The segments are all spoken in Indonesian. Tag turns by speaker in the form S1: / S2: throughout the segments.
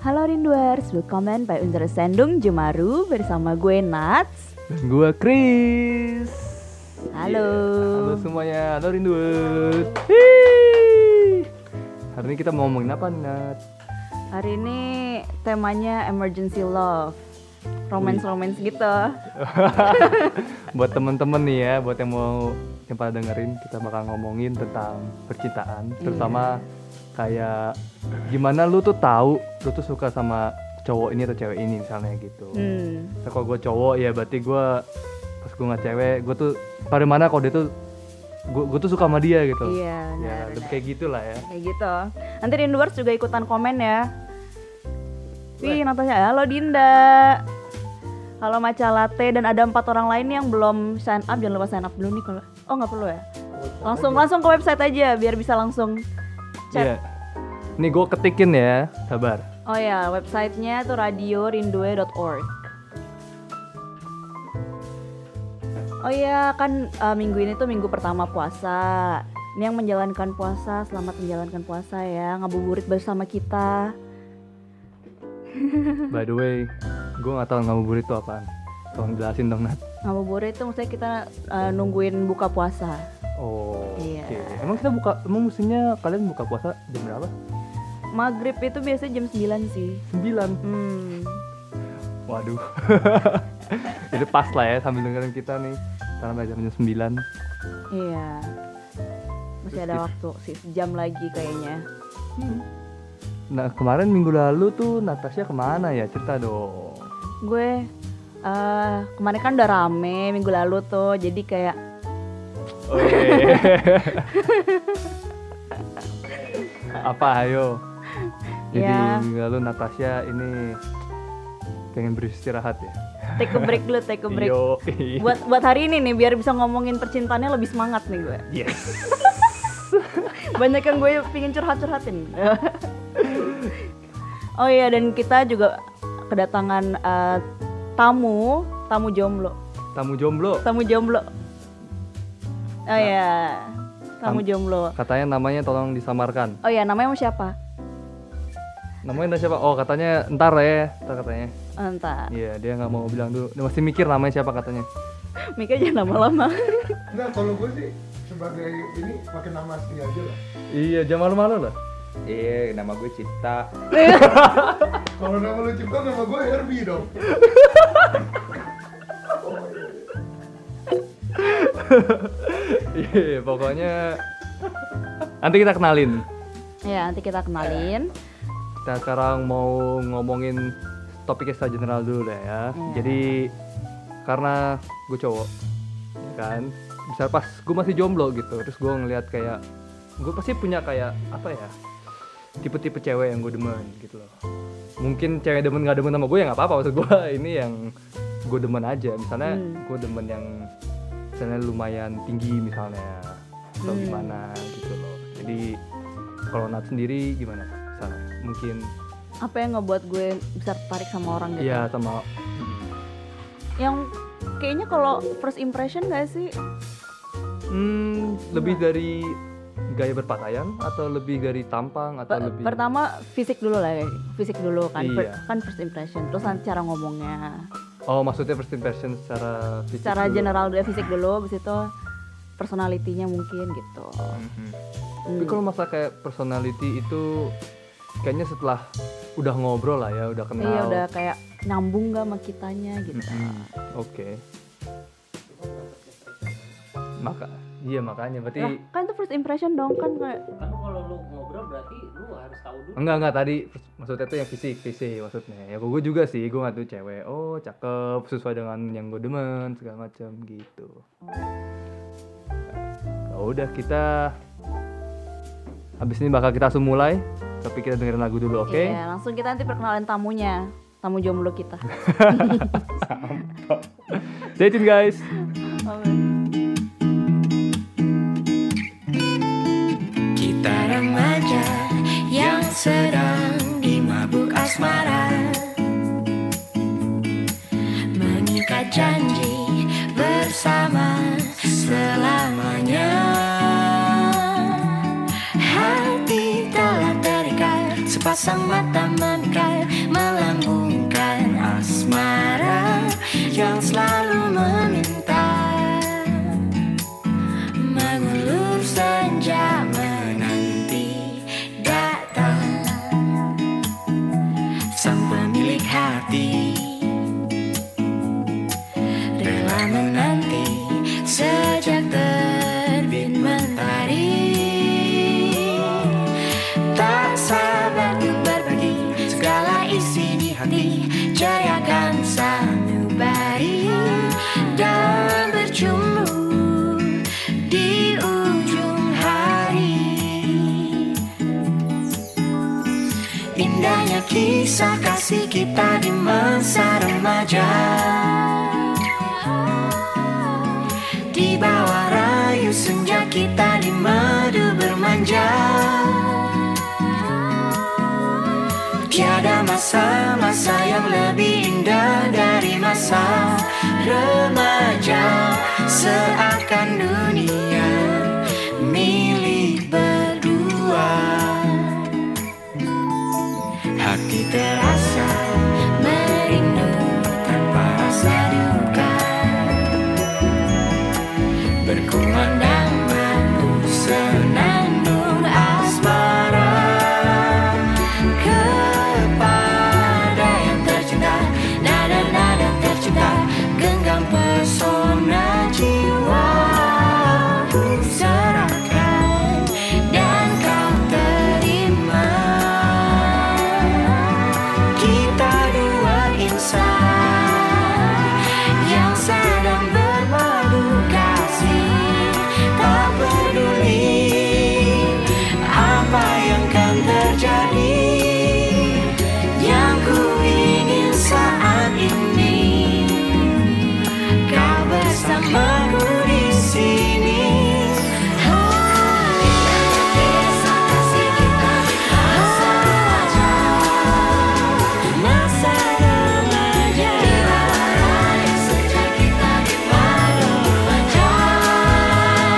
S1: Halo Rinduers, welcome by Unter Sendung Jemaru bersama gue Nats.
S2: Dan gua Chris.
S1: Halo.
S2: Iya, Halo semuanya. Halo Rinduet. Hii. Hari ini kita mau ngomongin apa nih, Nat?
S1: Hari ini temanya emergency love. Romance-romance gitu.
S2: buat temen-temen nih ya, buat yang mau yang pada dengerin, kita bakal ngomongin tentang percintaan,
S1: Iya.
S2: terutama kayak gimana lu tuh tahu lu tuh suka sama cowok ini atau cewek ini misalnya gitu.
S1: Hmm.
S2: Nah, kalau gue cowok ya berarti gue pas gue nggak cewek gue tuh pada mana kalau dia tuh gue gue tuh suka sama dia gitu
S1: Iya,
S2: ya
S1: benar,
S2: lebih
S1: benar.
S2: kayak gitulah ya
S1: Kayak gitu. Nanti Rinduers juga ikutan komen ya. Wih, Natasha. Halo Dinda. Halo Maca Latte dan ada empat orang lain yang belum sign up jangan lupa sign up dulu nih kalau oh nggak perlu ya langsung langsung ke website aja biar bisa langsung
S2: Iya.
S1: chat
S2: ini gue ketikin ya sabar
S1: Oh ya, websitenya tuh radiorindue.org. Oh ya, kan eh, minggu ini tuh minggu pertama puasa. Ini yang menjalankan puasa, selamat menjalankan puasa ya. Ngabuburit bersama kita.
S2: by the way gue nggak tahu ngabuburit itu apaan tolong jelasin dong Nat
S1: Ngabuburit itu maksudnya kita eh, nungguin buka puasa.
S2: oh
S1: Iya.
S2: oke emang kita buka emang mestinya kalian buka puasa jam berapa
S1: Maghrib itu biasanya jam 9 sih.
S2: 9
S1: Hmm.
S2: waduh itu pas lah ya sambil dengerin kita nih karena jam jam 9
S1: Iya. Masih ada waktu sih, sejam lagi kayaknya.
S2: Nah kemarin minggu lalu tuh Natasha kemana ya cerita dong.
S1: gue eh kemarin kan udah rame minggu lalu tuh jadi kayak
S2: Apa ayo? Jadi
S1: Ya.
S2: minggu lalu Natasha ini pengen beristirahat ya.
S1: take a break dulu take a break
S2: Yoi.
S1: buat buat hari ini nih biar bisa ngomongin percintaannya lebih semangat nih gue
S2: Yes.
S1: banyak yang gue pingin curhat curhatin oh iya dan kita juga kedatangan eh, tamu tamu jomblo
S2: Tamu jomblo.
S1: tamu jomblo oh iya tamu
S2: Tam-
S1: jomblo
S2: Katanya namanya tolong disamarkan.
S1: oh iya namanya mau siapa
S2: Namanya siapa? Oh katanya ntar ya, ntar katanya.
S1: entah
S2: Iya dia nggak mau bilang dulu. Dia masih mikir namanya siapa katanya.
S1: Mika jangan lama-lama
S3: Nah kalau gue sih sebagai ini pakai nama asli aja lah.
S2: Iya jangan malu-malu lah.
S4: Iya, nama gue Cipta.
S3: Kalau nama lu cipta nama gue Herbie dong.
S2: Iya pokoknya nanti kita kenalin.
S1: ya nanti kita kenalin
S2: Kita sekarang mau ngomongin topiknya secara general dulu deh ya. Jadi karena gue cowok, ya kan. Bisa pas gue masih jomblo gitu, terus gue ngeliat kayak gue pasti punya kayak apa ya tipe-tipe cewek yang gue demen gitu loh. Mungkin cewek demen gak demen sama gue ya nggak apa-apa maksud gue ini yang gue demen aja. Misalnya
S1: Hmm.
S2: gue demen yang misalnya lumayan tinggi misalnya atau
S1: Hmm.
S2: gimana gitu loh. Jadi kalau Nat sendiri gimana? Misalnya mungkin
S1: apa yang ngebuat gue bisa tertarik sama orang gitu
S2: ya sama
S1: yang kayaknya kalau first impression gak sih
S2: Hmm, lebih dari gaya berpakaian atau lebih dari tampang atau
S1: Pe-
S2: lebih
S1: pertama fisik dulu lah ya. fisik dulu kan
S2: Iya.
S1: per- kan first impression terus nanti cara ngomongnya
S2: Oh, maksudnya first impression secara fisik
S1: secara
S2: dulu.
S1: general dulu fisik dulu abis itu personalitinya mungkin gitu
S2: Mm-hmm. Tapi kalau masalah kayak personality itu kayaknya setelah udah ngobrol lah ya, udah kenal.
S1: iya udah kayak nyambung gak sama kitanya gitu
S2: Mm-mm. Oke. Maka iya makanya berarti
S1: Lah, kan itu first impression dong kan kayak
S5: kan kalau lu ngobrol berarti lu harus tahu dulu
S2: Enggak enggak tadi pers- maksudnya tuh yang fisik fisik maksudnya ya gue juga sih gue tuh cewek oh cakep sesuai dengan yang gue demen segala macam gitu Nah, udah kita habis ini bakal kita langsung mulai tapi kita dengerin lagu dulu oke
S1: iya, langsung kita nanti perkenalan tamunya tamu jomblo kita
S2: stay tune guys
S6: Kita remaja yang sedang dimabuk asmara Mengikat janji bersama selamanya Hati telah terikat sepakat Sepasang mata mekar melambungkan asmara yang selalu meminta Mengulur senja menanti datang Sang pemilik hati rela menanti sejak terbit mentari tak sabar ku berbagi segala isi di hati jayakan sanubari dan bercumbu di ujung hari indahnya kisah kasih kita di masa remaja di bawah rayu senja kita di madu bermanja Tiada masa-masa yang lebih indah dari masa remaja Seakan dunia milik berdua Hati terasa merindu tanpa rasa duka Berkumandang batu senandung asmara Kepada yang tercinta Nada-nada tercinta Genggam pesona jiwa Ku serahkan dan kau terima kita dua insan yang sedang berpadu kasih tak peduli apa yang akan terjadi yang ku ingin saat ini kau bersamaku di sini Kisah kasih kita masa Masa remaja Sejak kita di baru Tiada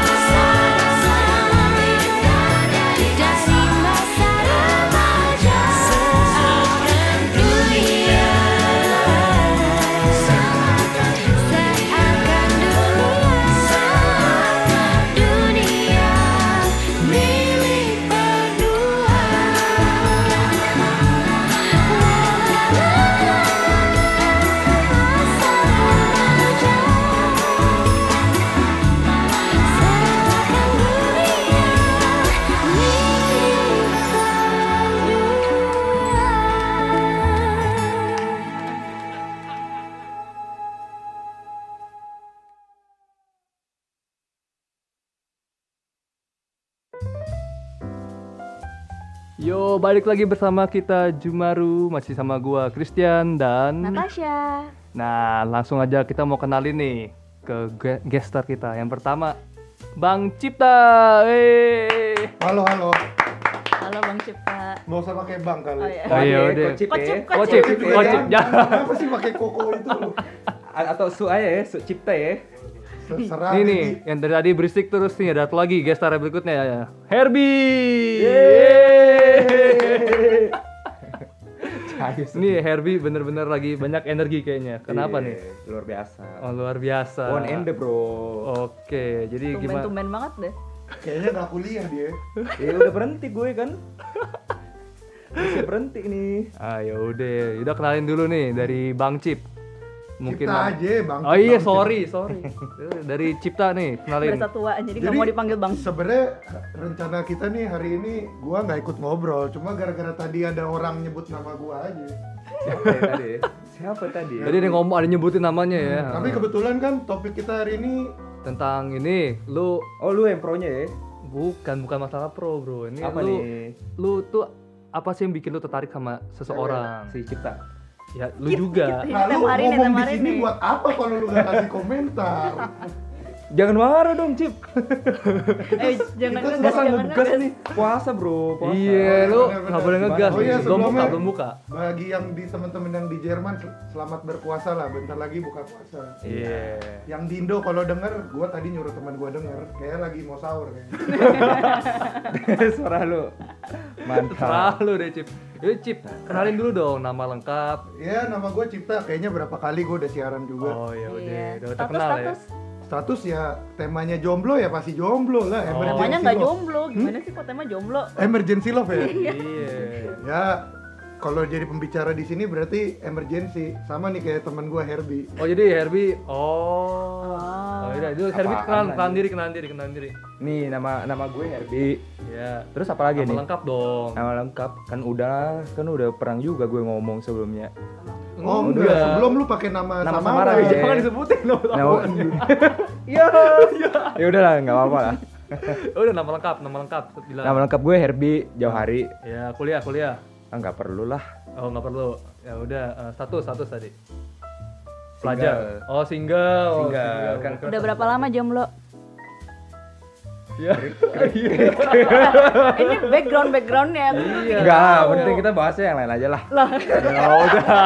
S6: masa-masa yang lebih indah Dari masa remaja Seakan dunia Seakan dunia Seakan dunia Milik berdua
S2: Yo, balik lagi bersama kita Jumaru, masih sama gua Christian dan
S1: Natasha.
S2: Nah, langsung aja kita mau kenalin nih ke ge- guest star kita. Yang pertama, Bang Cipta. Yeay.
S3: Halo halo,
S1: Halo Bang Cipta.
S3: nggak usah pakai bang kali.
S1: Oh iya.
S2: Oh, iya, udah.
S4: kocip
S1: Kocip,
S4: ya.
S1: kocip.
S2: Kocip,
S3: Cipta,
S2: kocip.
S3: jangan.
S2: jangan.
S3: Kenapa sih pakai koko itu lu?
S4: A- Atau su aja ya, su cipta ya.
S3: Serah
S2: Ini nih, yang dari tadi berisik terus nih ada satu lagi guest star berikutnya ya. Herbie. Yeay. Ini Herbie bener-bener lagi banyak energi kayaknya. Kenapa nih?
S4: Iya, Luar biasa.
S2: Oh, luar biasa.
S4: One and the bro.
S2: Oke, jadi Iya, gimana?
S1: Tumben-tumben banget deh.
S3: Kayaknya nggak kuliah dia.
S4: Ya udah berhenti gue kan. Bisa berhenti nih.
S2: Ayo Ah, ya udah, udah kenalin dulu nih dari Bang Cip. Mungkin
S3: Cipta aja bang.
S2: Oh iya,
S3: Bang
S2: sorry, sorry. dari Cipta nih, kenalin.
S1: Berasa tua jadi nggak
S3: Jadi-
S1: mau dipanggil Bang.
S3: Sebenarnya rencana kita nih hari ini gua nggak ikut ngobrol, cuma gara-gara tadi ada orang nyebut nama gua aja.
S4: Siapa ya tadi? ya? Siapa tadi? ya?
S2: Jadi dia ngomong Iya. ada nyebutin namanya ya.
S3: Tapi
S1: Nah.
S3: kebetulan kan topik kita hari ini
S2: Tentang ini, lu
S4: Oh lu yang pro-nya ya?
S2: bukan bukan masalah pro, Bro. Ini
S4: Apa
S2: lu
S4: nih?
S2: lu tuh apa sih yang bikin lu tertarik sama seseorang?
S4: Si cipta. Nah,
S2: Ya, lu juga.
S1: Ini
S3: lalu
S1: tema hari ini,
S3: ngomong
S1: tema
S3: di
S1: hari
S3: sini
S1: ini.
S3: buat apa kalau lu nggak kasih komentar?
S4: Jangan marah dong, Cip.
S1: Eh, jangan
S3: Kita
S1: ngegas,
S4: Masa
S1: jangan
S4: ngegas
S1: ngegas.
S4: nih. Puasa, Bro. Puasa.
S2: Iya, lu
S3: Bener-bener.
S2: nggak boleh ngegas. belum
S3: Oh iya,
S2: buka,
S3: sebelumnya-
S2: belum buka.
S3: Bagi yang di teman-teman yang di Jerman sel- selamat berpuasa lah, bentar lagi buka puasa.
S2: Iya.
S3: Yang di Indo kalau denger, gua tadi nyuruh teman gua denger, kayak lagi mau sahur kayaknya.
S4: Suara lu.
S2: Terserah
S4: Mantap.
S2: lu deh, Cip. Yuk, Cip, kenalin dulu dong nama lengkap.
S3: Ya nama gua Cipta, kayaknya berapa kali gua udah siaran juga.
S2: Oh ya udah,
S1: Iya.
S2: udah
S1: Status,
S2: terkenal ya.
S1: status.
S3: Status ya temanya jomblo ya pasti jomblo lah.
S2: Oh.
S3: emergency
S1: Temanya nggak
S3: love.
S1: jomblo,
S4: Hmm?
S1: gimana sih kok tema jomblo?
S3: Emergency love ya.
S2: Iya.
S3: ya kalau jadi pembicara di sini berarti emergency sama nih kayak teman gua Herbie.
S2: Oh jadi Herbie, oh,
S1: Ah.
S2: oh iya, itu Herbie
S4: Apaan lagi?
S2: kenalan, kenalan diri, kenalan diri, kenalan diri.
S4: Nih nama nama gue Herbie.
S2: Iya.
S4: Terus apa lagi
S2: Nama
S4: nih?
S2: lengkap dong.
S4: Nama lengkap kan udah kan udah perang juga gue ngomong sebelumnya.
S3: Oh enggak,
S2: Enggak.
S3: sebelum lu pakai nama,
S4: Nama
S3: samaran.
S4: samaran,
S2: Jangan disebutin loh.
S4: Nah, oh,
S2: Iya.
S4: ya udahlah nggak apa-apa lah.
S2: Oh, Udah nama lengkap, nama lengkap. Bilang.
S4: Nama lengkap gue Herbie Jauhari.
S2: Ya kuliah, kuliah.
S4: Ah nggak perlu lah.
S2: Oh nggak perlu. Ya udah eh, status, status tadi. Pelajar. Oh single. Oh,
S4: Single, kan.
S1: Udah berapa lama jomblo?
S2: Iya.
S1: Ini background backgroundnya. gitu.
S2: Iya.
S4: Enggak lah, penting kita bahasnya yang lain aja lah.
S1: Lah,
S4: Ya udah.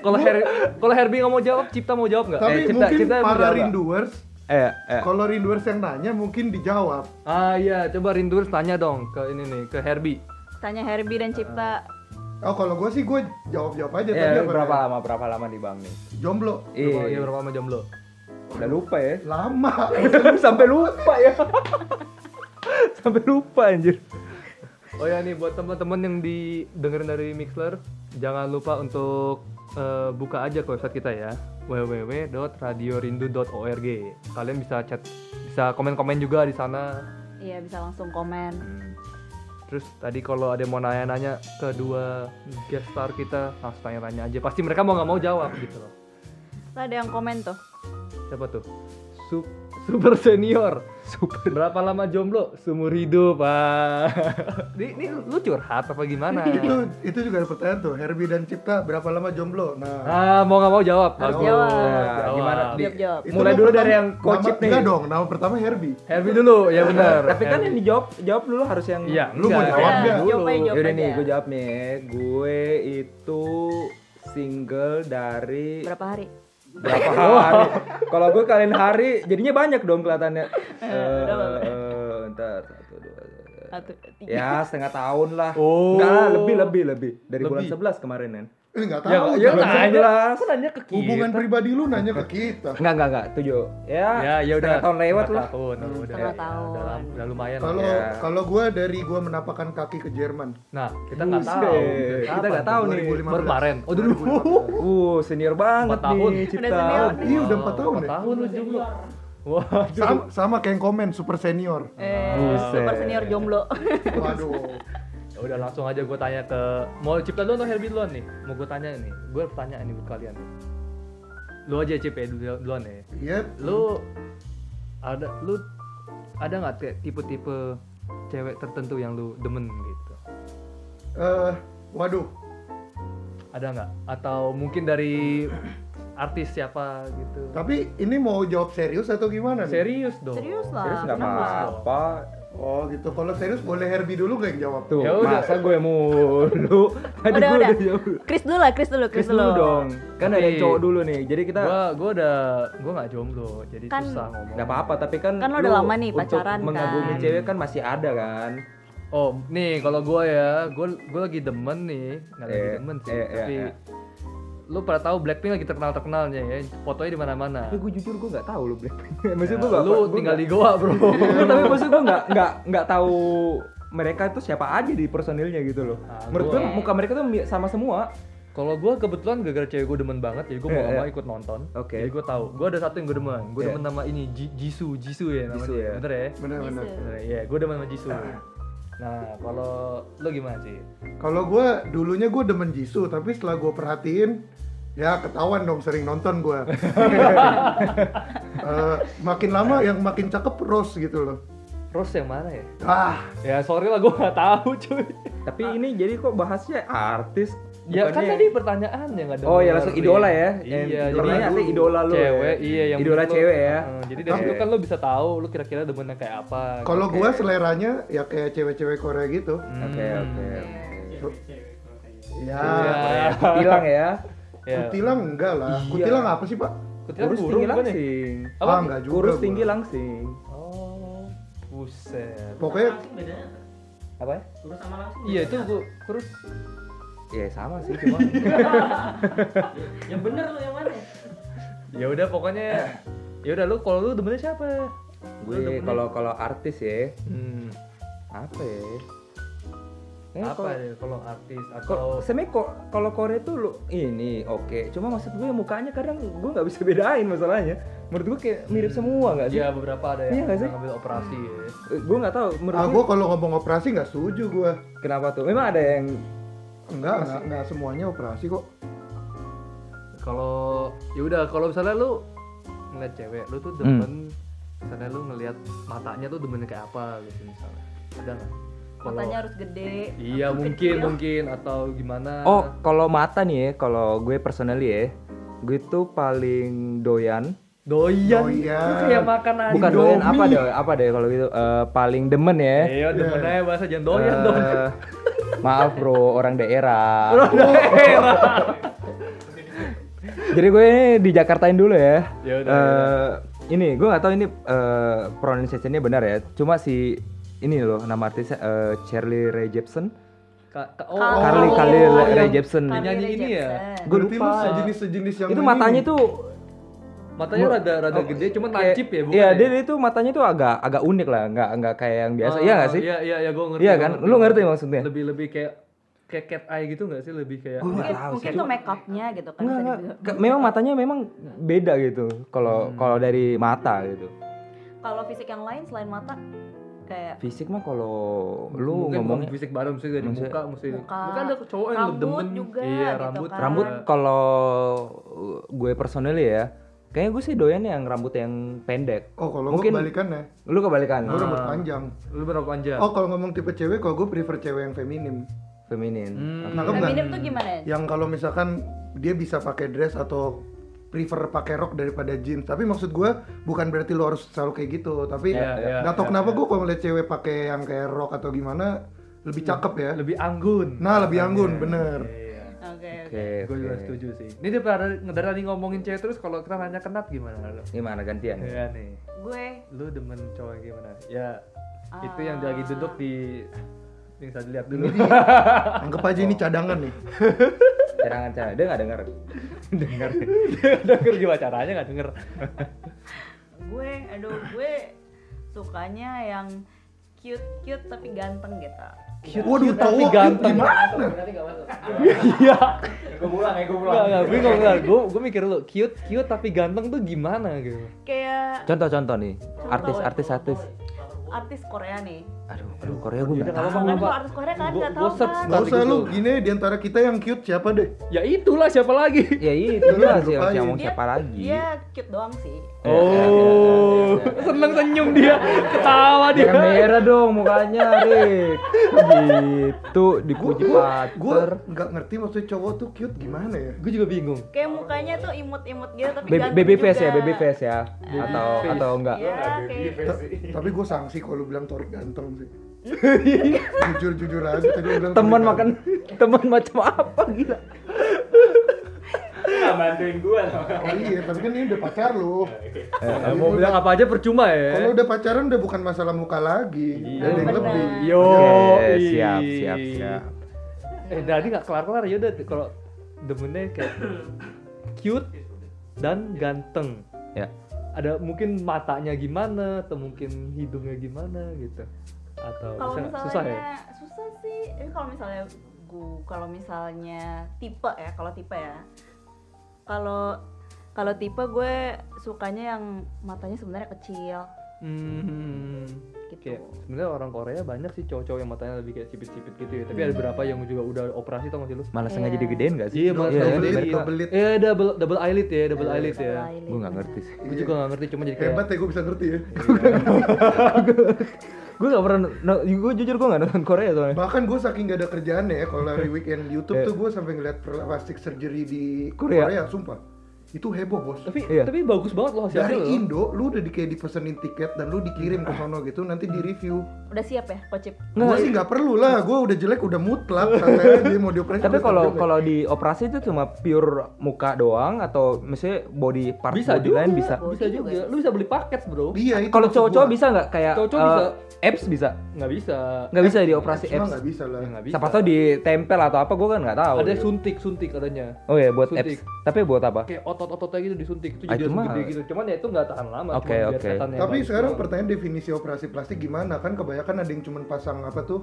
S2: Kalau Her kalau Herbie nggak mau jawab, Cipta mau jawab nggak?
S3: Tapi
S2: Eh, Cipta,
S3: mungkin
S2: Cipta mau jawab
S3: para
S2: nggak?
S3: rinduers,
S4: Eh, eh.
S3: kalau rinduers yang nanya mungkin dijawab.
S2: Ah iya, coba rindu tanya dong ke ini nih, ke Herbie.
S1: tanya Herbie dan Cipta.
S3: Oh kalau gue sih gue jawab-jawab aja
S2: Eh, Iya.
S4: Ya,
S3: tadi
S4: lu
S3: apa
S4: berapa
S3: ya?
S4: lama berapa lama di Bang nih?
S3: Jomblo.
S2: Berapa,
S4: Ih,
S2: iya, berapa lama jomblo?
S4: udah lupa ya.
S3: Lama.
S4: Sampai lupa ya. Sampai lupa anjir.
S2: Oh ya nih buat teman-teman yang didengerin dari Mixler, jangan lupa untuk eh, buka aja ke website kita ya www.radiorindu.org. Kalian bisa chat, bisa komen-komen juga di sana.
S1: Iya, bisa langsung komen.
S4: Hmm.
S2: Terus tadi kalau ada yang mau nanya-nanya kedua guest star kita, langsung tanya-tanya aja. Pasti mereka mau nggak mau jawab gitu loh.
S1: Lah, ada yang komen tuh.
S2: Siapa tuh? Sup- super senior. Super. Berapa lama jomblo? Seumur hidup, Pak. Ini, ini lu curhat apa gimana?
S3: itu itu juga ada pertanyaan tuh. Herbie dan Cipta berapa lama jomblo? Nah,
S2: Ah, mau nggak mau jawab.
S1: Harus
S2: Bagus.
S1: jawab.
S4: Nah, gimana di,
S1: Jawab-jawab.
S3: itu
S4: Mulai
S3: nama
S4: dulu
S3: pertama-
S4: dari yang kocip
S3: nama-
S4: nih.
S3: Enggak Iya, dong, nama pertama Herbie.
S2: Herbie dulu, ya benar.
S4: Tapi kan
S2: Herbie.
S4: yang dijawab jawab dulu harus yang
S2: Iya,
S3: Lu mau
S2: Enggak,
S3: jawab
S2: ya.
S1: Jawab
S3: nggak?
S1: aja, jawab
S4: Yaudah nih,
S1: aja.
S4: gue jawab nih. Gue itu single dari
S1: Berapa hari?
S4: berapa hari? Kalau gue kalian hari, jadinya banyak dong kelihatannya. Eh, eh, ntar satu dua. tiga.
S1: Satu, tiga.
S4: Ya setengah tahun lah.
S2: Oh.
S4: Enggak lah, lebih lebih lebih dari
S2: Lebih.
S4: bulan 11 kemarin kan.
S3: Eh enggak
S2: Ya,
S3: tahu.
S2: ya,
S3: jangan.
S4: nggak.
S2: nanya,
S4: jelas.
S2: Kok nanya ke kita?
S3: Hubungan pribadi lu nanya ke kita.
S4: Enggak enggak enggak tujuh. Ya,
S2: Ya, ya udah.
S4: setengah tahun lewat
S2: Setengah
S4: lah.
S2: Tahun, oh, udah,
S1: Hmm, Setengah
S2: ya,
S1: tahun.
S2: Udah, lam- udah lumayan. lah.
S3: Kalau
S4: Ya.
S3: kalau gue dari gue menapakan kaki ke Jerman.
S2: Nah, kita nggak
S4: Buset.
S2: tahu.
S4: Kita nggak tahu nih.
S2: Baru kemarin. Oh, dulu.
S4: Uh, senior banget
S2: Empat tahun.
S4: nih
S1: Udah
S4: Cipta.
S1: senior nih.
S3: Iya udah 4 tahun
S2: Empat
S3: ya.
S2: tahun lu jomblo. Wah,
S3: Sama, sama kayak yang komen super senior.
S1: Eh, super
S4: Buset.
S1: senior jomblo.
S3: Waduh.
S2: Ya udah langsung aja gue tanya ke mau Cipta duluan atau Herbie duluan nih? Mau gue tanya nih, gue pertanyaan nih buat kalian. Lu aja Cip ya dulu- duluan ya.
S3: Iya.
S2: Lu ada lu ada nggak kayak tipe-tipe cewek tertentu yang lu demen gitu?
S3: Eh, waduh.
S2: Ada nggak? Atau mungkin dari artis siapa gitu?
S3: Tapi ini mau jawab serius atau gimana nih?
S2: Serius dong.
S1: Serius lah.
S4: Terus enggak
S1: kenapa?
S4: apa-apa.
S3: Oh gitu. Kalau serius boleh Herbie dulu gak yang jawab?
S4: Tuh,
S2: Ya udah.
S4: masa gue mulu. Tadi
S1: Udah,
S4: gue
S1: udah.
S4: udah jawab.
S1: Chris dulu lah, Chris dulu,
S4: Chris
S1: Chris,
S4: dulu dong. Kan ada yang
S2: Tapi-
S4: cowok dulu nih. Jadi kita
S2: Gua gua udah gua nggak jomblo, jadi
S1: Kan-
S2: susah ngomong.
S4: nggak apa-apa tapi kan
S1: Kan lo udah
S4: lu
S1: lama nih
S4: untuk
S1: pacaran kan.
S4: mengagumi cewek kan masih ada kan
S2: Oh, nih kalau gua ya, gua gua lagi demen nih, nggak lagi
S4: Eh,
S2: demen sih,
S4: eh, eh,
S2: tapi
S4: eh.
S2: lu pada tahu Blackpink lagi terkenal terkenalnya ya, fotonya di mana-mana.
S4: tapi gue Ya, jujur gue nggak tahu lo Blackpink maksud
S2: Ya,
S4: gue nggak
S2: lu tinggal di Goa bro.
S4: tapi maksud gue nggak nggak nggak tahu mereka itu siapa aja di personilnya gitu loh
S2: Ah,
S4: menurut gue
S2: gua-
S4: muka mereka tuh mi- sama semua
S2: kalau gua kebetulan gara-gara cewek gua demen banget, jadi gua mau
S4: Eh,
S2: nggak
S4: eh.
S2: mau ikut nonton.
S4: Oke.
S2: Jadi gua tahu, gua ada satu yang gua demen, gua
S4: Iya.
S2: demen nama ini Ji- Jisoo, Jisoo ya namanya,
S4: Jisoo ya.
S2: bener ya?
S3: Bener-bener.
S1: Jisoo.
S2: Bener ya, Iya, gua demen sama Jisoo. Nah, kalau lu gimana sih?
S3: Kalau gue dulunya gue demen Jisoo, tapi setelah gue perhatiin, ya ketahuan dong sering nonton gue. Eh, makin lama yang makin cakep Rose gitu loh.
S2: Rose yang mana ya?
S3: Ah,
S2: Ya sorry lah gua nggak tahu cuy.
S4: tapi ini jadi kok bahasnya artis
S2: Ya kan
S4: Bukannya-
S2: tadi pertanyaan ya nggak ada.
S4: Oh, ya, langsung idola ya.
S2: Iya,
S4: Yang
S2: jadi
S4: pertanyaan nanti idola lu ya.
S2: Cewek, iya yang
S4: Idola
S2: menurut lu-
S4: cewek ya.
S2: Heeh, jadi dari
S4: Oke.
S2: situ kan lu bisa tahu lu kira-kira demennya kayak apa. gitu. Iya.
S3: Kalau gua seleranya ya kayak cewek-cewek Korea gitu.
S4: Oke,
S2: Hmm.
S4: oke.
S3: Ya,
S4: Iya. Hilang ya.
S2: Iya. Ya. Iya.
S3: kutilang enggak lah. Kutilang apa sih, Pak?
S2: Kutilang
S4: Kurus
S2: burung
S4: tinggi
S2: bukan ya?
S4: langsing.
S2: Apa?
S3: Ah, enggak juga.
S4: Kurus
S3: gua.
S4: tinggi langsing.
S2: Oh, buset.
S3: Pokoknya
S5: Langsing bedanya apa?
S4: Apa?
S5: Kurus sama langsing.
S2: Iya itu gua kurus.
S4: Ya sama sih cuma.
S5: Yang bener lu yang mana?
S2: Ya udah pokoknya ya udah lu kalau lu demennya siapa?
S4: gue Iya. kalau kalau artis ya
S2: Hmm.
S4: apa ya? Kayaknya
S2: Apa
S4: Eh, kalau-
S2: ya kalau artis
S4: Kok
S2: atau
S4: sebenarnya kok kalau Korea tuh lu ini oke, cuma maksud gue mukanya kadang gue nggak bisa bedain masalahnya. Menurut gue kayak mirip semua nggak sih?
S2: ya beberapa
S4: Iya
S2: ada yang
S4: nggak sih?
S2: udah ngambil operasi ya.
S4: Eh, Gue nggak tahu. Menurut
S3: ah
S4: gue
S3: gua kalau ngomong operasi nggak setuju gua.
S4: kenapa tuh? Memang ada yang
S3: Enggak, enggak, enggak semuanya operasi kok.
S2: kalau ya udah kalau misalnya lu ngeliat cewek lu tuh
S4: Hmm.
S2: demen misalnya lu ngeliat matanya tuh demennya kayak apa gitu misalnya ada nggak kalau
S1: Matanya harus gede.
S2: iya
S1: atau
S2: mungkin
S1: kecil.
S2: mungkin atau gimana
S4: Oh, kalau mata nih ya, kalau gue personally ya, gue tuh paling doyan
S2: doyan
S3: Doyan.
S2: lu kayak makan aja
S4: bukan doyan apa deh apa deh kalau gitu eh, paling demen ya
S2: iya demen aja bahasa jangan doyan
S4: Eh,
S2: dong
S4: maaf bro orang daerah jadi gue ini di Jakartain dulu ya
S2: Ya udah,
S4: Eh,
S2: ya
S4: ini gue nggak tahu ini eh, pronunciation-nya benar ya cuma si ini loh nama artisnya eh, Charlie Ray Jepsen
S2: Ka- ka- oh,
S1: Kalau-
S4: Carly
S2: oh,
S4: Carly
S2: oh,
S4: Rae
S2: yang
S4: Jepsen
S1: Carly
S2: Nyanyi
S1: Rae
S2: ini ya?
S1: Jepsen.
S4: gue
S3: Berarti lu
S4: lupa
S3: sejenis-sejenis yang
S4: itu
S3: ini
S4: matanya
S3: nih.
S4: tuh Oh,
S2: matanya rada rada gede cuman
S4: Kayak-
S2: lancip ya bukan
S4: Iya,
S2: ya?
S4: dia, dia tuh matanya tuh agak agak unik lah, nggak nggak kayak yang biasa.
S2: Oh,
S4: iya nggak sih?
S2: iya iya iya gue ngerti
S4: Iya
S2: gua
S4: kan? Lu ngerti maksudnya?
S2: lebih lebih kayak kayak cat eye gitu nggak sih lebih kayak
S4: Gua nggak
S1: Mungkin,
S4: tahu sih.
S1: mungkin tuh make upnya gitu kan.
S4: Nggak,
S1: bisa
S4: nggak.
S1: dibilang.
S4: Ke- Memang matanya memang beda gitu. Kalau
S2: Hmm.
S4: kalau dari mata gitu.
S1: Kalau fisik yang lain selain mata kayak
S4: Fisik mah kalau lu
S2: Mungkin
S4: ngomongnya
S2: bukan fisik bareng mesti dari
S4: Maksudnya-
S2: muka mesti
S1: Muka,
S2: Mungkin ada cowok yang
S1: rambut
S2: demen
S1: juga
S2: iya
S1: gitu
S2: rambut
S1: kan.
S4: rambut kalau gue personally ya, kayaknya gue sih doyan yang rambut yang pendek.
S3: Oh, kalau
S4: Mungkin-
S3: gua kebalikan ya.
S4: Lu kebalikan.
S3: Gua rambut panjang.
S2: Ah. lu berapa panjang
S3: Oh, kalau ngomong tipe cewek, kalau gua prefer cewek yang feminim. Hmm.
S4: Feminin.
S3: Nangkep nggak?
S1: feminim tuh gimana ya?
S3: yang kalau misalkan dia bisa pakai dress atau prefer pakai rok daripada jeans tapi maksud gua bukan berarti lo harus selalu kayak gitu tapi
S2: Iya, iya,
S3: nggak tau
S2: iya,
S3: kenapa gua kalau ngeliat cewek pakai yang kayak rok atau gimana lebih cakep ya
S2: lebih anggun Iya,
S3: nah lebih anggun bener
S1: Oke.
S4: Oke.
S2: gue juga
S4: oke.
S2: setuju sih ini daripada daripada nih ngomongin cewek terus kalau kita nanya kenat gimana lu
S4: Gimana gantian?
S2: Iya nih
S1: Gue
S2: lu demen cowok yang gimana ya itu yang lagi duduk di yang saya lihat dulu
S3: anggap aja ini cadangan nih
S4: Cadangan cara dia nggak denger.
S2: denger denger gimana caranya nggak denger
S1: gue aduh gue sukanya yang cute cute tapi ganteng gitu.
S3: waduh
S2: tapi
S3: cowok
S2: ganteng.
S3: gimana
S5: Berarti gak masuk.
S2: iya
S4: Gue pulang ya, gue
S2: nggak nggak bingung nggak gue gue mikir lu cute cute tapi ganteng tuh gimana gitu
S1: Kayak
S4: Contoh-contoh nih, artis-artis artis.
S1: artis Korea nih.
S4: Aduh, aduh Korea gue
S2: Udah,
S4: nggak
S2: Iya, nggak
S4: tahu.
S2: apa-apa.
S1: Kan kalau artis Korea kan
S2: Gua-
S1: nggak
S2: gua
S1: tahu
S2: search
S1: kan.
S3: nggak usah
S2: Gitu.
S3: lu gini diantara kita yang cute siapa deh
S2: ya itulah siapa lagi
S4: Ya itu lah sih
S3: Lupain.
S4: yang ngomong
S1: Dia-
S4: siapa lagi.
S1: Dia cute doang sih.
S4: Iya,
S2: Oh, seneng senyum dia, ketawa dia. Iya.
S4: Jangan merah dong mukanya, Rik. Gitu dipuji
S3: gua
S4: pater.
S3: nggak ngerti maksudnya cowok tuh cute gimana ya
S2: Gue juga bingung.
S1: Kayak mukanya tuh imut-imut gitu tapi
S4: Baby,
S1: ganteng
S4: baby face
S1: juga.
S4: ya, baby face ya. Atau
S2: face.
S4: atau enggak.
S1: Iya, kayak
S3: Ta- tapi gue sanksi kalau lu bilang Torik ganteng sih jujur jujur aja tadi lu bilang
S4: Teman
S3: Torik
S4: makan teman macam apa gila.
S5: Gak bantuin gue loh.
S3: Oh iya, tapi kan ini udah pacar lu.
S2: Eh, mau bilang apa aja percuma
S3: Kalau
S2: ya.
S3: udah pacaran udah bukan masalah muka lagi.
S2: Iya.
S3: Udah ada yang
S1: benar.
S3: lebih.
S2: Yo,
S4: Oke,
S2: ih.
S4: siap, siap, siap.
S2: Eh, tadi nggak kelar-kelar ya udah kalau demennya kayak cute dan ganteng.
S4: Ya.
S2: Ada mungkin matanya gimana atau mungkin hidungnya gimana gitu. Atau
S1: kalau
S2: bisa nggak?
S1: misalnya
S2: susah ya?
S1: susah sih tapi kalau misalnya gua kalau misalnya tipe ya kalau tipe ya kalau kalau tipe gue sukanya yang matanya sebenarnya kecil
S2: Hmm.
S1: Gitu.
S2: Kayak sebenarnya orang Korea banyak sih cowok-cowok yang matanya lebih kayak sipit-sipit gitu ya. Tapi ada beberapa yang juga udah operasi tau gak sih lu?
S4: Malah sengaja
S1: Iya.
S4: digedein gak sih?
S2: Iya, malah
S4: kan?
S3: double lid,
S2: iya.
S3: double lid.
S2: Iya, double double eyelid ya, double eyelid ya.
S1: Double eyelid.
S4: Gue nggak ngerti sih.
S3: ya,
S2: Gue juga gak ngerti cuma jadi kayak
S3: Hebat ya gue bisa ngerti ya.
S4: gue gak pernah, gue jujur gue gak nonton Korea soalnya. Iya.
S3: Bahkan gue saking gak ada kerjaan ya, kalau hari weekend di YouTube tuh gue sampai ngeliat plastik surgery di
S4: Korea.
S3: Korea, sumpah. Itu heboh bos.
S2: tapi
S4: Iya.
S2: tapi bagus banget loh hasil
S3: Dari
S2: lo.
S3: Indo, lu udah di kayak dipesenin tiket dan lu dikirim ke sono gitu, nanti di review.
S1: Udah siap ya, Kocip?
S3: Gue sih nggak perlu lah, gue udah jelek udah mutlak, santai aja mau dioperasi.
S4: Tapi
S3: gua
S4: kalau
S3: tetep jelek.
S4: kalau di operasi itu cuma pure muka doang atau misalnya body part
S2: bisa
S4: body
S2: juga
S4: lain bisa.
S1: Body
S2: bisa
S1: juga
S2: juga
S1: bisa.
S2: lu bisa beli paket bro
S3: iya
S4: Nah,
S3: itu
S4: Kalau
S3: maksud
S4: cowok-cowok
S3: gua.
S4: bisa nggak kayak
S2: Cowok-cowok
S4: eh,
S2: bisa.
S4: abs bisa?
S2: nggak bisa
S4: Nggak bisa di operasi
S3: Cuma
S4: abs.
S3: nggak bisa lah.
S2: Ya, nggak bisa
S4: Siapa tahu ditempel atau apa gue kan nggak tahu.
S2: ada
S4: gitu.
S2: suntik suntik katanya
S4: Oh ya buat
S2: suntik.
S4: apps. Tapi buat apa?
S2: kayak otot-ototnya gitu disuntik itu
S4: Ah, itu
S2: jadi langsung
S4: mah-
S2: gede gitu cuman ya itu nggak tahan lama
S4: Oke,
S2: cuman biar
S4: oke.
S2: kesehatannya Iya,
S3: Tapi
S2: bagus
S3: sekarang
S2: doang.
S3: pertanyaan definisi operasi plastik gimana kan kebanyakan ada yang cuman pasang apa tuh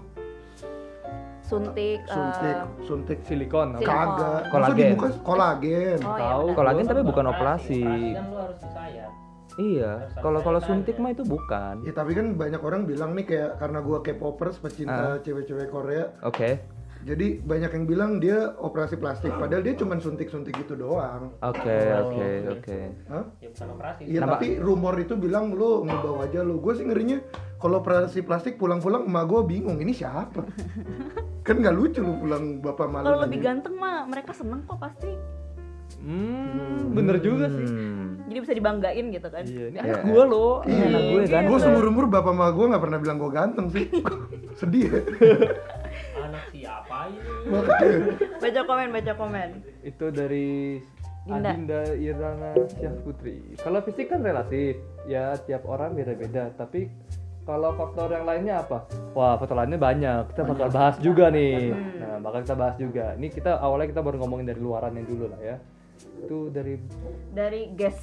S1: Suntik,
S3: suntik,
S1: eh,
S3: suntik
S2: silikon apa?
S1: Silikon.
S3: kagak. Masa
S4: Kolagen.
S3: di muka kolagen.
S1: Oh iya
S2: Tahu.
S1: benar.
S4: Kolagen tapi
S6: Kalau
S4: bukan operasi.
S6: Operasi kan lu harus disayat.
S4: Iya. Kalau kalau suntik mah itu bukan.
S3: Ya tapi kan banyak orang bilang nih kayak karena gua K-popers
S4: Ah.
S3: pecinta cewek-cewek Korea,
S4: Oke.
S3: jadi banyak yang bilang dia operasi plastik padahal dia cuman suntik-suntik gitu doang.
S4: Oke,
S2: Oh,
S4: oke, oke.
S3: Hah?
S6: Ya bukan operasi.
S3: Iya
S4: Kenapa?
S3: tapi rumor itu bilang lu ngebawa aja lu. Gue sih ngerinya kalau operasi plastik pulang-pulang emak gue bingung ini siapa. kan nggak lucu lu pulang bapak malu.
S1: Kalau lebih
S3: nanya.
S1: ganteng mah mereka seneng kok pasti.
S2: hmm bener juga sih
S4: Hmm.
S1: Jadi bisa dibanggain gitu kan. gitu.
S2: iya ini anak
S4: Iya.
S2: gua loh
S3: Iya,
S4: Anak gue ganteng.
S3: Gue seumur umur bapak mama gue nggak pernah bilang gue ganteng sih. Sedih ya.
S6: Anak siapa ini?
S3: Makanya.
S1: Baca komen, baca komen.
S2: itu dari
S1: Dinda.
S2: Adinda Irana Syah Putri kalau fisik kan relatif ya tiap orang beda-beda tapi kalau faktor yang lainnya apa? Wah, faktor lainnya banyak. Kita bakal bahas juga nih.
S1: Hmm.
S2: Nah, bakal kita bahas juga. Ini kita awalnya kita baru ngomongin dari luarannya dulu lah ya. Itu dari
S1: Dari guess.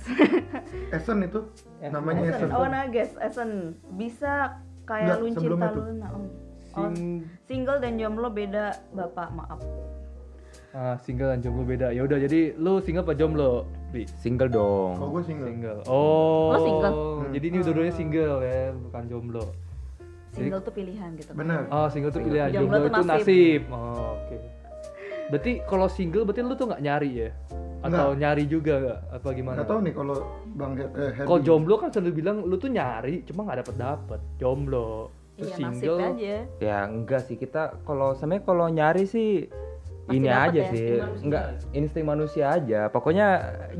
S3: Esen itu
S2: Esen.
S3: namanya
S1: Esen,
S3: Esen.
S1: oh nah guess, Esen bisa
S3: Nggak,
S1: kayak
S3: sebelumnya
S1: Lucinta
S3: tuh.
S1: Luna. Oh. Oh,
S2: sing
S1: single dan jomblo beda bapak maaf.
S2: Ah, single dan jomblo beda. Ya udah jadi lu single apa jomblo? Bi.
S4: Single dong.
S3: Kalau gue single.
S2: Single. Oh.
S1: Lo single?
S2: Jadi
S3: Hmm.
S2: ini dua-duanya single ya, bukan jomblo.
S1: Single tuh pilihan gitu. kan.
S3: Benar.
S2: Oh, single tuh pilihan,
S1: Jomblo
S2: jomblo,
S1: tuh
S2: itu
S1: nasib.
S2: nasib. Oh, oke. Berarti kalau single berarti lu tuh nggak nyari ya? Atau nyari juga nggak? Apa gimana?
S3: Nggak tahu nih kalau Bang He- eh, Herdi.
S2: Kalau jomblo kan selalu bilang lu tuh nyari, cuma nggak dapet dapet. Jomblo. Terus
S1: Iya nasib
S2: single.
S1: aja.
S4: Ya enggak sih kita kalau sebenarnya kalau nyari sih
S1: Pasti
S4: ini
S1: dapet
S4: aja
S1: ya,
S4: sih.
S6: insting manusia.
S4: Enggak insting manusia aja. Pokoknya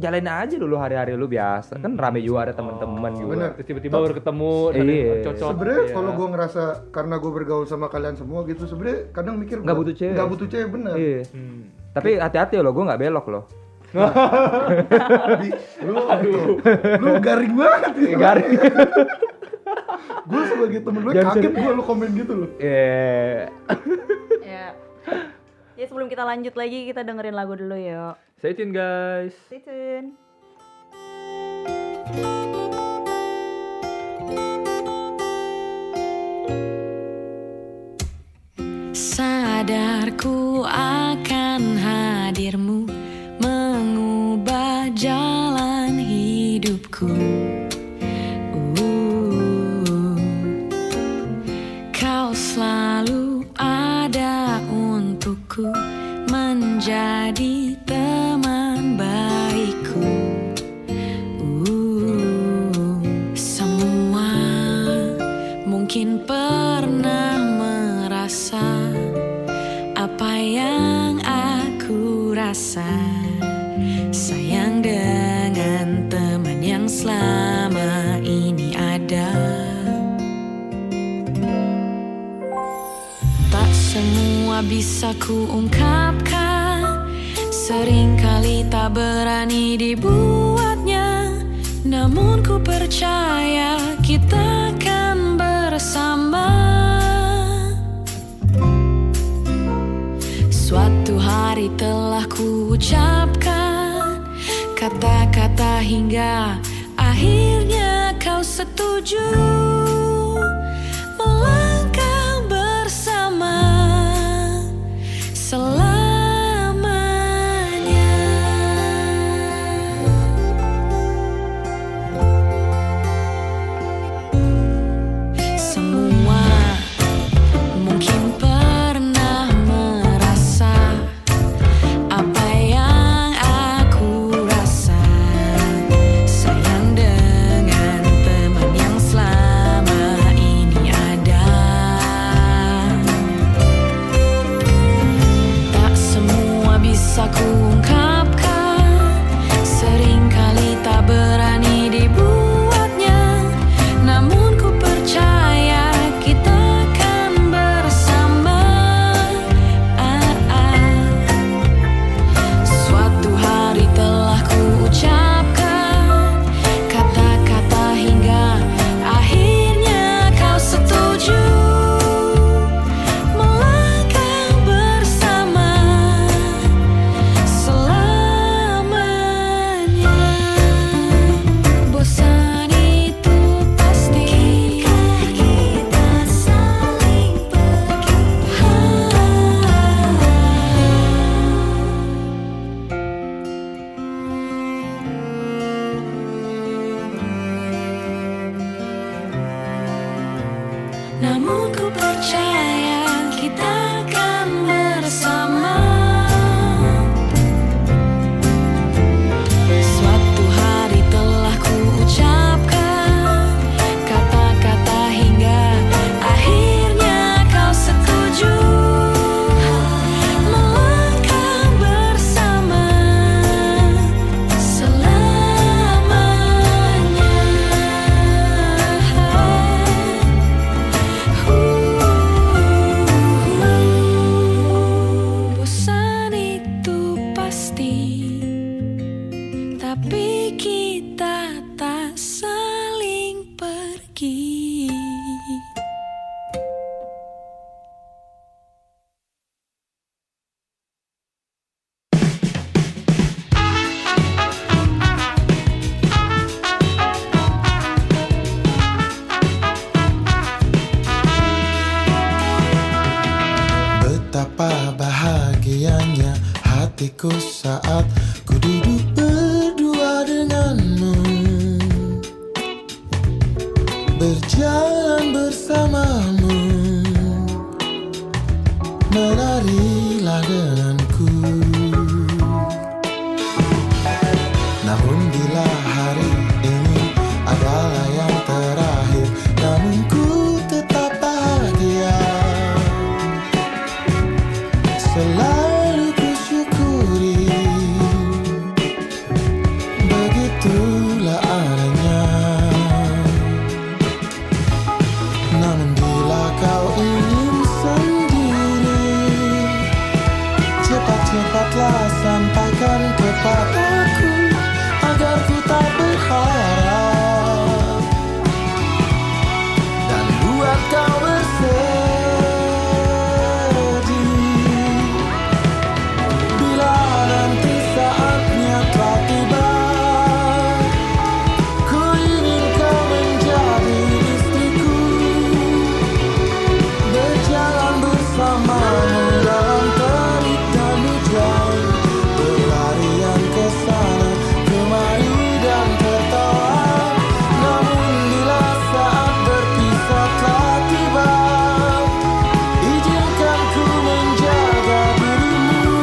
S4: jalanin aja dulu hari-hari lu biasa. Kan rame juga ada teman-teman juga.
S3: Bener.
S2: Hmm. Terus tiba-tiba baru ketemu, dan
S4: Iya.
S2: cocok.
S3: Sebenarnya
S2: ya.
S3: kalau gue ngerasa karena gue bergaul sama kalian semua gitu, sebenarnya kadang mikir
S4: Nggak
S3: gua-
S4: butuh cewek.
S3: Nggak butuh cewek bener.
S4: Iya.
S2: Hmm.
S4: Tapi hati-hati loh, gue nggak belok loh.
S3: Di, Nah, lu, gitu. lu garing banget
S2: Iya,
S3: ya.
S4: Garing.
S3: gue sebagai temen lu
S4: Jangan
S3: kaget gue lu komen gitu loh.
S4: Eh,
S1: ya. Ya sebelum kita lanjut lagi kita dengerin lagu dulu yuk.
S2: Stay tune guys.
S1: Stay tune.
S5: Sadarku akan hadirmu Mengubah jalan hidupku Uh, Kau selalu ada untukku Menjadi teman baikku Uh, Semua mungkin pernah merasa apa yang aku rasa Sayang dengan teman yang selama ini ada Tak semua bisa ku ungkapkan Seringkali tak berani dibuatnya Namun ku percaya kita akan bersama Suatu hari telah ku ucapkan Kata-kata hingga akhirnya kau setuju Melangkah bersama selamanya Semua mungkin pernah merasa apa yang aku rasa. Sayang dengan teman yang selama Ah, Namun ku percaya kita akan bersama Suatu hari telah ku ucapkan Kata-kata hingga akhirnya kau setuju Melangkah bersama selamanya Bosan itu pasti, tapi kita tak saling pergi.
S6: Betapa bahagianya hatiku saat ku duduk berdua denganmu Berjalan bersamamu Menarilah denganku Namun bila hari ini adalah yang terakhir Namun ku tetap bahagia Selalu ku syukuri Begitulah adanya Namun bila kau ingin sendiri Cepat-cepatlah sampaikan kepadaku Agar ku tak berharap dan buat kau bersedih Bila nanti saatnya telah tiba Ku ingin kau menjadi istriku Berjalan bersamamu dalam terik dan hujan Berlarian ke sana kemari dan tertawa Namun bila saat berpisah telah tiba Izinkan ku menjaga dirimu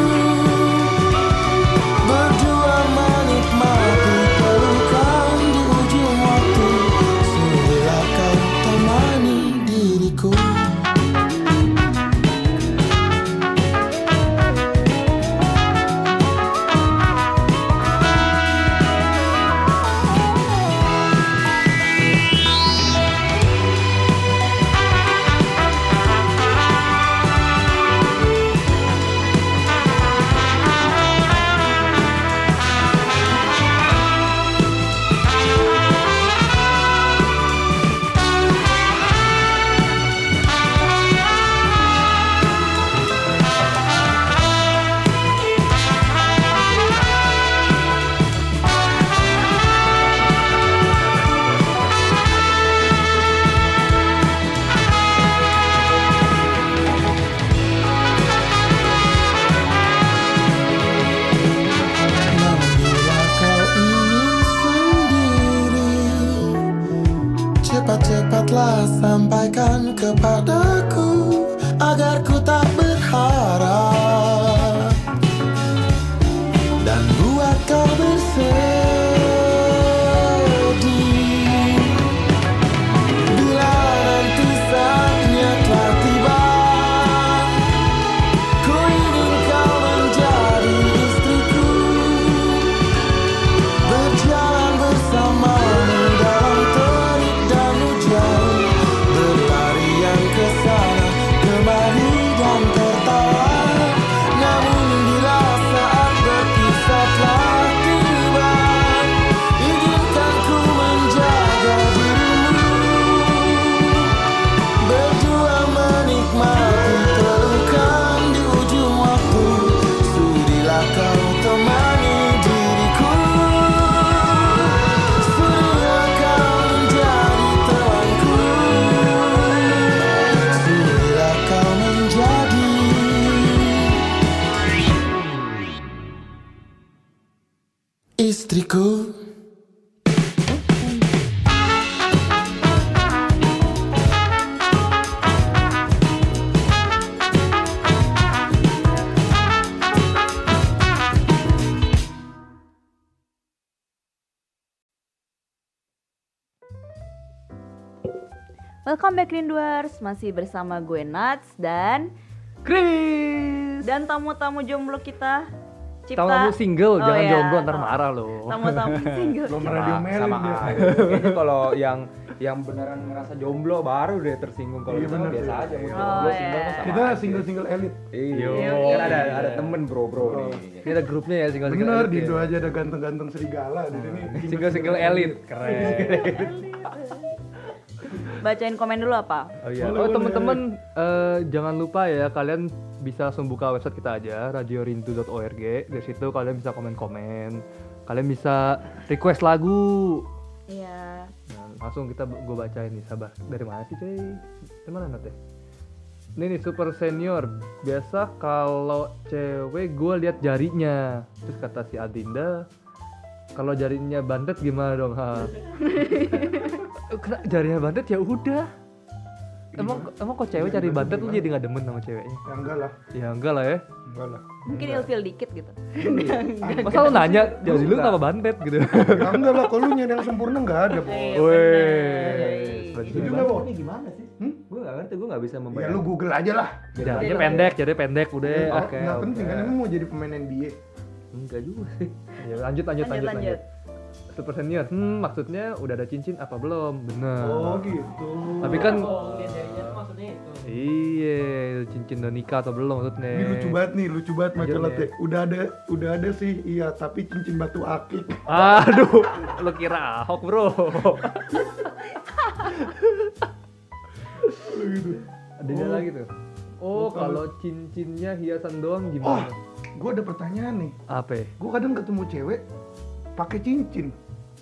S6: Berdua menikmati pelukan di ujung waktu Sudahlah kau temani diriku Namun bila kau ingin sendiri Cepat-cepatlah sampaikan kepadaku Agar ku tak berharap Dan buat kau bersedih Bila nanti saatnya telah tiba Ku ingin kau menjadi istriku Berjalan bersamamu dalam terik dan hujan Berlarian ke
S1: Welcome back Rinduers, masih bersama gue Nats dan Chris dan tamu-tamu jomblo kita Cipta.
S2: Tamu single, jangan
S1: iya,
S2: jomblo ntar
S1: tamu-
S2: marah lo.
S1: Tamu-tamu single.
S3: Belum pernah
S4: Sama-
S3: diomelin
S4: sama
S3: dia.
S4: aja. Kayaknya kalau yang yang beneran ngerasa jomblo baru deh tersinggung kalau
S3: Iya,
S4: kita mah
S3: bener
S4: biasa
S3: sih.
S4: aja mau
S3: Iya.
S4: jomblo
S1: Oh,
S4: single
S1: iya.
S4: mah sama
S3: Kita
S4: aja.
S3: single-single elit.
S4: Iya.
S1: Yo.
S4: Kan ada ada temen bro-bro nih.
S2: Ini ada grupnya ya single single.
S3: Bener, di Indo aja ada ganteng-ganteng serigala di sini.
S2: Single single elit, keren.
S1: Bacain komen dulu apa?
S2: Oh iya. Oh teman-teman eh, jangan lupa ya kalian bisa langsung buka website kita aja radiorindu.org. Dari situ kalian bisa komen-komen. Kalian bisa request lagu.
S1: Iya.
S2: Nah, langsung kita gue bacain nih sabar. Dari mana sih cuy? Dari mana Nat, ya? Ini nih super senior. Biasa kalau cewek gue lihat jarinya. Terus kata si Adinda, kalau jarinya bandet gimana dong? Ha? Kena jarinya bandet ya udah. Emang
S3: Iya.
S2: emang kok cewek cari bandet lu jadi nggak demen sama ceweknya?
S3: Ya enggak lah,
S2: Ya enggak lah ya.
S3: enggak lah.
S1: Mungkin ilfil dikit gitu.
S2: Masa lu nanya jadi lu kenapa bandet gitu?
S3: Ya enggak lah, kalau lu nyari yang sempurna enggak ada, Bo.
S1: Iya,
S3: Iya,
S2: Weh.
S1: bener.
S3: Setuju nggak, Bo?
S4: gimana sih?
S3: Hmm?
S4: Gue gak ngerti, gue gak bisa
S3: Ya
S4: membayar.
S3: lu Google aja lah.
S2: Jarinya pendek, jarinya pendek udah.
S3: Oh,
S2: Oke.
S3: nggak
S2: oke.
S3: penting kan, emang mau jadi pemain NBA.
S4: Enggak juga sih.
S2: Ya, lanjut, lanjut, lanjut,
S1: Lanjut,
S2: lanjut, Super senior, hmm, maksudnya udah ada cincin apa belum? Bener.
S3: Oh gitu.
S2: Tapi kan,
S5: Oh, lihat jarinya tuh maksudnya itu.
S2: iya, cincin udah nikah atau belum maksudnya.
S3: Ini lucu banget nih, lucu banget
S2: Lanjut
S3: majalah
S2: nih.
S3: teh. Udah ada, udah ada sih, iya. Tapi cincin batu akik.
S2: Aduh, lu kira Ahok bro.
S3: Gitu.
S2: ada lagi tuh. Oh, kalau cincinnya hiasan doang
S3: Oh,
S2: gimana?
S3: gue ada pertanyaan nih.
S2: Apa? ya?
S3: Gue kadang ketemu cewek pakai cincin,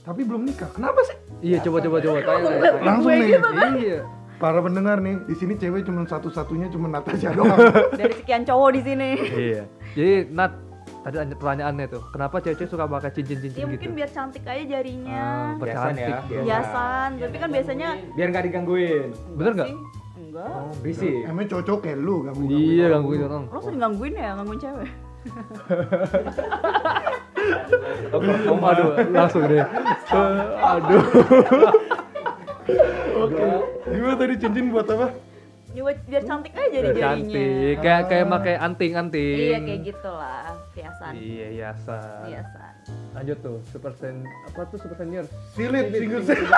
S3: tapi belum nikah. Kenapa sih?
S2: Iya, coba coba coba tanya. tanya, tanya.
S3: Langsung nih.
S1: gitu kan?
S2: Iya.
S3: Para pendengar nih, di sini cewek cuma satu-satunya cuma Natasha doang.
S1: Dari sekian cowok di sini.
S2: Iya. Jadi Nat, tadi lanjut pertanyaannya tuh, kenapa cewek-cewek suka pakai cincin-cincin
S1: Ya
S2: gitu?
S1: mungkin biar cantik aja
S2: Ah,
S1: jarinya.
S2: percantik
S4: Hiasan ya.
S2: dong.
S1: Hiasan, tapi kan biasanya
S4: Biar gak digangguin.
S2: Bener nggak?
S1: sih? Enggak.
S2: Oh,
S4: Berisik.
S3: Emang cocok kayak lu, gak mau
S2: Iya, gangguin orang.
S1: Lo sering gangguin ya, gangguin cewek.
S2: Om, aduh, langsung deh. Eh, aduh.
S3: Gimana tadi cincin buat apa?
S1: Ya, buat- biar cantik aja jadi jarinya.
S2: Cantik, kayak kayak pakai anting-anting.
S1: Iya kayak gitulah, hiasan.
S2: Iya, hiasan.
S1: Hiasan.
S2: Lanjut tuh, super sen apa tuh super senior?
S3: Silit, single silit.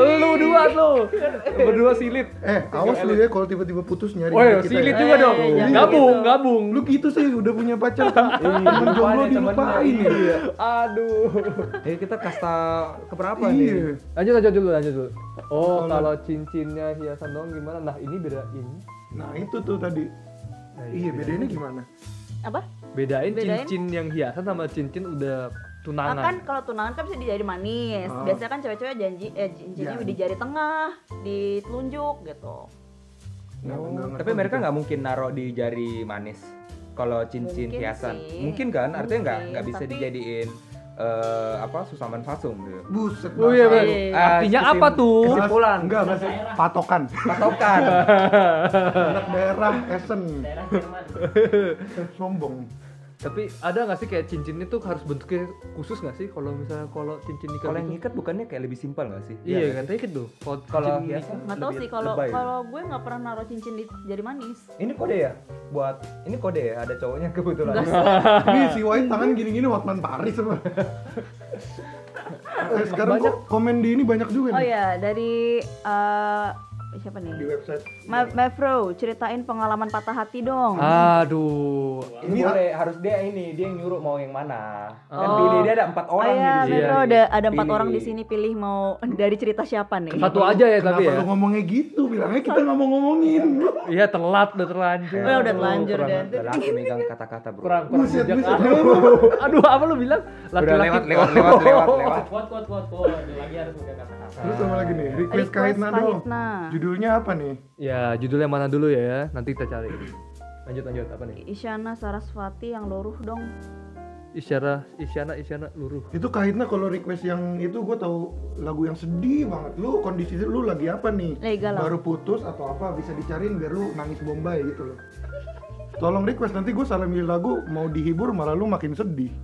S2: lu dua lu. Berdua silit.
S3: Eh, awas lu ya kalau tiba-tiba putus nyari
S2: Woi, iya,
S3: kita
S2: silit
S3: ya.
S2: juga dong.
S1: Eh, jangan
S2: Gabung,
S1: gitu.
S2: gabung. Iya,
S3: Lu gitu sih udah punya pacar. Temen jomblo dilupain ya.
S2: Aduh.
S4: Eh kita kasta keberapa nih?
S3: Iya.
S2: Lanjut lanjut dulu, lanjut dulu. Oh, kalau cincinnya hiasan doang gimana? Nah, ini Nah, bedain.
S3: Nah, itu tuh tadi. Iya, bedanya gimana?
S1: Apa?
S2: Bedain,
S1: Bedain.
S2: cincin yang hiasan sama cincin udah
S1: Ah,
S2: tunangan.
S1: kan kalau tunangan kan bisa dijari manis.
S2: Ah.
S1: Biasanya kan cewek-cewek janji eh cincinnya
S2: Iya.
S3: Janji.
S1: di jari tengah, ditelunjuk gitu.
S3: Nggak- nggak ngerti.
S4: Oh,
S3: gitu.
S4: Tapi mereka nggak mungkin naruh di jari manis. Kalau cincin
S1: Mungkin
S4: hiasan,
S1: sih.
S4: mungkin kan? Artinya nggak
S1: Mungkin,
S4: nggak bisa
S1: tapi-
S4: dijadiin eh, apa susaman fasum gitu.
S3: Buset.
S2: Oh iya,
S3: bahasa-
S2: Bang.
S4: Eh,
S1: Iya.
S2: Artinya apa tuh?
S3: Kesimpulan. Enggak, bahasa patokan.
S4: Patokan.
S3: Anak daerah Essen.
S5: Daerah Jerman.
S3: Sombong.
S2: Tapi ada nggak sih kayak cincinnya tuh harus bentuknya khusus nggak sih kalau misalnya kalau cincin nikah
S4: Kalau yang
S2: gitu?
S4: ngikat bukannya kayak lebih simpel nggak sih?
S2: Iya
S4: nggak
S2: kan, tapi gitu. Kalau
S4: sih? Kalau
S2: cincin
S4: hiasan
S1: Gitu. Nggak tahu
S4: lebih
S1: sih kalau
S4: lebay.
S1: kalau gue nggak pernah naruh cincin di jari manis.
S4: ini kode ya buat ini kode ya ada cowoknya kebetulan.
S3: Ini si Wain tangan gini-gini Hotman Paris apa? Eh, sekarang kok komen di ini banyak juga
S1: Oh
S3: nih
S1: ya, dari eh, siapa
S3: di
S1: nih?
S3: website.
S1: Ma Mavro, ceritain pengalaman patah hati dong.
S2: Ah. Aduh.
S4: Ini
S3: Ini-
S4: boleh harus dia ini dia yang nyuruh mau yang mana. Kan
S1: Oh.
S4: pilih dia ada empat
S1: Oh
S4: orang gitu.
S1: iya,
S4: nih di
S1: Mavro
S4: sini.
S1: ada ada empat
S4: Pilih.
S1: orang di sini pilih mau dari cerita siapa nih?
S2: Satu aja ya tapi
S3: Kenapa
S2: ya.
S3: lu ngomongnya gitu? Bilangnya kita nggak mau ngomongin.
S2: Iya telat udah terlanjur.
S4: Oh,
S1: Eh, udah telanjur
S2: kurang,
S1: deh.
S4: Dan aku megang kata-kata bro.
S2: kurang kurang
S3: Buset,
S2: bijak.
S3: buset.
S2: Aduh. Aduh, apa lu bilang?
S4: Udah
S2: Laki-laki-
S4: lewat, lewat, lewat, lewat, lewat.
S5: Kuat, kuat, kuat, kuat. Ada Lagi harus buka kata-kata.
S3: Terus sama lagi nih, request
S1: Request
S3: Kahitna dong.
S1: Kahitna.
S3: Judulnya apa nih?
S2: Ya, judulnya mana dulu ya? Nanti kita cari. Lanjut lanjut apa nih?
S1: Isyana Sarasvati yang luruh dong.
S2: Isyana Isyana Isyana luruh.
S3: Itu Kahitna kalau request yang itu gue tahu lagu yang sedih banget. Lu kondisi lu lagi apa nih?
S1: Lagi galau.
S3: Baru putus atau apa bisa dicariin biar lu nangis bombay gitu loh. Tolong request nanti gue salah milih lagu mau dihibur malah lu makin sedih.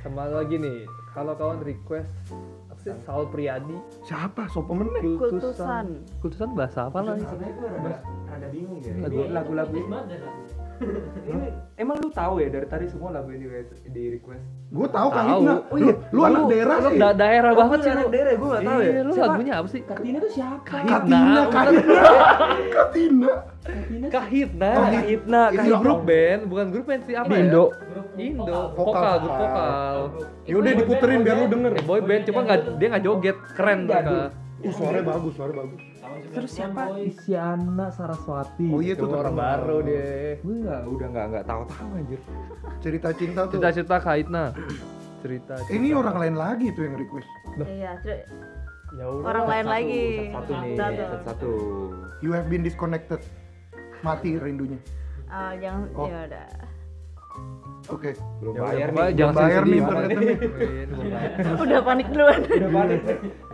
S2: Sama lagi nih. Kalau kawan request apa sih? Saul Priadi.
S3: Siapa? Sopo meneh.
S1: Kultusan.
S2: Kultusan bahasa apa lah?
S4: Sebenarnya gue rada, rada bingung ya.
S2: Lagu-
S4: Ini Lagu-lagu
S5: Bagus banget dan lagunya.
S4: ini emang lu tahu ya dari tadi semua lagu yang di, di request.
S3: Gue tahu
S2: Tahu.
S3: kayaknya.
S2: Oh,
S3: Lu, lu anak daerah
S2: Lu
S3: sih.
S2: da- daerah banget sih.
S4: iya. anak
S2: lu.
S4: daerah gue nggak tahu ya.
S2: Iya, lu
S4: Siapa?
S2: lagunya apa sih? Nah.
S5: Katina tuh siapa?
S3: Katina, Katina, Katina.
S5: Katina tuh
S2: Kahitna,
S3: Kahit-
S2: Kahitna,
S3: itu
S2: Kahit
S3: apa?
S2: grup band, bukan grup band sih apa
S4: Di
S2: ya?
S4: Indo.
S5: grup
S2: Indo,
S5: vokal.
S2: vokal,
S3: Vokal.
S2: grup vokal.
S3: Yaudah diputerin biar lu denger.
S2: Eh, boy band, cuma nggak dia nggak joget, keren mereka.
S3: Uh, suaranya bagus, suaranya bagus.
S5: Terus siapa?
S4: Isyana Saraswati.
S3: Oh iya, itu tuh orang baru
S4: deh. Gue nggak udah nggak nggak tahu tahu anjir.
S3: Cerita cinta tuh.
S2: Cita-cita Kahitna, cerita.
S3: Ini orang lain lagi tuh yang request.
S1: Iya, cer-
S4: Ya
S1: Orang lain lagi.
S4: Satu nih.
S1: Satu.
S4: Satu. satu.
S3: You have been disconnected. Mati rindunya.
S1: ah, jangan
S3: Oh.
S1: ya udah.
S3: Oke.
S4: Belum
S2: Ya udah,
S4: bayar
S2: pokoknya
S4: nih.
S2: jangan
S3: Bayar
S2: sedih-sedih
S3: nih
S2: banget.
S3: internetnya nih.
S1: Udah panik duluan.
S4: Udah panik.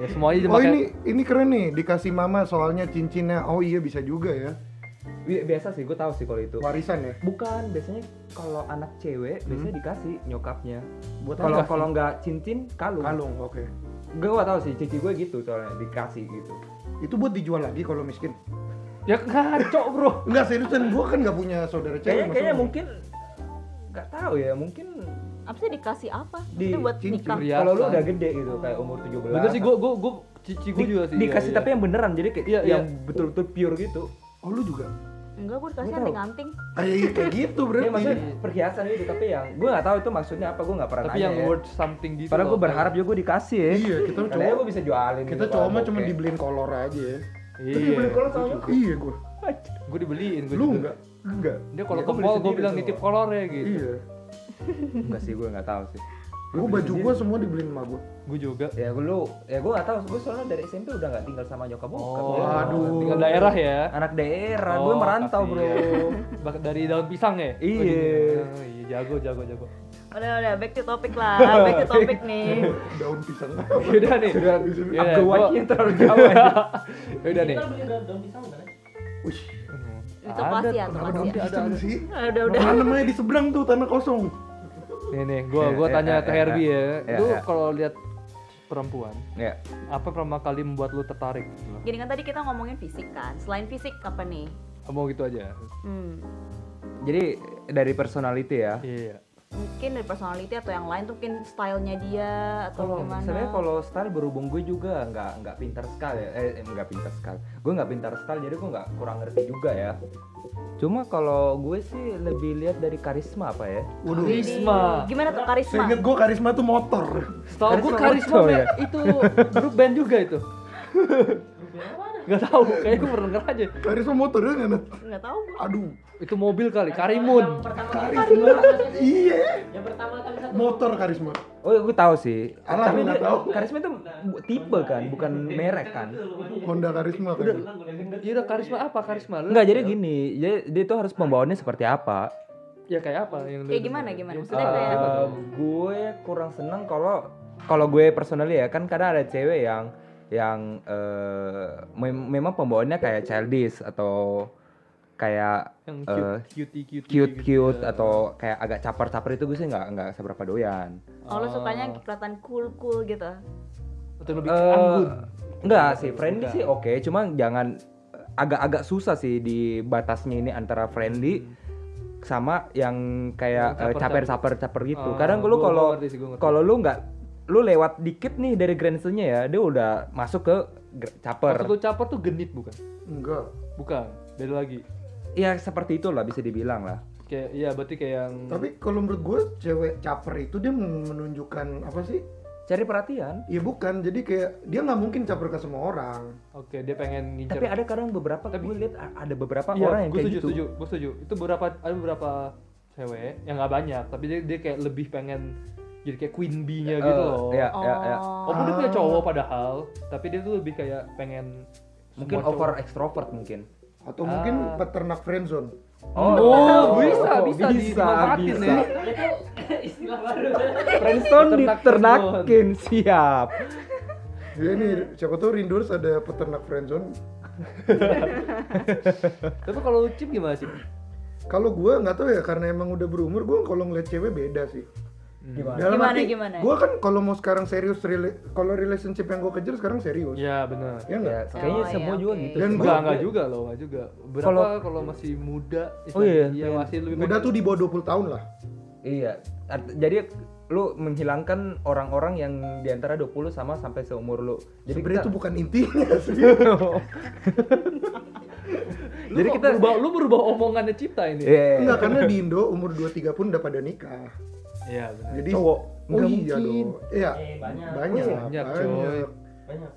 S2: Ya semuanya
S3: Oh
S2: pakai-
S3: ini ini keren nih dikasih mama soalnya cincinnya. Oh iya bisa juga ya.
S4: Bi- Iya, Biasa sih gue tahu sih kalau itu.
S3: Warisan ya.
S4: Bukan, biasanya kalau anak cewek biasanya dikasih nyokapnya.
S3: Buat
S4: Kalau
S3: apa?
S4: kalau nggak cincin kalung.
S3: kalung, oke.
S4: Gue gak tau sih, cici gue gitu soalnya dikasih gitu.
S3: Itu buat dijual lagi kalau miskin.
S2: ya kacau bro.
S3: Enggak seriusan gua kan nggak punya saudara
S4: Kayaknya
S3: cewek.
S4: kayaknya
S3: maksudnya.
S4: mungkin nggak tahu ya, mungkin
S1: Apa sih dikasih apa?
S4: Di
S1: itu buat
S3: cincin.
S1: nikah.
S2: Iya.
S4: kalau lu udah gede gitu kayak umur 17.
S2: Bener sih, gue gue gue cici gue
S4: Di-
S2: juga sih.
S4: dikasih
S2: iya,
S4: tapi
S2: iya.
S4: yang beneran jadi kayak
S2: Iya,
S4: yang betul-betul pure gitu.
S3: Oh lu juga.
S1: Enggak, gue dikasih
S4: Gua tahu.
S1: anting-anting.
S3: Kayak kayak gitu bro.
S4: Iya maksudnya perhiasan gitu tapi yang gue nggak tahu itu maksudnya apa gue nggak pernah
S2: tapi
S4: nanya
S2: yang
S4: ya.
S2: worth something gitu.
S4: Padahal
S2: loh.
S4: gue berharap juga gue dikasih ya.
S3: Iya, kita
S4: Karena
S3: cowok-
S4: gue bisa jualin.
S3: Kita
S4: gitu,
S3: cowok mah
S4: Bang,
S3: cuma
S4: oke.
S3: dibeliin kolor aja ya.
S2: Iya.
S3: Iya gua.
S2: Gue dibeliin. gua
S3: Lu
S2: juga.
S3: enggak? Enggak. Ya,
S2: Dia kalau
S4: Iya,
S2: ke
S4: gua beli
S2: mall gue
S4: sendiri
S2: bilang
S4: tuh.
S2: nitip kolor ya gitu.
S3: Iya.
S4: Enggak sih gue nggak tahu sih.
S3: Gua baju gua semua dibeliin sama gua.
S2: Gue juga.
S4: Ya gue lu, ya gue gak tahu. Gue soalnya dari SMP udah nggak tinggal sama nyokap bokap.
S2: Oh,
S4: Ya.
S3: aduh.
S2: Tinggal daerah ya.
S4: Anak daerah, gue
S2: Oh,
S4: Eh, merantau bro.
S2: kasihan. Bak- Dari daun pisang ya?
S4: Iya.
S2: Oh, iya, jago, jago, jago.
S1: Udah, udah, back to topic lah. Back to topic nih.
S3: Daun pisang.
S2: Yaudah nih. Yaudah,
S4: Upgrowatnya
S2: gua-
S4: terlalu jauh aja.
S3: Ya
S2: Yaudah nih.
S5: Kita beli daun daun pisang bukan ya?
S3: Wih,
S1: Itu pasti ya, itu
S3: kenapa
S1: pasti
S3: daun
S1: ya.
S3: pisang sih?
S1: Udah, udah.
S3: Namanya di seberang tuh tanah kosong.
S2: Nih nih, gue
S4: Iya,
S2: gua
S4: iya,
S2: tanya
S4: iya,
S2: ke
S4: iya,
S2: Herbie
S4: iya.
S2: ya.
S4: Iya,
S2: Lu
S4: iya.
S2: kalau lihat perempuan,
S4: Ya.
S2: apa pertama kali membuat lu tertarik?
S1: Gini kan tadi kita ngomongin fisik kan. Selain fisik apa nih?
S2: Mau gitu aja.
S1: Hmm.
S4: Jadi dari personality ya.
S2: Iya.
S1: Mungkin dari personality atau yang lain tuh mungkin stylenya dia atau
S4: Kalau
S1: gimana.
S4: sebenarnya kalau style berhubung gue juga nggak nggak pintar sekali ya. eh eh, nggak pintar sekali gue nggak pintar style jadi gue nggak kurang ngerti juga ya cuma kalau gue sih lebih lihat dari karisma apa ya
S3: Waduh.
S1: Jadi,
S2: Karisma.
S1: Gimana tuh karisma?
S3: Seinget gua karisma tuh motor.
S2: Setahu gue
S4: Karisma
S2: karisma
S4: Mojo ya?
S2: Mer. itu grup band juga itu. Gak tahu, kayaknya gue pernah denger aja.
S3: Karisma motor ya kan?
S1: Enggak tahu gua.
S3: Aduh.
S2: Itu mobil kali,
S5: Yang
S2: Karimun.
S5: pertama kali
S3: Karisma. Iya.
S5: Yang pertama kali satu.
S3: Motor karisma.
S4: oh gue tahu sih
S3: Alah,
S4: tapi
S3: gue nggak
S4: dia-
S3: tahu.
S4: karisma itu bu- tipe kan bukan merek kan
S3: Honda karisma kan.
S2: Iya, udah, karisma apa? Karisma lu?
S4: Nggak jadi gini jadi dia itu harus pembawaannya seperti apa
S2: Ya kayak apa yang lu-
S1: Kayak gimana, gimana?
S2: Yang
S3: Iya.
S1: Maksudnya kayak-
S2: apa
S4: Eh,
S2: tuh?
S4: gue kurang seneng kalau kalau gue personally ya kan kadang ada cewek yang yang eh, mem- memang pembawaannya kayak childish atau kayak
S2: yang
S4: eh,
S2: cute, cute, cute,
S4: cute cute
S2: gitu.
S4: atau kayak agak caper caper itu gue sih nggak nggak seberapa doyan
S1: Oh, lu sukanya yang kelihatan cool-cool gitu.
S2: atau lebih ke anggun.
S4: Eh, nggak sih friendly sih oke cuma jangan agak-agak susah sih di batasnya ini antara friendly sama yang kayak
S2: Yang
S4: eh,
S2: caper-caper.
S4: caper-caper-caper gitu
S2: Ah,
S4: kadang lu
S2: gua- gua
S4: kalau
S2: ngerti sih, gua ngerti.
S4: kalau lu nggak lu lewat dikit nih dari grandstand ya dia udah masuk ke gr- caper
S2: Maksud lu caper tuh genit bukan?
S3: Enggak.
S2: Bukan, beda lagi.
S4: ya seperti itu lah bisa dibilang lah
S2: Kayak iya berarti kayak yang
S3: Tapi kalau menurut gue cewek caper itu dia menunjukkan apa sih?
S4: cari perhatian
S3: Ya bukan, jadi kayak dia nggak mungkin caper ke semua orang.
S2: oke dia pengen ngincer.
S4: tapi ada kadang beberapa
S2: Tapi-
S4: gue lihat a- ada beberapa
S2: Iya,
S4: orang yang
S2: gua
S4: kayak
S2: setuju,
S4: gitu
S2: setuju, gua setuju. Itu beberapa ada beberapa cewek yang nggak banyak, tapi dia, dia kayak lebih pengen jadi kayak queen bee-nya gitu
S4: Eh,
S2: loh.
S4: ya, ya, ya.
S1: Oh.
S2: Walaupun dia punya cowok padahal, tapi dia tuh lebih kayak pengen
S4: mungkin
S2: semua
S4: over
S2: cowok-
S4: extrovert mungkin
S3: Atau mungkin
S2: Ah.
S3: peternak friendzone.
S4: Oh,
S2: Oh, bisa, bisa, dimanfaatin ya.
S4: bisa.
S2: nih.
S5: Itu istilah baru.
S4: Friendzone
S2: Diternak
S4: diternakin siap.
S3: Ya ini siapa tuh Rindurs ada peternak friendzone.
S2: Tapi kalau lu chip gimana sih?
S3: Kalau gue nggak tahu ya karena emang udah berumur gue kalau ngeliat cewek beda sih.
S4: Gimana?
S1: Hmm.
S3: Dalam
S1: Gimana,
S3: arti,
S1: gimana?
S3: Gue kan kalau mau sekarang serius, rela- kalau relationship yang gue kejar sekarang serius.
S2: Iya benar.
S3: Ya
S4: Ya,
S3: enggak?
S4: kayaknya
S1: Oh,
S4: semua
S1: iya,
S4: juga
S1: oke.
S4: gitu.
S3: Dan
S4: Cuma
S2: Enggak,
S3: gua-
S2: enggak juga loh, enggak juga. Berapa kalau,
S4: Kalau-
S2: masih muda?
S4: Oh iya, iya.
S2: iya, masih lebih
S3: Muda
S2: baik-
S3: tuh di bawah 20 tahun lah.
S4: Iya. Art- Jadi lu menghilangkan orang-orang yang diantara 20 sama sampai seumur lu. Jadi
S3: Sebenarnya
S4: kita-
S3: itu bukan intinya sih.
S2: Lu Jadi kita berubah, lu berubah omongannya cipta
S4: Iya,
S2: ini.
S4: iya, iya.
S3: Enggak, karena di Indo umur 23 pun udah pada nikah.
S2: Iya, benar.
S3: Jadi
S4: Cowok.
S3: Oh
S4: Nggak
S3: iya
S4: mungkin.
S3: dong. Iya.
S5: Eh, banyak.
S3: Banyak,
S2: Oh, banyak, coy.
S3: banyak.
S5: Banyak.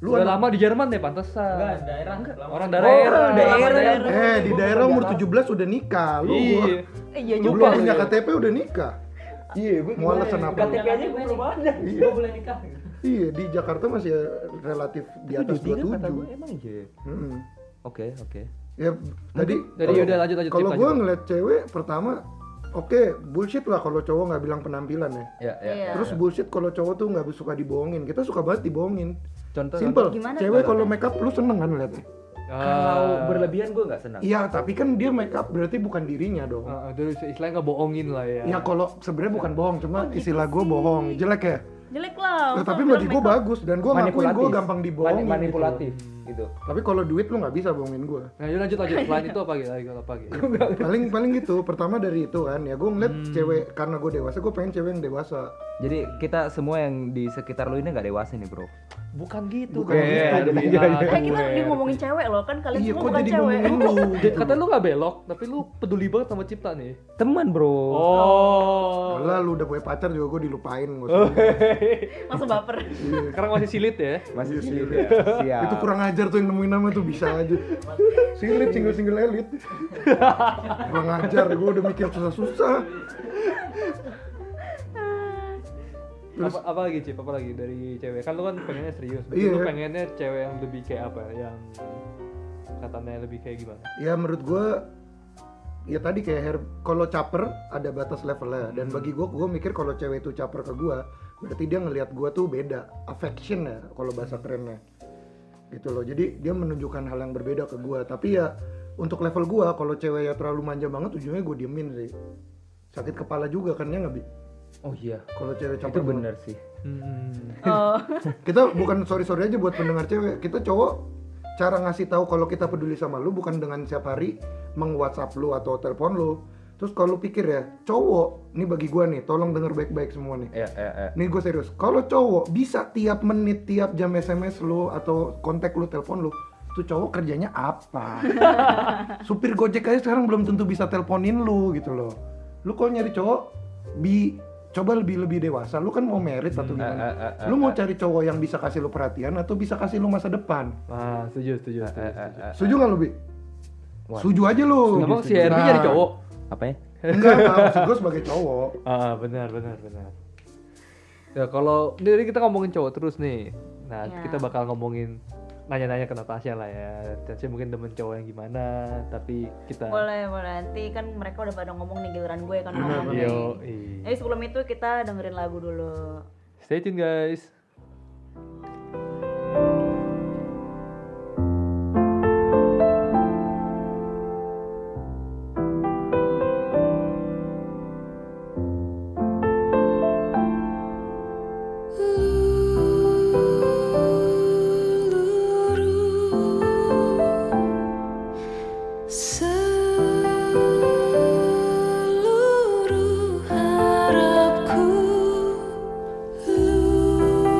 S3: Lu
S2: Udah
S3: anak-
S2: lama di Jerman deh pantesan.
S5: Enggak, daerah.
S2: Orang
S5: daerah.
S2: daerah.
S4: Oh, daerah.
S3: Eh, di daerah umur 17 udah nikah. Lu
S2: Iya.
S1: Iya
S3: belum
S1: juga.
S3: punya KTP udah nikah.
S4: Iya, gue
S3: Mau alasan apa?
S5: KTP aja gue belum ada.
S3: Iya.
S5: Gue boleh nikah.
S3: Iya, di Jakarta masih relatif di atas
S2: kan
S3: 27.
S4: emang iya.
S3: Mm-mm.
S4: Oke, oke.
S3: Ya, tadi
S2: Jadi
S3: kalau-
S2: udah lanjut lanjut
S3: Kalau
S2: Cipta,
S3: gue
S2: Cipta.
S3: ngeliat cewek pertama, oke bullshit lah kalau cowok nggak bilang penampilan ya.
S4: Ya, ya.
S1: Iya.
S4: ya.
S3: Terus bullshit kalau cowok tuh nggak suka dibohongin. Kita suka banget dibohongin.
S4: contoh
S3: Simple.
S1: Gimana
S3: Cewek
S1: tuh?
S3: kalau make up lu seneng kan liatnya?
S2: Ah.
S4: Kalau berlebihan gue nggak senang.
S3: Iya, tapi kan dia make up berarti bukan dirinya dong.
S2: Nah. Ah, ah, terus istilahnya ngebohongin lah ya. Iya.
S3: Ya kalau sebenarnya bukan bohong,
S1: Oh,
S3: cuma
S1: gitu
S3: istilah gue bohong, jelek ya.
S1: Jelek lah.
S3: Nah,
S1: masa
S3: tapi
S1: bilang
S3: bagi gue
S1: makeup.
S3: bagus dan gue ngakuin gue gampang dibohongin.
S4: Mani- manipulatif
S3: gitu.
S4: gitu.
S3: Tapi kalau duit lu nggak bisa bohongin gue.
S2: Nah, yuk lanjut lanjut. Selain itu apa lagi? Lagi apa lagi?
S3: Paling paling gitu. Pertama dari itu kan, ya gue ngeliat
S2: Hmm.
S3: cewek karena gue dewasa, gue pengen cewek yang dewasa.
S4: Jadi kita semua yang di sekitar lu ini nggak dewasa nih, Bro.
S2: Bukan gitu.
S3: Bukan
S2: Bro.
S3: gitu.
S2: Iya,
S4: Iya,
S2: iya, iya.
S1: Eh, kita lagi ngomongin cewek loh kan kalian
S3: iya,
S1: semua
S3: kok
S1: bukan
S3: jadi
S1: cewek.
S3: ngomongin gitu. lu?
S2: Jadi kata lu nggak belok, tapi lu peduli banget sama cipta nih.
S4: Teman, Bro.
S2: Oh.
S3: Lah lu udah punya pacar juga gue dilupain gua
S1: Langsung baper.
S2: Sekarang masih silit ya.
S4: Masih sih.
S5: iya.
S4: Siap.
S3: Itu kurang ajar tuh yang nemuin nama tuh bisa aja. Single single single elit. kurang ajar gue udah mikir susah-susah. Terus-
S2: apa, apa lagi Cip? Apa lagi dari cewek? Kan lu kan pengennya serius. Berarti
S3: Iya.
S2: Lu pengennya cewek yang lebih kayak apa? ya? Yang katanya lebih kayak gimana?
S3: Ya menurut gue ya tadi kayak hair kalau caper ada batas levelnya dan
S4: Hmm.
S3: bagi gue gue mikir kalau cewek itu caper ke gue berarti dia ngelihat gue tuh beda affection ya kalau bahasa
S4: Hmm.
S3: kerennya gitu loh jadi dia menunjukkan hal yang berbeda ke gue tapi ya untuk level gue kalau cewek ya terlalu manja banget ujungnya gue diemin sih sakit kepala juga kan ya nggak Bi?
S4: Oh iya.
S3: kalau cewek caper
S4: Itu
S3: banget.
S4: bener sih.
S1: Oh.
S3: kita bukan sorry sorry aja buat pendengar cewek kita cowok cara ngasih tahu kalau kita peduli sama lu bukan dengan setiap hari meng WhatsApp lu atau telepon lu terus kalau lu pikir ya cowok ini bagi gua nih tolong denger baik-baik semua nih
S4: Iya, iya, iya.
S3: nih gue serius kalau cowok bisa tiap menit tiap jam SMS lu atau kontak lu telepon lu tuh cowok kerjanya apa supir gojek aja sekarang belum tentu bisa teleponin lu gitu loh lu kalau nyari cowok bi coba lebih lebih dewasa lu kan mau merit atau
S4: eh,
S3: gimana
S4: eh, eh,
S3: lu mau cari cowok yang bisa kasih lu perhatian atau bisa kasih lu masa depan
S2: Nah, setuju,
S4: Eh,
S2: setuju,
S4: eh, eh, eh.
S3: setuju nggak lu bi
S4: Wah.
S3: setuju aja lu
S2: Emang si Herbi
S3: Nah,
S2: jadi cowok?
S4: Apa ya?
S3: enggak enggak maksud gue sebagai cowok
S2: Ah, benar, benar, benar. Ya kalau jadi kita ngomongin cowok terus nih. Nah,
S1: Iya.
S2: kita bakal ngomongin nanya-nanya ke Natasha lah ya. Natasha mungkin demen cowok yang gimana, tapi kita
S1: boleh, boleh. Nanti kan mereka udah pada ngomong nih giliran gue kan ngomong. nih.
S3: iya.
S2: Yo,
S1: Jadi sebelum itu kita dengerin lagu dulu.
S2: Stay tune guys.
S7: Seluruh harapku
S6: 그,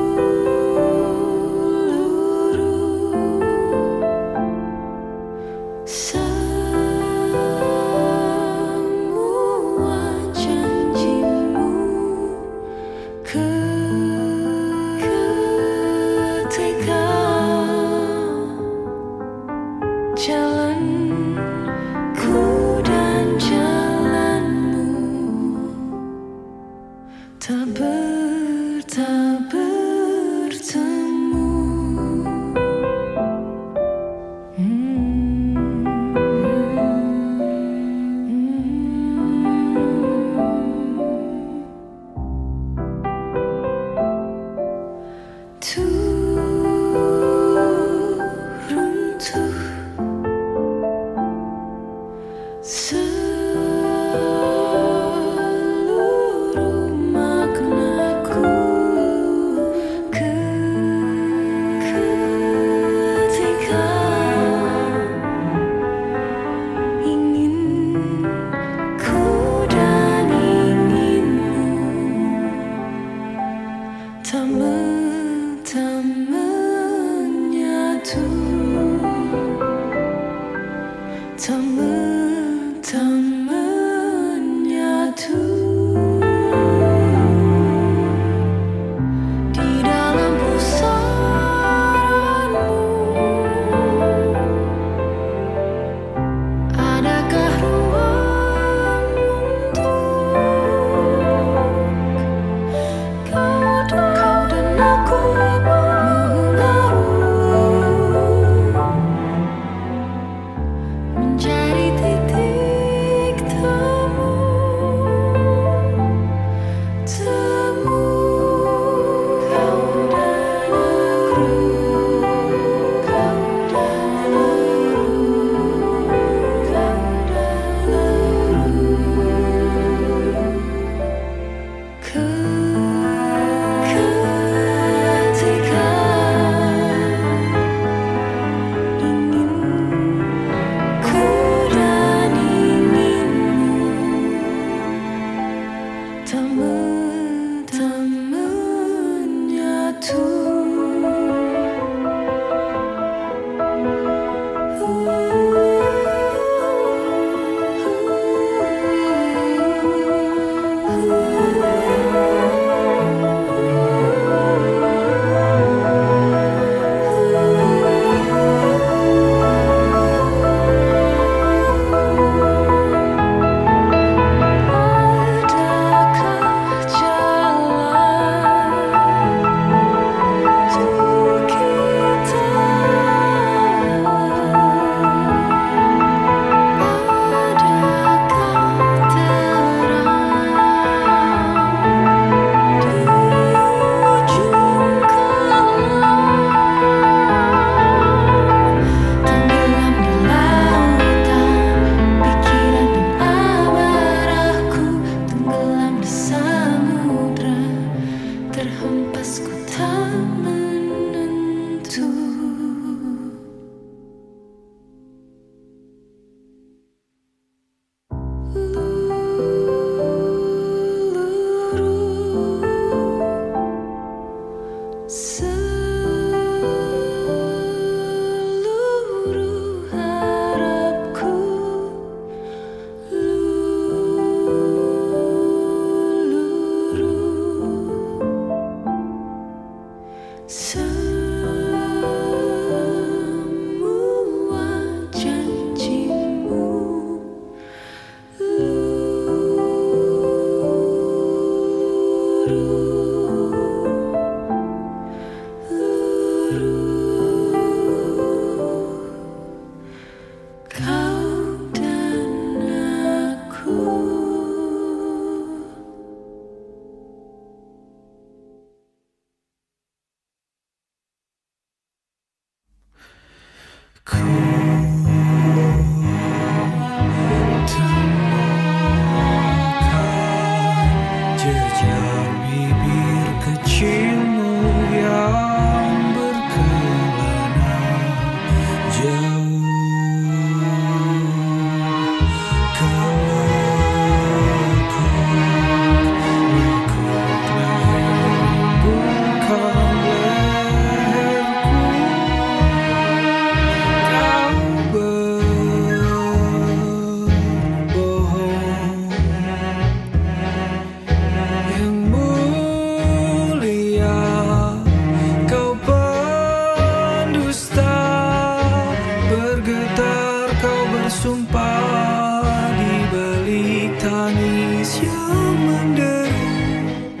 S6: sumpah di balik tangis yang menderu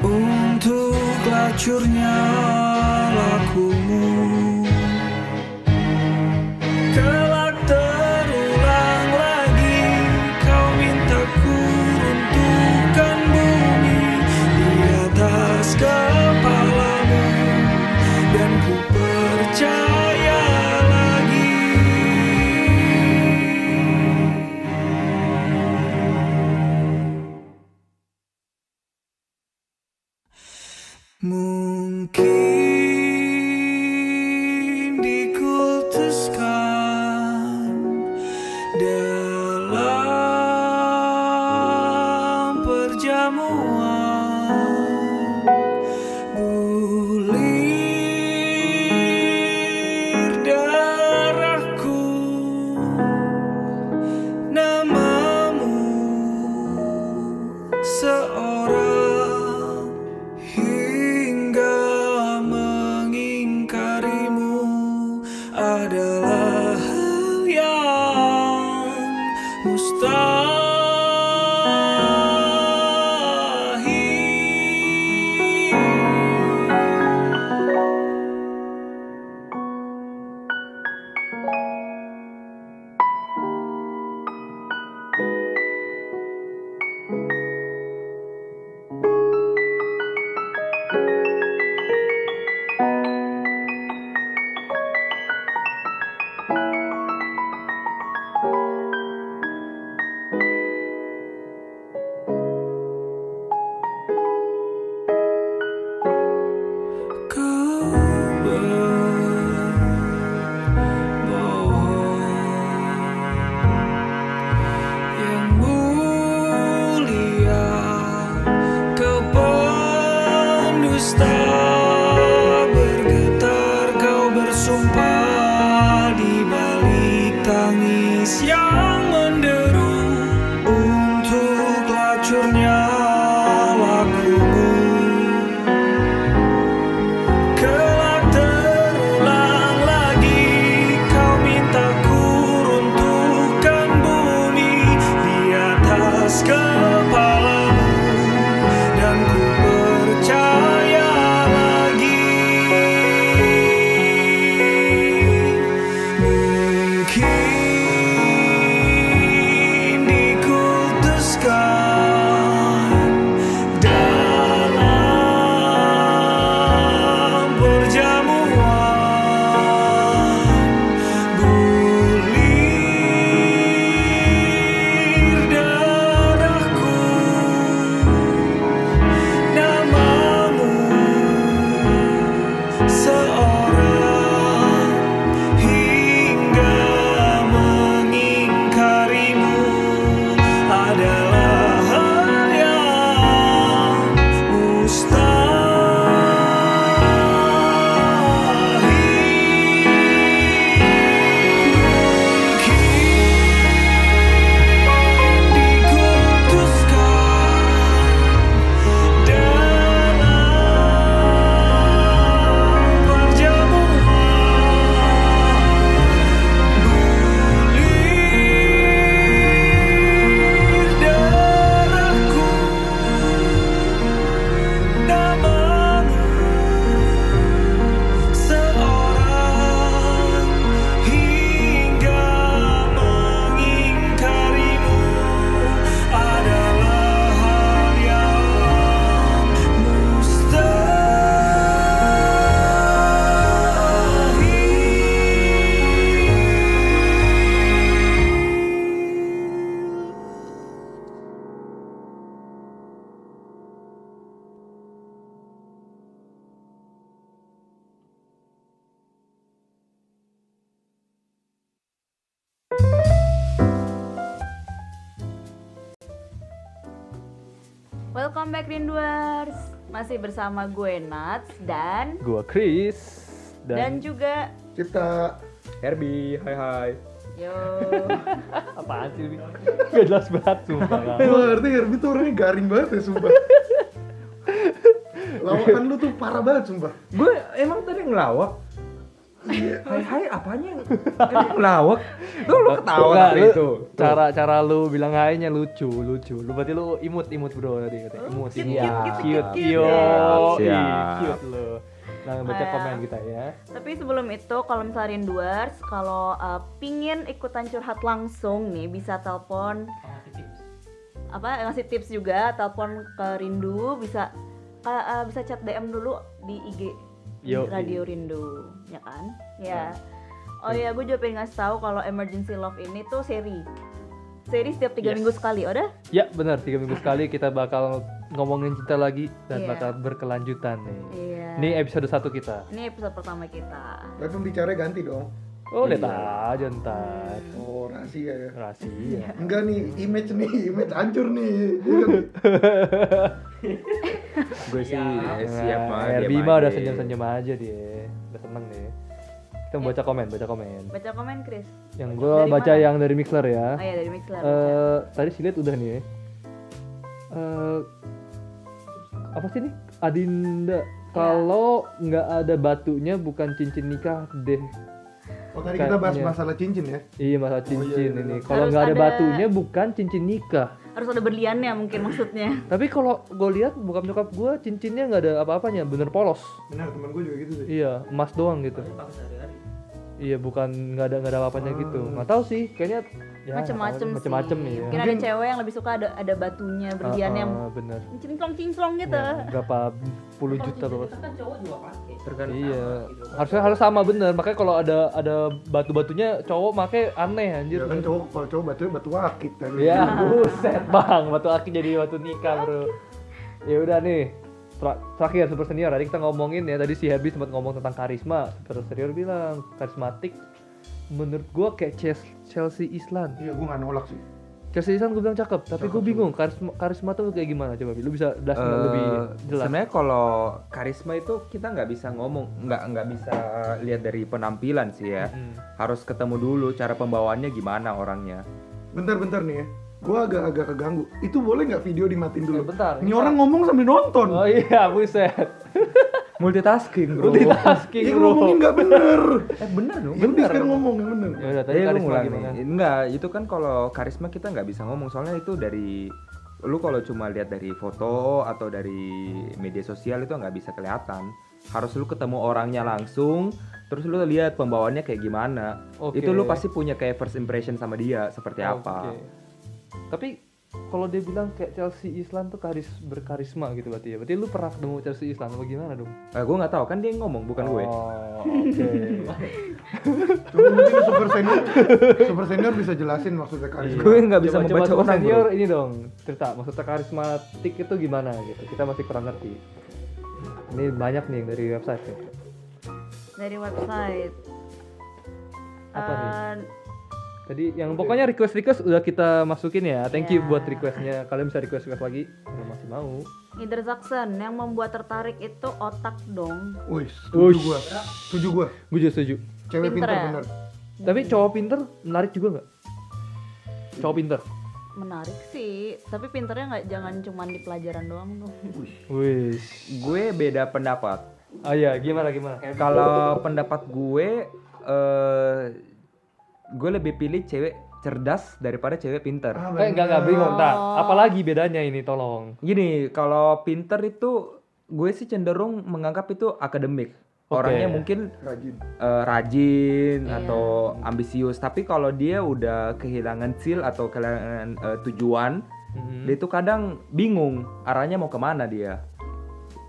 S6: untuk lacurnya lakumu kelak terulang lagi kau mintaku runtuhkan bumi di atas kepalamu dan ku percaya lagi Mungkin dikultuskan dalam perjamuan bulir darahku namamu seorang hingga mengingkarimu adalah hal yang mustahil. Kau berbohong yang mulia, kau pendusta bergetar, kau bersumpah di balik tangis yang menderu untuk lacurnya lakumu. Kelak terulang lagi kau mintaku runtuhkan bumi di atas kepalamu dan ku percaya lagi mungkin dikutuskan dalam perjamuan bulir darahku namamu seorang hingga mengingkarimu adalah hal yang mustahil dalam perjamuan bulir darahku namamu seorang hingga mengingkarimu adalah hal yang mustahil.
S1: Welcome back Rinduers. Masih bersama gue Nats dan
S2: Gua Chris
S1: dan,
S2: dan,
S1: juga
S3: Cipta
S4: Herbie, hai hai.
S1: yo
S2: apaan sih ini? Gak jelas banget sumpah.
S4: Nah.
S2: Kak.
S3: Lu Eh, ngerti Herbie tuh orangnya garing banget ya sumpah Lawakan lu tuh parah banget sumpah
S4: Gue emang tadi ngelawak. Hai hai apanya yang kan lu lawak? Lu lu ketawa
S2: Nggak,
S4: tapi
S2: lu-
S4: itu.
S2: Cara cara lu bilang hai-nya lucu, lucu. Lu berarti lu imut-imut bro tadi katanya. Imut.
S4: cute,
S2: imut.
S4: cute,
S2: Cute,
S4: cute,
S2: yo.
S4: cute.
S2: Ih,
S4: Siap.
S2: Cute lu. Nah, baca
S1: Ah.
S2: komen kita ya.
S1: Tapi sebelum itu, kalau misalnya Rinduars, kalau uh, pingin ikutan curhat langsung nih, bisa telepon apa ngasih tips juga, telepon ke Rindu, bisa ka- uh, bisa chat DM dulu di IG
S2: Yo.
S1: Radio Rindu, ya kan? Ya. Oh iya, gue juga pengen ngasih tahu kalau Emergency Love ini tuh seri. Seri setiap tiga
S2: Yes.
S1: minggu sekali, oh udah?
S2: Ya, benar. Tiga minggu sekali kita bakal ngomongin cinta lagi dan
S1: Iya.
S2: bakal berkelanjutan nih.
S1: Iya.
S2: Ini episode satu kita.
S1: Ini episode pertama kita.
S3: Tapi pembicaranya ganti dong.
S2: Oh,
S4: Iya.
S2: lihat aja ntar.
S3: Oh, rahasia ya.
S2: Rahasia.
S3: Enggak nih, image nih, image hancur nih. Dia kan-
S4: Gue
S1: Ya,
S4: sih eh, siap mah.
S2: Nah,
S4: diam
S2: Bima
S4: aja.
S2: udah senyum-senyum aja dia. Udah seneng deh. Kita
S1: Ya.
S2: mau baca komen, baca komen.
S1: Baca komen, Chris.
S2: Yang gua
S1: Dari
S2: baca
S1: mana?
S2: yang dari Mixler ya.
S1: Oh iya, dari Mixler.
S2: Eh, tadi si lihat udah nih ya. Eh, apa sih nih?
S1: Ya.
S2: Adinda, kalau nggak ada batunya bukan cincin nikah deh.
S3: Oh, tadi kita bahas
S2: Kayaknya.
S3: masalah cincin ya.
S2: Iya masalah cincin ini.
S3: iya.
S2: Kalau
S1: Harus
S2: nggak ada,
S1: ada-
S2: batunya bukan cincin nikah.
S1: Harus ada berliannya mungkin maksudnya.
S2: Tapi kalau gue lihat bokap nyokap gue cincinnya nggak ada apa-apanya, bener polos.
S3: Benar, teman gue juga gitu sih.
S2: Iya, emas doang gitu.
S5: Pakai sehari-hari.
S2: Iya, bukan nggak ada nggak ada
S3: Oh.
S2: apa-apanya gitu. Nggak tahu sih, kayaknya ya,
S1: macem-macem sih.
S2: macem-macem ya.
S1: Mungkin ada cewek yang lebih suka ada ada batunya, berliannya yang
S2: Ah, ah, bener.
S1: cinclong-cinclong gitu.
S2: Ya, berapa puluh juta
S5: Kalau
S2: bos.
S5: cincin kan cowok juga pakai.
S2: Iya, harusnya harus sama bener. Makanya kalau ada ada batu-batunya cowok make aneh anjir.
S3: Ya kan cowok kalau cowok batunya batu akik kan.
S2: Ya buset bang, batu aki jadi batu nikah bro. Ya udah nih, Tra- terakhir super senior tadi kita ngomongin ya tadi si Hebi sempat ngomong tentang karisma super senior bilang karismatik menurut gua kayak Ches- Chelsea Islan
S3: Iya, gue gak nolak sih.
S2: Chelsea Islan gua bilang cakep tapi gua bingung karisma karisma tuh kayak gimana coba Bi? lu bisa jelasin nggak lebih
S4: Eh,
S2: jelas
S4: Sebenarnya kalau karisma itu kita nggak bisa ngomong, nggak nggak bisa lihat dari penampilan sih ya.
S2: Mm.
S4: Harus ketemu dulu cara pembawaannya gimana orangnya.
S3: Bentar-bentar nih ya. Gue agak-agak keganggu. Itu boleh nggak video dimatiin
S2: Ya,
S3: dulu?
S2: bentar.
S3: Ini orang ngomong sambil nonton.
S2: oh iya buset
S4: Multitasking, bro.
S2: multitasking
S3: Iya,
S2: bro
S3: ngomongin nggak bener.
S4: eh bener dong.
S3: Bener. Kan ngomong yang bener.
S2: ya udah tadi
S4: Tadi lu
S2: karisma
S4: ngulang
S2: gimana
S4: nih. Iya, Enggak, itu kan kalau karisma kita nggak bisa ngomong soalnya itu dari lu kalau cuma lihat dari foto atau dari media sosial itu nggak bisa kelihatan. Harus lu ketemu orangnya langsung, terus lu lihat pembawaannya kayak gimana.
S2: Oke.
S4: Itu lu pasti punya kayak first impression sama dia seperti apa.
S2: Oke. Tapi kalau dia bilang kayak Chelsea Islan tuh karis berkarisma gitu berarti ya. Berarti lu pernah ketemu Chelsea Islan apa gimana dong?
S4: Eh, gue nggak tahu kan dia yang ngomong bukan gue.
S2: Oh, oke.
S3: Cuma mungkin super senior, super senior bisa jelasin maksudnya karisma.
S4: Gue nggak bisa
S2: Coba- coba
S4: membaca
S2: Super
S4: orang.
S2: Iya. senior iya.
S4: bro.
S2: ini dong cerita maksudnya karismatik itu gimana gitu. Kita masih kurang ngerti. Ini banyak nih dari website nih.
S1: Dari website.
S2: Apa nih?
S1: Eh,
S2: Tadi yang pokoknya request request udah kita masukin ya. Thank you
S1: Iya.
S2: buat requestnya. Kalian bisa request request lagi kalau masih mau.
S1: Nieder Jackson yang membuat tertarik itu otak dong.
S3: Wih, setuju
S2: Ush.
S3: gue. Setuju gue.
S2: Gue juga setuju.
S3: Cewek
S1: Pinter
S3: pinter
S1: ya?
S3: bener.
S2: Tapi cowok pinter menarik juga nggak? Cowok pinter.
S1: Menarik sih, tapi pinternya nggak jangan cuman di pelajaran doang dong.
S2: Wih.
S4: Gue beda pendapat.
S2: Oh iya, gimana gimana?
S4: Kalau pendapat gue, eh gue lebih pilih cewek cerdas daripada cewek pinter.
S3: Ah,
S2: Eh enggak enggak bingung, tar. Apalagi bedanya ini tolong.
S4: Gini, kalau pinter itu gue sih cenderung menganggap itu akademik.
S2: Oke.
S4: Orangnya mungkin
S3: Rajin.
S4: eh, rajin atau ambisius, tapi kalau dia udah kehilangan seal atau kehilangan eh, tujuan,
S2: Mhm. Hmm.
S4: dia itu kadang bingung arahnya mau kemana dia.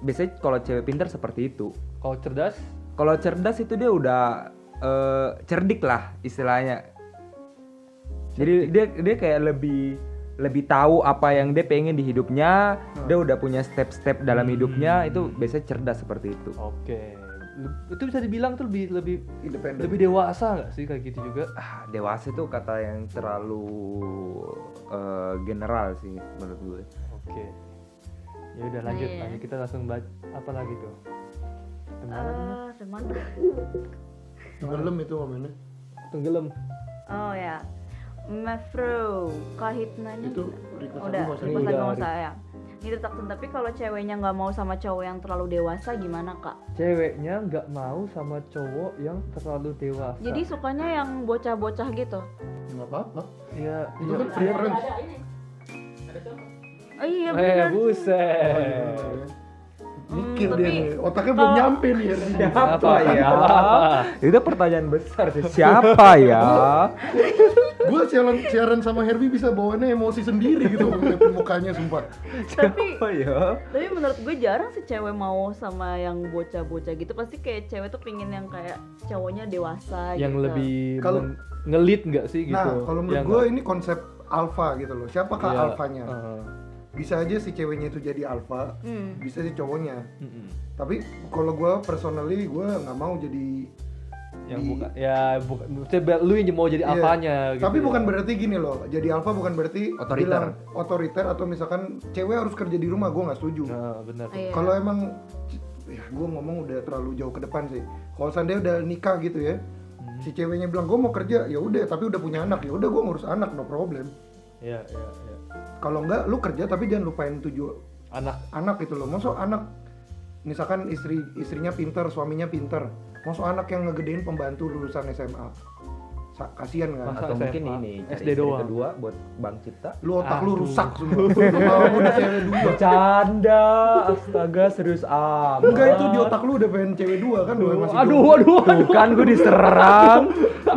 S4: Biasanya kalau cewek pinter seperti itu.
S2: Kalau cerdas,
S4: Kalau cerdas itu dia udah eh, cerdik lah istilahnya. Jadi dia dia kayak lebih lebih tahu apa yang dia pengen di hidupnya.
S2: Hmm.
S4: Dia udah punya step-step dalam hidupnya itu biasanya cerdas seperti itu.
S2: oke. Leb- Itu bisa dibilang tuh lebih lebih
S3: Independen.
S2: lebih dewasa nggak sih kayak gitu juga?
S4: Ah, dewasa itu kata yang terlalu eh, general sih menurut gue.
S2: Oke. Ya udah lanjut,
S1: Iya.
S2: lanjut kita langsung baca apa lagi tuh?
S1: Eh, dari mana?
S3: Tenggelam itu momennya.
S2: Tenggelam.
S1: Oh ya. Mefru, kahitnanya
S3: Itu request aku
S1: udah
S3: nggak usah
S1: request
S2: diulang.
S1: aku nggak usah ya Gitu Taksun, tapi kalau ceweknya nggak mau sama cowok yang terlalu dewasa gimana kak?
S2: Ceweknya nggak mau sama cowok yang terlalu dewasa.
S1: Jadi sukanya yang bocah-bocah gitu.
S3: Ya, nggak apa-apa
S2: Iya,
S3: itu
S2: iya.
S3: kan preference
S5: Ada ini. Ada contoh.
S1: Oh, iya
S2: Eh,
S1: benar.
S3: Oh, iya,
S2: buset.
S3: iya. mikir
S1: Hmm, tapi
S3: dia nih otaknya belum
S1: kalau-
S3: nyampe nih ya
S4: Siapa
S2: Apa,
S4: ya?
S2: apa?
S4: Itu pertanyaan besar sih. Siapa ya?
S3: gue siaran siaran sama Herbie bisa bawaannya emosi sendiri gitu ngeliatin mukanya sumpah
S1: Tapi-
S4: Siapa ya?
S1: Tapi menurut gue jarang sih cewek mau sama yang bocah-bocah gitu. Pasti kayak cewek tuh pingin yang kayak cowoknya dewasa
S2: Yang
S1: gitu.
S2: lebih
S3: Kalau-
S2: men- ngelit nggak sih gitu?
S3: nah kalau menurut
S2: Ya
S3: gue
S2: nggak?
S3: ini konsep alpha gitu loh siapakah
S2: Iya,
S3: alfanya
S2: heeh.
S3: bisa aja si ceweknya itu jadi alpha
S1: Hmm.
S3: bisa si cowoknya
S2: Mm-mm.
S3: tapi kalau gue personally gue nggak mau jadi
S2: yang
S3: di-
S2: bukan ya bukan maksudnya biar lu yang mau jadi
S3: Iya.
S2: apanya gitu
S3: tapi
S2: ya.
S3: bukan berarti gini loh jadi alpha bukan berarti
S4: Otoriter.
S3: bilang otoriter atau misalkan cewek harus kerja di rumah gue nggak setuju
S2: nah, benar
S1: Iya.
S3: kalau emang ya gue ngomong udah terlalu jauh ke depan sih kalau seandainya udah nikah gitu ya
S2: Hmm.
S3: si ceweknya bilang gue mau kerja ya udah tapi udah punya anak ya udah gue ngurus anak no problem
S2: iya iya iya
S3: kalau enggak lu kerja tapi jangan lupain tujuh
S2: anak
S3: anak gitu loh masuk anak misalkan istri istrinya pintar suaminya pintar masuk anak yang ngegedein pembantu lulusan SMA Sa- kasian kan
S2: Masa
S4: Atau
S2: SMA?
S4: mungkin ini cari
S2: SD
S4: istri
S2: doang.
S4: kedua buat Bang Cipta.
S3: lu otak lu
S2: Aduh.
S3: rusak semua lu mau udah cewek dua
S4: Bercanda, astaga serius amat.
S3: enggak itu di otak lu udah pengen cewek dua kan lu masih
S2: aduh aduh
S3: jomblo.
S2: aduh
S4: Bukan gue kan
S2: Kan?
S4: diserang.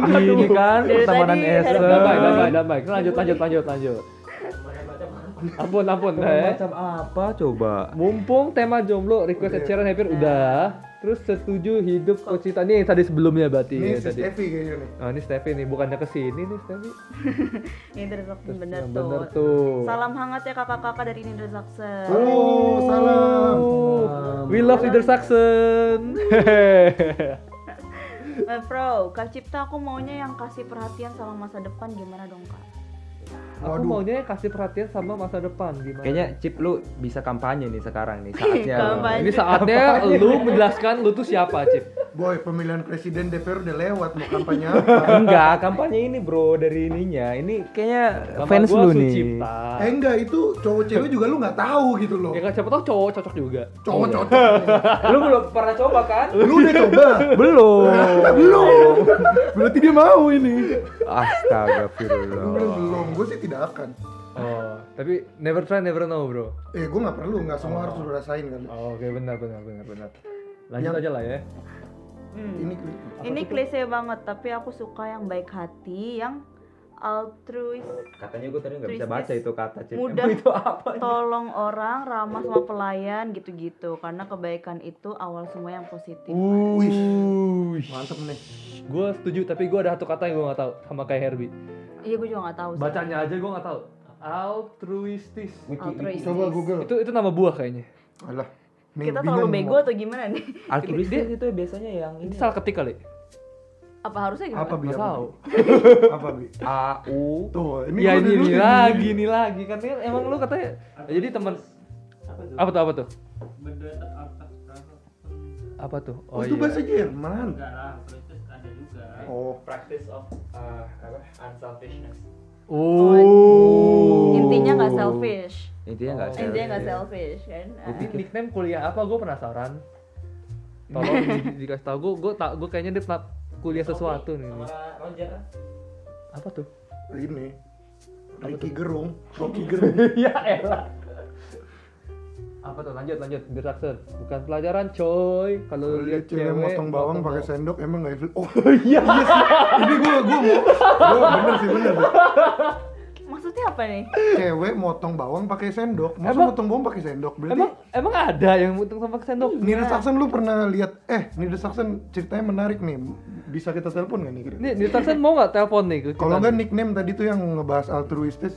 S4: Ini kan
S1: Dari
S4: pertemanan
S1: tadi,
S4: Esther.
S2: damai damai damai lanjut lanjut lanjut lanjut ampun ampun eh.
S4: Macam apa coba?
S2: mumpung tema jomblo request Ed Sheeran happy udah terus setuju hidup kocita nih tadi sebelumnya berarti
S3: ini
S2: ya,
S3: sis
S2: tadi
S3: Evi kayaknya nih
S2: Oh, ini Steffi nih, bukannya kesini nih Steffi
S1: Indra Zaksen bener,
S2: Yang ya,
S1: tuh.
S2: bener tuh
S1: Salam hangat ya kakak-kakak dari Indra Zaksen.
S3: halo salam
S2: We love Leader Saxon
S1: Eh, Bro, Kak Cipta aku maunya yang kasih perhatian sama masa depan gimana dong kak?
S2: Aku
S3: Waduh.
S2: maunya kasih perhatian sama masa depan gimana?
S4: Kayaknya Cip lu bisa kampanye nih sekarang nih saatnya.
S1: Kampanye.
S2: ini saatnya lu menjelaskan lu tuh siapa, Cip.
S3: boy pemilihan presiden DPR udah lewat mau kampanye apa
S4: Enggak, kampanye ini bro dari ininya. Ini kayaknya
S2: Nama
S4: fans
S2: gua
S4: lu nih.
S2: Sucipta.
S3: eh enggak itu cowok cewek juga lu nggak tahu gitu loh
S2: Ya kan siapa tau cowok cocok juga. Iya.
S3: cowok cocok
S4: Lu belum pernah coba kan?
S3: lu udah coba
S4: belum.
S3: belum berarti dia mau ini Ah. belum
S4: Astagfirullah.
S3: belum gue sih tidak akan
S2: Oh, tapi never try never know, Bro.
S3: eh gue nggak perlu nggak semua harus lu rasain kali
S2: Oh, Oke, benar benar benar benar. Lanjut aja lah ya.
S1: Hmm.
S3: ini
S1: Ini klise banget, tapi aku suka yang baik hati, yang altruis,
S4: Katanya gue tadi nggak bisa baca
S1: Tristis.
S4: itu kata Cip.
S1: mudah
S4: Emang itu apa?
S1: tolong orang, ramah sama pelayan gitu-gitu. Karena kebaikan itu awal semua yang positif.
S2: Wush.
S3: mantep nih
S2: Gue setuju, tapi gue ada satu kata yang gue gak tahu sama kayak Herbie.
S1: Iya, gue juga nggak tahu. sih.
S2: Bacanya aja gue gak tahu. Altruistis.
S1: Altruis.
S3: coba google
S2: Itu itu nama buah kayaknya.
S3: alah nih,
S1: Kita
S3: bingung
S1: terlalu bego atau gimana nih?
S4: Altruistis itu biasanya yang ini.
S2: Ini salah ketik kali.
S1: Apa harusnya gimana?
S3: mau. apa bi
S2: Gak
S3: apa,
S2: tahu.
S3: Bi? apa bi
S4: A U
S3: tuh ini
S2: Ya
S3: gua udah
S2: ini, ini
S3: nulis.
S2: lagi, ini lagi kan kan emang lu katanya. Jadi teman
S5: Apa tuh?
S2: apa tuh apa tuh?
S5: Berdua apa?
S2: Apa tuh? iya.
S3: oh, itu bahasa Jerman
S5: Enggak lah, terus ada juga.
S3: oh
S5: Practice of uh, apa? Unselfishness.
S2: Oh.
S1: Intinya nggak selfish.
S4: Intinya nggak
S2: Oh.
S4: sih.
S1: Intinya nggak selfish kan? Ah.
S2: Jadi nickname kuliah apa? Gue penasaran. Tolong di- di- dikasih tau gue. Gue tak gue kayaknya dia pernah kuliah sesuatu nih.
S5: Sama Roger.
S2: Apa tuh?
S3: ini Ricky Gerung Rocky Gerung
S2: ya elah. Apa tuh? Lanjut lanjut. Biraksen. Bukan pelajaran coy. Kalau
S3: lihat
S2: lihat
S3: cewek
S2: cewek
S3: motong bawang pakai
S2: motong
S3: sendok emang nggak evil oh iya sih. ini gue gue mau gue bener sih bener Bi.
S1: Maksudnya apa nih?
S3: cewek motong bawang pakai sendok masa
S2: Emang-
S3: motong bawang pakai sendok berarti
S2: Emang emang ada ya? yang motong sama sendok?
S3: Nida Saxon lu pernah lihat eh Nida Saxon ceritanya menarik nih bisa kita telepon nggak nih kira
S2: Nih, Nielsen mau nggak telepon nih? ke kita
S3: kalau
S2: nih?
S3: nggak nickname tadi tuh yang ngebahas altruistis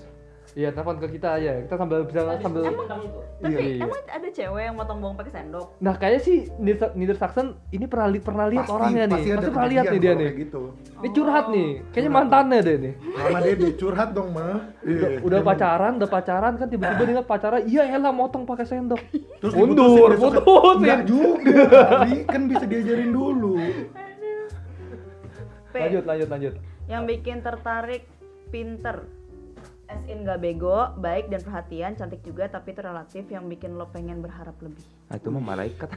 S2: Iya, telepon ke kita aja. Kita sambil bisa sambil
S5: Tentang itu.
S1: Tapi
S2: iya.
S1: emang ada cewek yang motong bawang pakai sendok?
S2: Nah, kayaknya sih Nieder- Niedersachsen ini pernah li- pernah lihat orangnya ya nih. Pasti, pernah lihat nih dia
S3: kalau
S2: nih.
S3: kayak gitu
S2: Ini curhat nih. Kayaknya mantannya deh nih.
S3: lama dia curhat dong mah
S2: Udah,
S3: Iya.
S2: udah pacaran, udah pacaran kan tiba-tiba dia ngeliat pacaran, iya elah motong pakai sendok.
S3: Terus
S2: mundur,
S3: diputusin besoknya.
S2: putusin.
S3: Nggak juga Bi. kan bisa diajarin dulu
S1: P.
S2: Lanjut, lanjut, lanjut.
S1: Yang bikin tertarik pinter. As in gak bego, baik dan perhatian, cantik juga tapi itu relatif yang bikin lo pengen berharap lebih.
S4: Ah, itu mah malaikat.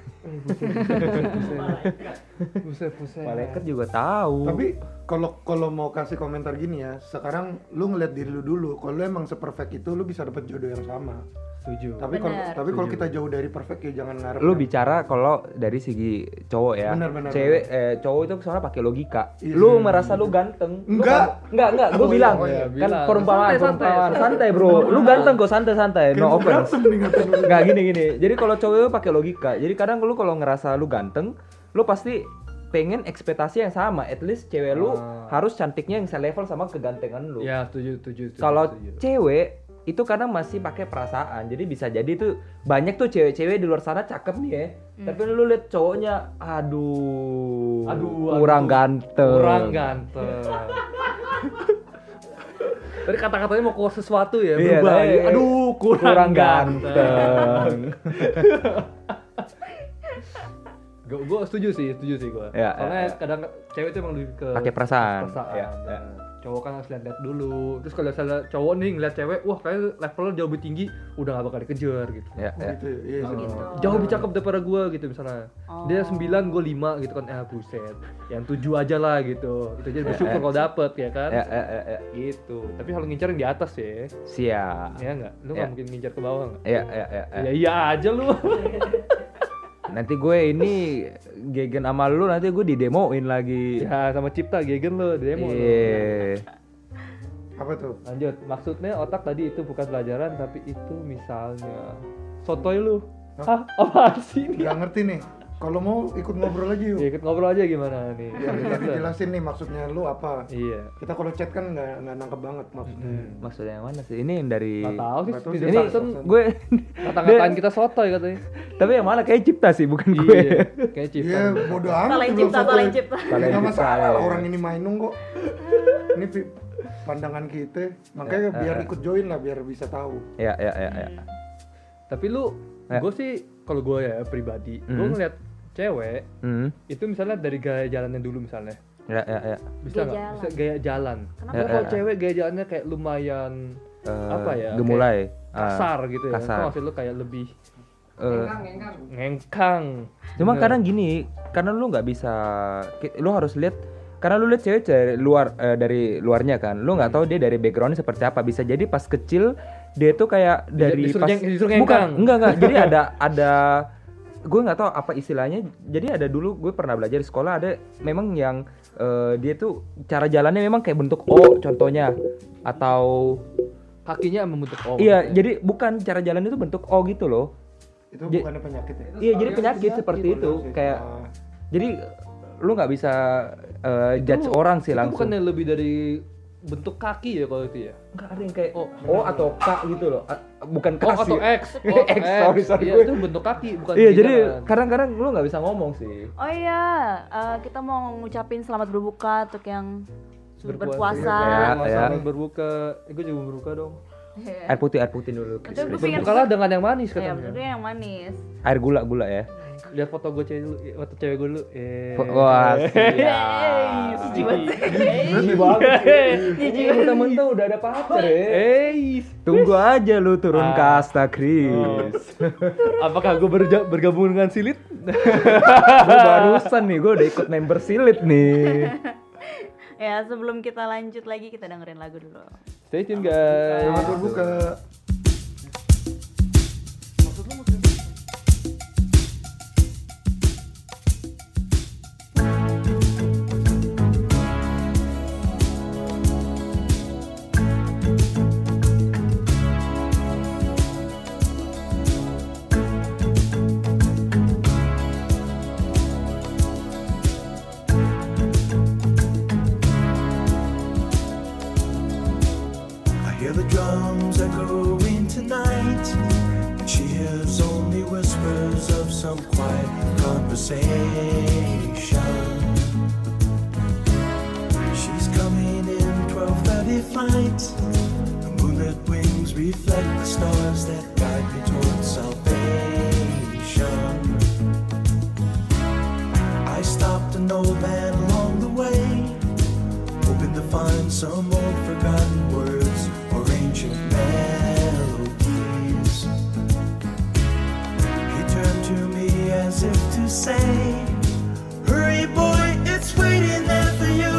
S2: Buset, buset.
S4: Malaikat juga tahu.
S3: Tapi kalau kalau mau kasih komentar gini ya, sekarang lu ngeliat diri lu dulu. Kalau lu emang seperfect itu, lu bisa dapet jodoh yang sama.
S2: Setuju.
S3: Tapi kalau
S1: Bener.
S3: tapi kalau kita jauh dari perfect ya jangan ngarep.
S4: lu bicara kalau dari segi cowok ya
S3: Benar, benar,
S4: cewek eh, cowok itu soalnya pakai logika
S3: Iya.
S4: lu merasa lu ganteng lu
S3: Enggak.
S4: kan- enggak enggak gue
S3: Oh, iya,
S4: bilang
S3: oh, iya,
S4: kan
S2: bilang.
S4: perumpamaan
S2: Santai, santai,
S4: perumpamaan
S2: santai.
S4: santai bro lu ganteng kok santai santai no offense enggak gini gini jadi kalau cowok itu pakai logika jadi kadang lu kalau ngerasa lu ganteng lu pasti pengen ekspektasi yang sama at least cewek lu
S2: Ah.
S4: harus cantiknya yang selevel sama kegantengan lu
S2: Ya, setuju, setuju. setuju,
S4: kalau
S2: setuju.
S4: cewek itu kadang masih pakai perasaan jadi bisa jadi tuh banyak tuh cewek-cewek di luar sana cakep nih ya tapi lu lihat cowoknya aduh
S2: Aduh,
S4: kurang
S2: aduh.
S4: ganteng
S2: Kurang ganteng. Tadi kata-katanya mau ke sesuatu ya,
S4: Iya,
S2: berubah.
S4: tadi,
S2: ya. Aduh, kurang,
S4: kurang
S2: ganteng.
S4: ganteng
S2: Gue gue setuju sih, setuju sih gue.
S4: Iya,
S2: Soalnya
S4: iya, iya.
S2: kadang cewek itu emang lebih ke
S4: pakai perasaan,
S2: perasaan.
S4: Iya, iya.
S2: Nah, Cowok kan harus lihat-lihat dulu. Terus kalau misalnya cowok nih ngeliat cewek, wah kayaknya levelnya jauh lebih tinggi, udah gak bakal dikejar gitu.
S4: Ya, ya.
S3: Gitu, iya,
S2: Oh,
S3: Oh. sih.
S2: Jauh lebih cakep daripada gue gitu misalnya. Dia 9, gue 5 gitu kan. Eh buset. Yang 7 aja lah gitu. Itu aja bersyukur
S4: iya.
S2: kalau dapet ya kan.
S4: Ya, ya, ya, ya.
S2: Gitu. Tapi kalau ngincar yang di atas ya.
S4: siap
S2: Ya enggak? Lu
S4: Ya.
S2: nggak mungkin ngincar ke bawah enggak?
S4: ya, ya, ya, ya.
S2: Ya iya aja lu.
S4: nanti gue ini gegen sama lu nanti gue didemoin lagi
S2: ya sama Cipta Gegen lu di demo. lu.
S4: Iya.
S3: Apa tuh?
S2: Lanjut. Maksudnya otak tadi itu bukan pelajaran tapi itu misalnya sotoy lu. Hah? Apaan sih ini?
S3: Gak ngerti nih. Kalau mau ikut ngobrol lagi
S2: Ya
S3: yuk.
S2: ikut ngobrol aja gimana nih?
S3: Ya, kita dijelasin nih maksudnya lu apa.
S2: Iya. Hmm.
S3: Kita kalau chat kan nggak nggak nangkep banget maksudnya.
S4: maksudnya yang mana sih ini yang dari
S2: Gak tahu sih,
S3: Nggak tahu
S2: Peter
S3: sih.
S4: ini
S2: Jackson
S4: gue
S2: kata-kataan kita sotoy katanya.
S4: tapi yang mana kayak cipta sih bukan gue
S2: Iya, kayak Cipta.
S3: Iya, bodo amat.
S1: Salah yang
S3: dibilang
S1: cipta,
S3: soto.
S1: salah yang cipta.
S4: Salah yang
S3: Nggak
S4: cipta,
S3: masalah,
S4: ya.
S3: orang ini mainung kok. Ini pi- pandangan kita. Makanya
S2: Eh,
S3: biar ikut join lah, biar bisa tahu.
S4: ya ya ya ya
S2: Tapi lu,
S4: Ya.
S2: gue sih kalau gue ya pribadi, gue
S4: Mhm.
S2: ngeliat cewek
S4: hmm.
S2: itu misalnya dari gaya jalannya dulu misalnya
S4: ya ya ya
S2: bisa
S1: Gaya
S2: nggak
S1: jalan.
S2: bisa gaya jalan
S1: Kenapa?
S2: Karena
S4: Eh,
S2: kalau
S4: eh, eh.
S2: cewek gaya jalannya kayak lumayan
S4: Eh,
S2: apa ya kayak
S4: gemulai Ah,
S2: kasar gitu ya
S4: kasar.
S2: Tau nggak sih lu kayak lebih
S4: eh,
S2: ngengkang
S4: cuma
S2: Bener.
S4: kadang gini karena lu nggak bisa ki- lu harus lihat karena lu lihat cewek dari luar eh, dari luarnya kan lu nggak
S2: Hmm.
S4: tahu dia dari backgroundnya seperti apa bisa jadi pas kecil dia tuh kayak dari
S2: disuruh
S4: pas
S2: jeng- disuruh
S4: bukan
S2: ngengkang.
S4: enggak enggak jadi ada ada gue nggak tahu apa istilahnya jadi ada dulu gue pernah belajar di sekolah ada memang yang eh, dia tuh cara jalannya memang kayak bentuk O contohnya atau
S2: kakinya membentuk O
S4: Iya, jadi bukan cara jalan itu bentuk O gitu loh.
S3: Itu
S4: Ja-
S3: bukannya penyakit ya?
S4: Iya, jadi penyakit seperti itu kayak
S3: Ah,
S4: jadi lu nggak bisa eh, judge orang sih
S2: Oh. itu
S4: langsung.
S2: bukannya lebih dari bentuk kaki ya kalau itu ya
S4: Nggak ada yang kayak O, O atau K gitu loh. A- bukan
S2: O
S4: keras
S2: Oh, atau
S4: sih.
S2: X O
S4: X, sorry, sorry,
S2: iya
S4: gue.
S2: itu bentuk kaki bukan
S4: Iya,
S2: gaya
S4: jadi
S2: jalan.
S4: kadang-kadang lu nggak bisa ngomong sih.
S1: Oh iya, eh, kita mau ngucapin selamat berbuka untuk yang sudah
S2: Berpuasa.
S1: berpuasa.
S4: Ya,
S2: Masa
S4: ya.
S2: lu berbuka eh, gue juga berbuka dong
S1: Iya.
S4: Air putih, air putih dulu.
S1: Tapi gue pengen
S2: berbukalah dengan yang manis
S1: ya,
S2: katanya
S1: yang manis.
S4: Air gula, gula ya.
S2: lihat foto gue cewek dulu eh, foto cewek gue dulu eh
S4: Fo- Wah,
S1: Yeay, sedih banget.
S4: ini banget. Temen-temen udah ada pacar ya.
S2: eh
S4: Tunggu aja lu turun ke
S2: Ah.
S4: kasta, Chris.
S2: Apakah gue berja- bergabung dengan Silit?
S4: Gua barusan nih, gue udah ikut member silit nih.
S1: Ya, sebelum kita lanjut lagi kita dengerin lagu dulu.
S2: Stay tune guys.
S3: Selamat berbuka.
S8: I hear the drums echoing tonight. She hears only whispers of some quiet conversation. She's coming in 12:30 flight. The moonlit wings reflect the stars that guide me towards salvation. I stopped an old man along the way hoping to find some old forgotten words or ancient ancient melodies. He turned to me as if to say, Hurry, boy, it's waiting there for you.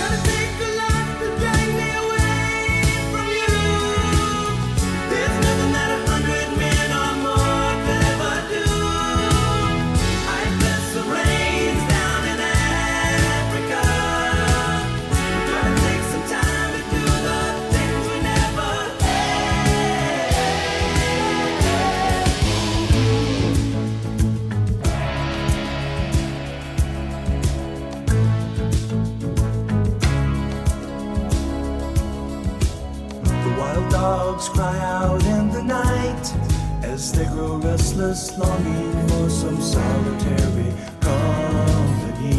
S8: Gotta take the life to drag me away from you. There's nothing that a hundred men or more could ever do. I press the reins down in Africa. Gotta take some time to do the things we never had. The wild dogs cry out in the night as they grow restless, longing for some solitary company.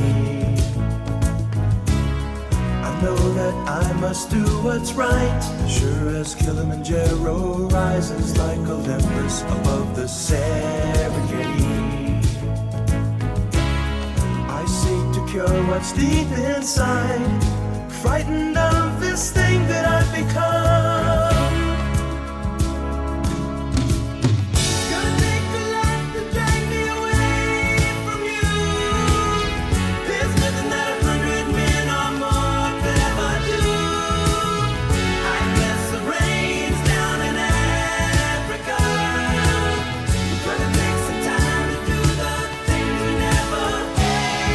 S8: I know that I must do what's right, sure as Kilimanjaro rises like Olympus above the Serengeti. I seek to cure what's deep inside, frightened of this thing that I've become. Gotta take the light to drag me away from you. There's nothing that a hundred men or more could ever do. I press the reins down in Africa. Gotta take some time to do the things we never had.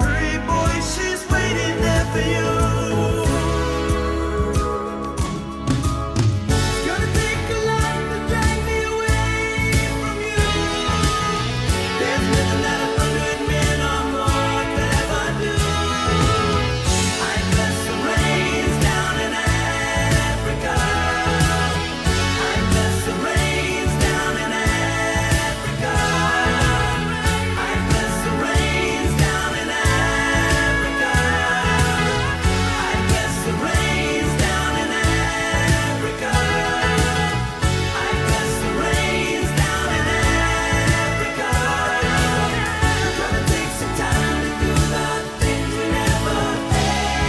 S8: Hurry, boy, she's waiting there for you. Gonna take a life to drag me away from you. There's nothing that a hundred men or more could ever do. I press the reins down in Africa. I press the reins down in Africa. I press the reins down in Africa. I press the reins down in Africa. I press the reins down in Africa. Gonna take some time to do the things we never had.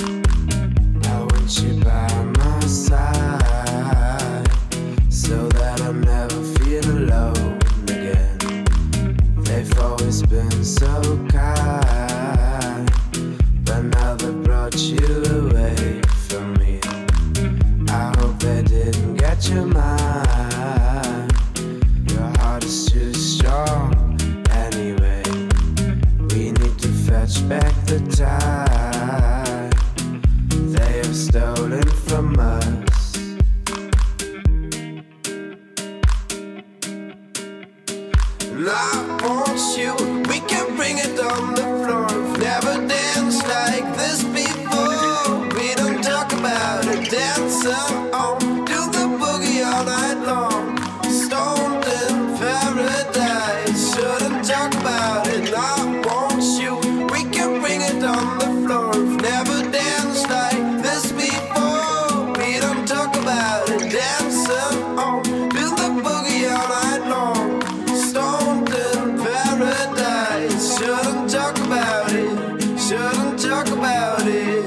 S9: I want you by my side so that I'll never feel alone again. They've always been so kind, but now they brought you away from me. I hope they didn't get your mind. Your heart is too strong anyway. We need to fetch back the time they have stolen from us. And I want you, we can bring
S10: on the floor. Never danced like this before. We don't talk about it. Dance on. Do the boogie all night long. Stoned in paradise. Shouldn't talk about it. I want you. We can bring it on the floor. Never danced like this before. We don't talk about it. Dance on. Do the boogie all night long. Stoned in paradise. Shouldn't talk about it. Shouldn't talk about it.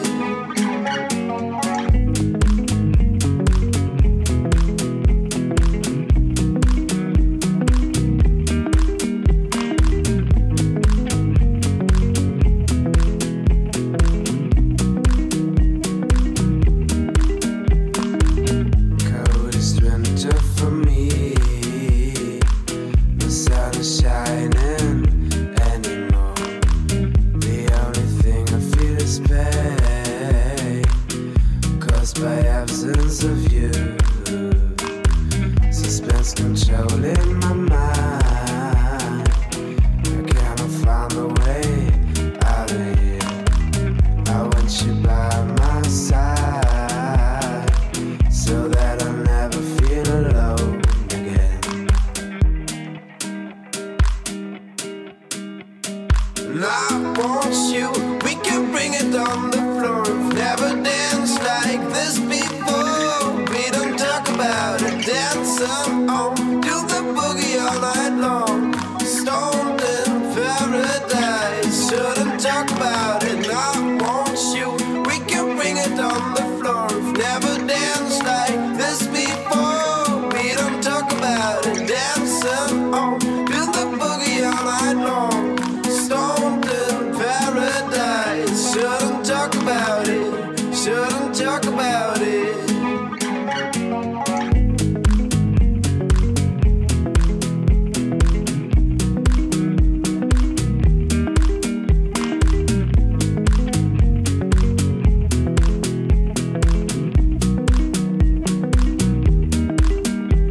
S10: Coldest winter for me. The sun is shining anymore. The only thing I feel is pain caused by absence of you. Suspense controlling my mind. I cannot find a way out of here. I want you by my side so that I never feel alone again. And I want you, we can bring it on the floor. Never danced like this before. We don't talk about it, dance on. Do the boogie all night long. Stoned in paradise, shouldn't talk about it. And I want you, we can bring it on the floor. Never danced like this before. We don't talk about it, dance on. Do the boogie all night long. Stoned in paradise, shouldn't talk about it. Shouldn't talk about it.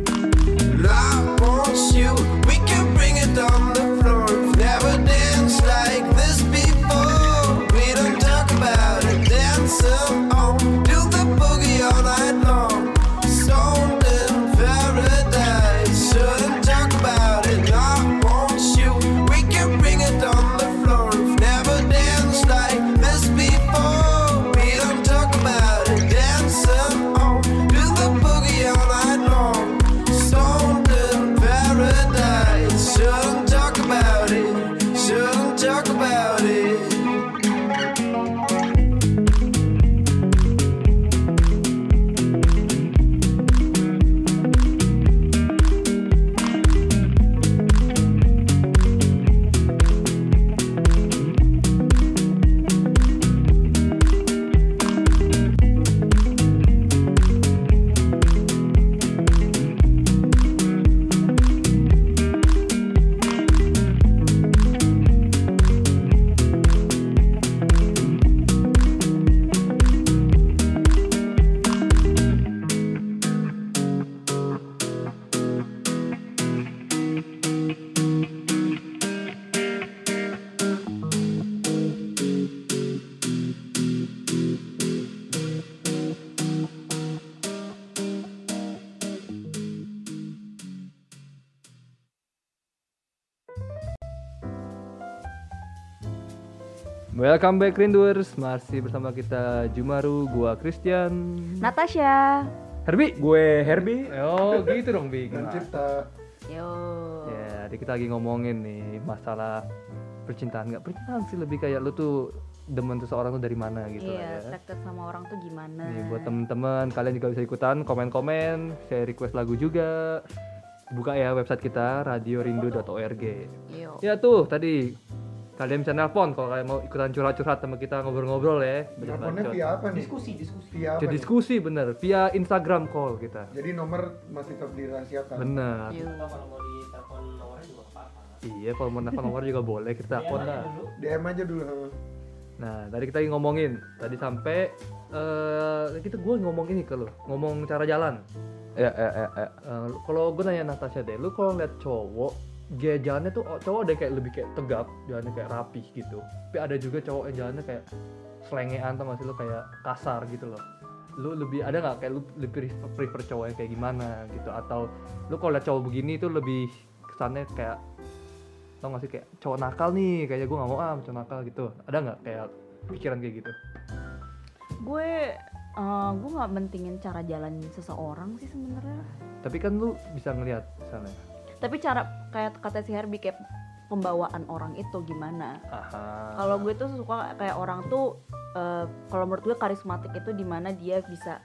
S10: I want you. We can bring it on the floor. Never danced like this before. We don't talk about it. Dance on. Do the boogie all night long. Stoned in paradise. Shouldn't talk about it. I want you. We can bring it on the floor. Never danced like this before. We don't talk about it. Dance on. Do the boogie all night long. Stoned in paradise. Shouldn't talk about it. Shouldn't talk about it.
S2: Welcome back Rinduers, masih bersama kita Jumaru, gua Christian.
S1: Natasha.
S4: Herbie, gue Herbie.
S2: Oh gitu dong Big.
S3: Dan cipta
S1: Yo.
S2: Ya, tadi kita lagi ngomongin nih masalah percintaan nggak percintaan sih lebih kayak lu tuh demen tuh seorang tuh dari mana gitu
S1: iya,
S2: lah ya.
S1: deket sama orang tuh gimana?
S2: Nih buat temen-temen kalian juga bisa ikutan komen-komen, saya request lagu juga. Buka ya website kita radiorindu.org.
S1: Yo.
S2: Ya tuh tadi kalian bisa nelpon kalau kalian mau ikutan curhat-curhat sama kita ngobrol-ngobrol ya.
S3: teleponnya
S2: Bacot.
S3: via apa nih?
S6: Diskusi, diskusi.
S3: Via apa
S2: Jadi
S3: nih?
S2: diskusi bener via Instagram call kita.
S3: Jadi nomor masih tetap dirahasiakan.
S2: Bener.
S1: Yo.
S6: Atau kalau mau ditelepon nomornya juga apa-apa.
S2: Iya, kalau mau nelfon nomor juga boleh kita telepon
S6: Iya,
S2: lah.
S6: dulu.
S3: DM aja dulu.
S2: Nah, tadi kita lagi ngomongin, tadi sampai eh kita gue ngomong ini ke lu, ngomong cara jalan.
S4: Ya, ya, ya, ya.
S2: Eh, lu- kalau gue nanya Natasha deh, lu kalau ngeliat cowok gaya jalannya tuh oh, cowok ada yang kayak lebih kayak tegap jalannya kayak rapih gitu tapi ada juga cowok yang jalannya kayak selengean tau gak sih lo kayak kasar gitu loh lu lebih ada nggak kayak lu lebih prefer- prefer cowok yang kayak gimana gitu atau lu kalau liat cowok begini tuh lebih kesannya kayak tau gak sih kayak cowok nakal nih kayaknya gue nggak mau ah sama cowok nakal gitu ada nggak kayak pikiran kayak gitu
S1: gue eh, gue nggak mentingin cara jalan seseorang sih sebenarnya
S2: tapi kan lu bisa ngelihat misalnya
S1: tapi cara kayak kata si Herbie kayak pembawaan orang itu gimana
S2: aha
S1: kalau gue tuh suka kayak orang tuh eh, kalau menurut gue karismatik itu dimana dia bisa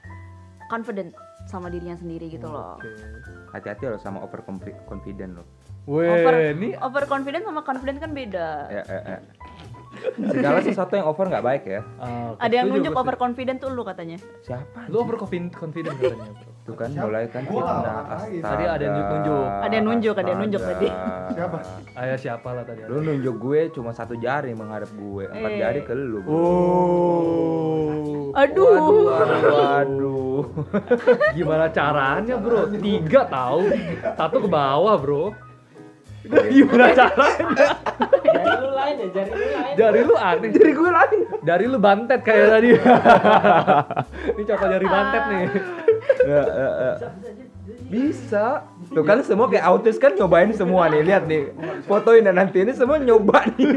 S1: confident sama dirinya sendiri gitu loh
S2: Oke.
S4: hati-hati loh sama over confident loh
S1: over
S2: Weh, ini
S1: overconfident sama confident kan beda
S4: Eh, ya, ya, ya. segala sesuatu yang over nggak baik ya
S2: ah, oke.
S1: ada yang
S2: Setuju,
S1: nunjuk
S2: gua setuju.
S1: overconfident tuh lu katanya
S4: siapa
S2: lu over confident katanya bro
S4: itu kan mulai kan
S3: Gua lah,
S4: fitnah
S3: orang lain.
S4: astaga
S2: Tadi ada yang nunjuk-nunjuk.
S1: Ada yang nunjuk, ada yang nunjuk
S4: astaga.
S2: Ah.
S3: Siapa?
S2: ayah siapa lah tadi
S4: lu nunjuk gue cuma satu jari menghadap gue empat
S1: Eh.
S4: jari ke lu bro. waduh
S2: oh
S1: aduh
S4: waduh, waduh.
S2: gimana caranya bro tiga tahu satu ke bawah bro gimana caranya
S5: Jari lu lain ya, jari lu lain.
S2: dari lu aneh dari gue lari dari lu bantet kayak tadi ini contoh dari bantet nih
S5: Ah.
S4: Ya, ya, ya. bisa tuh kan semua kayak autis kan nyobain semua nih lihat nih fotoin dan nanti ini semua nyoba nih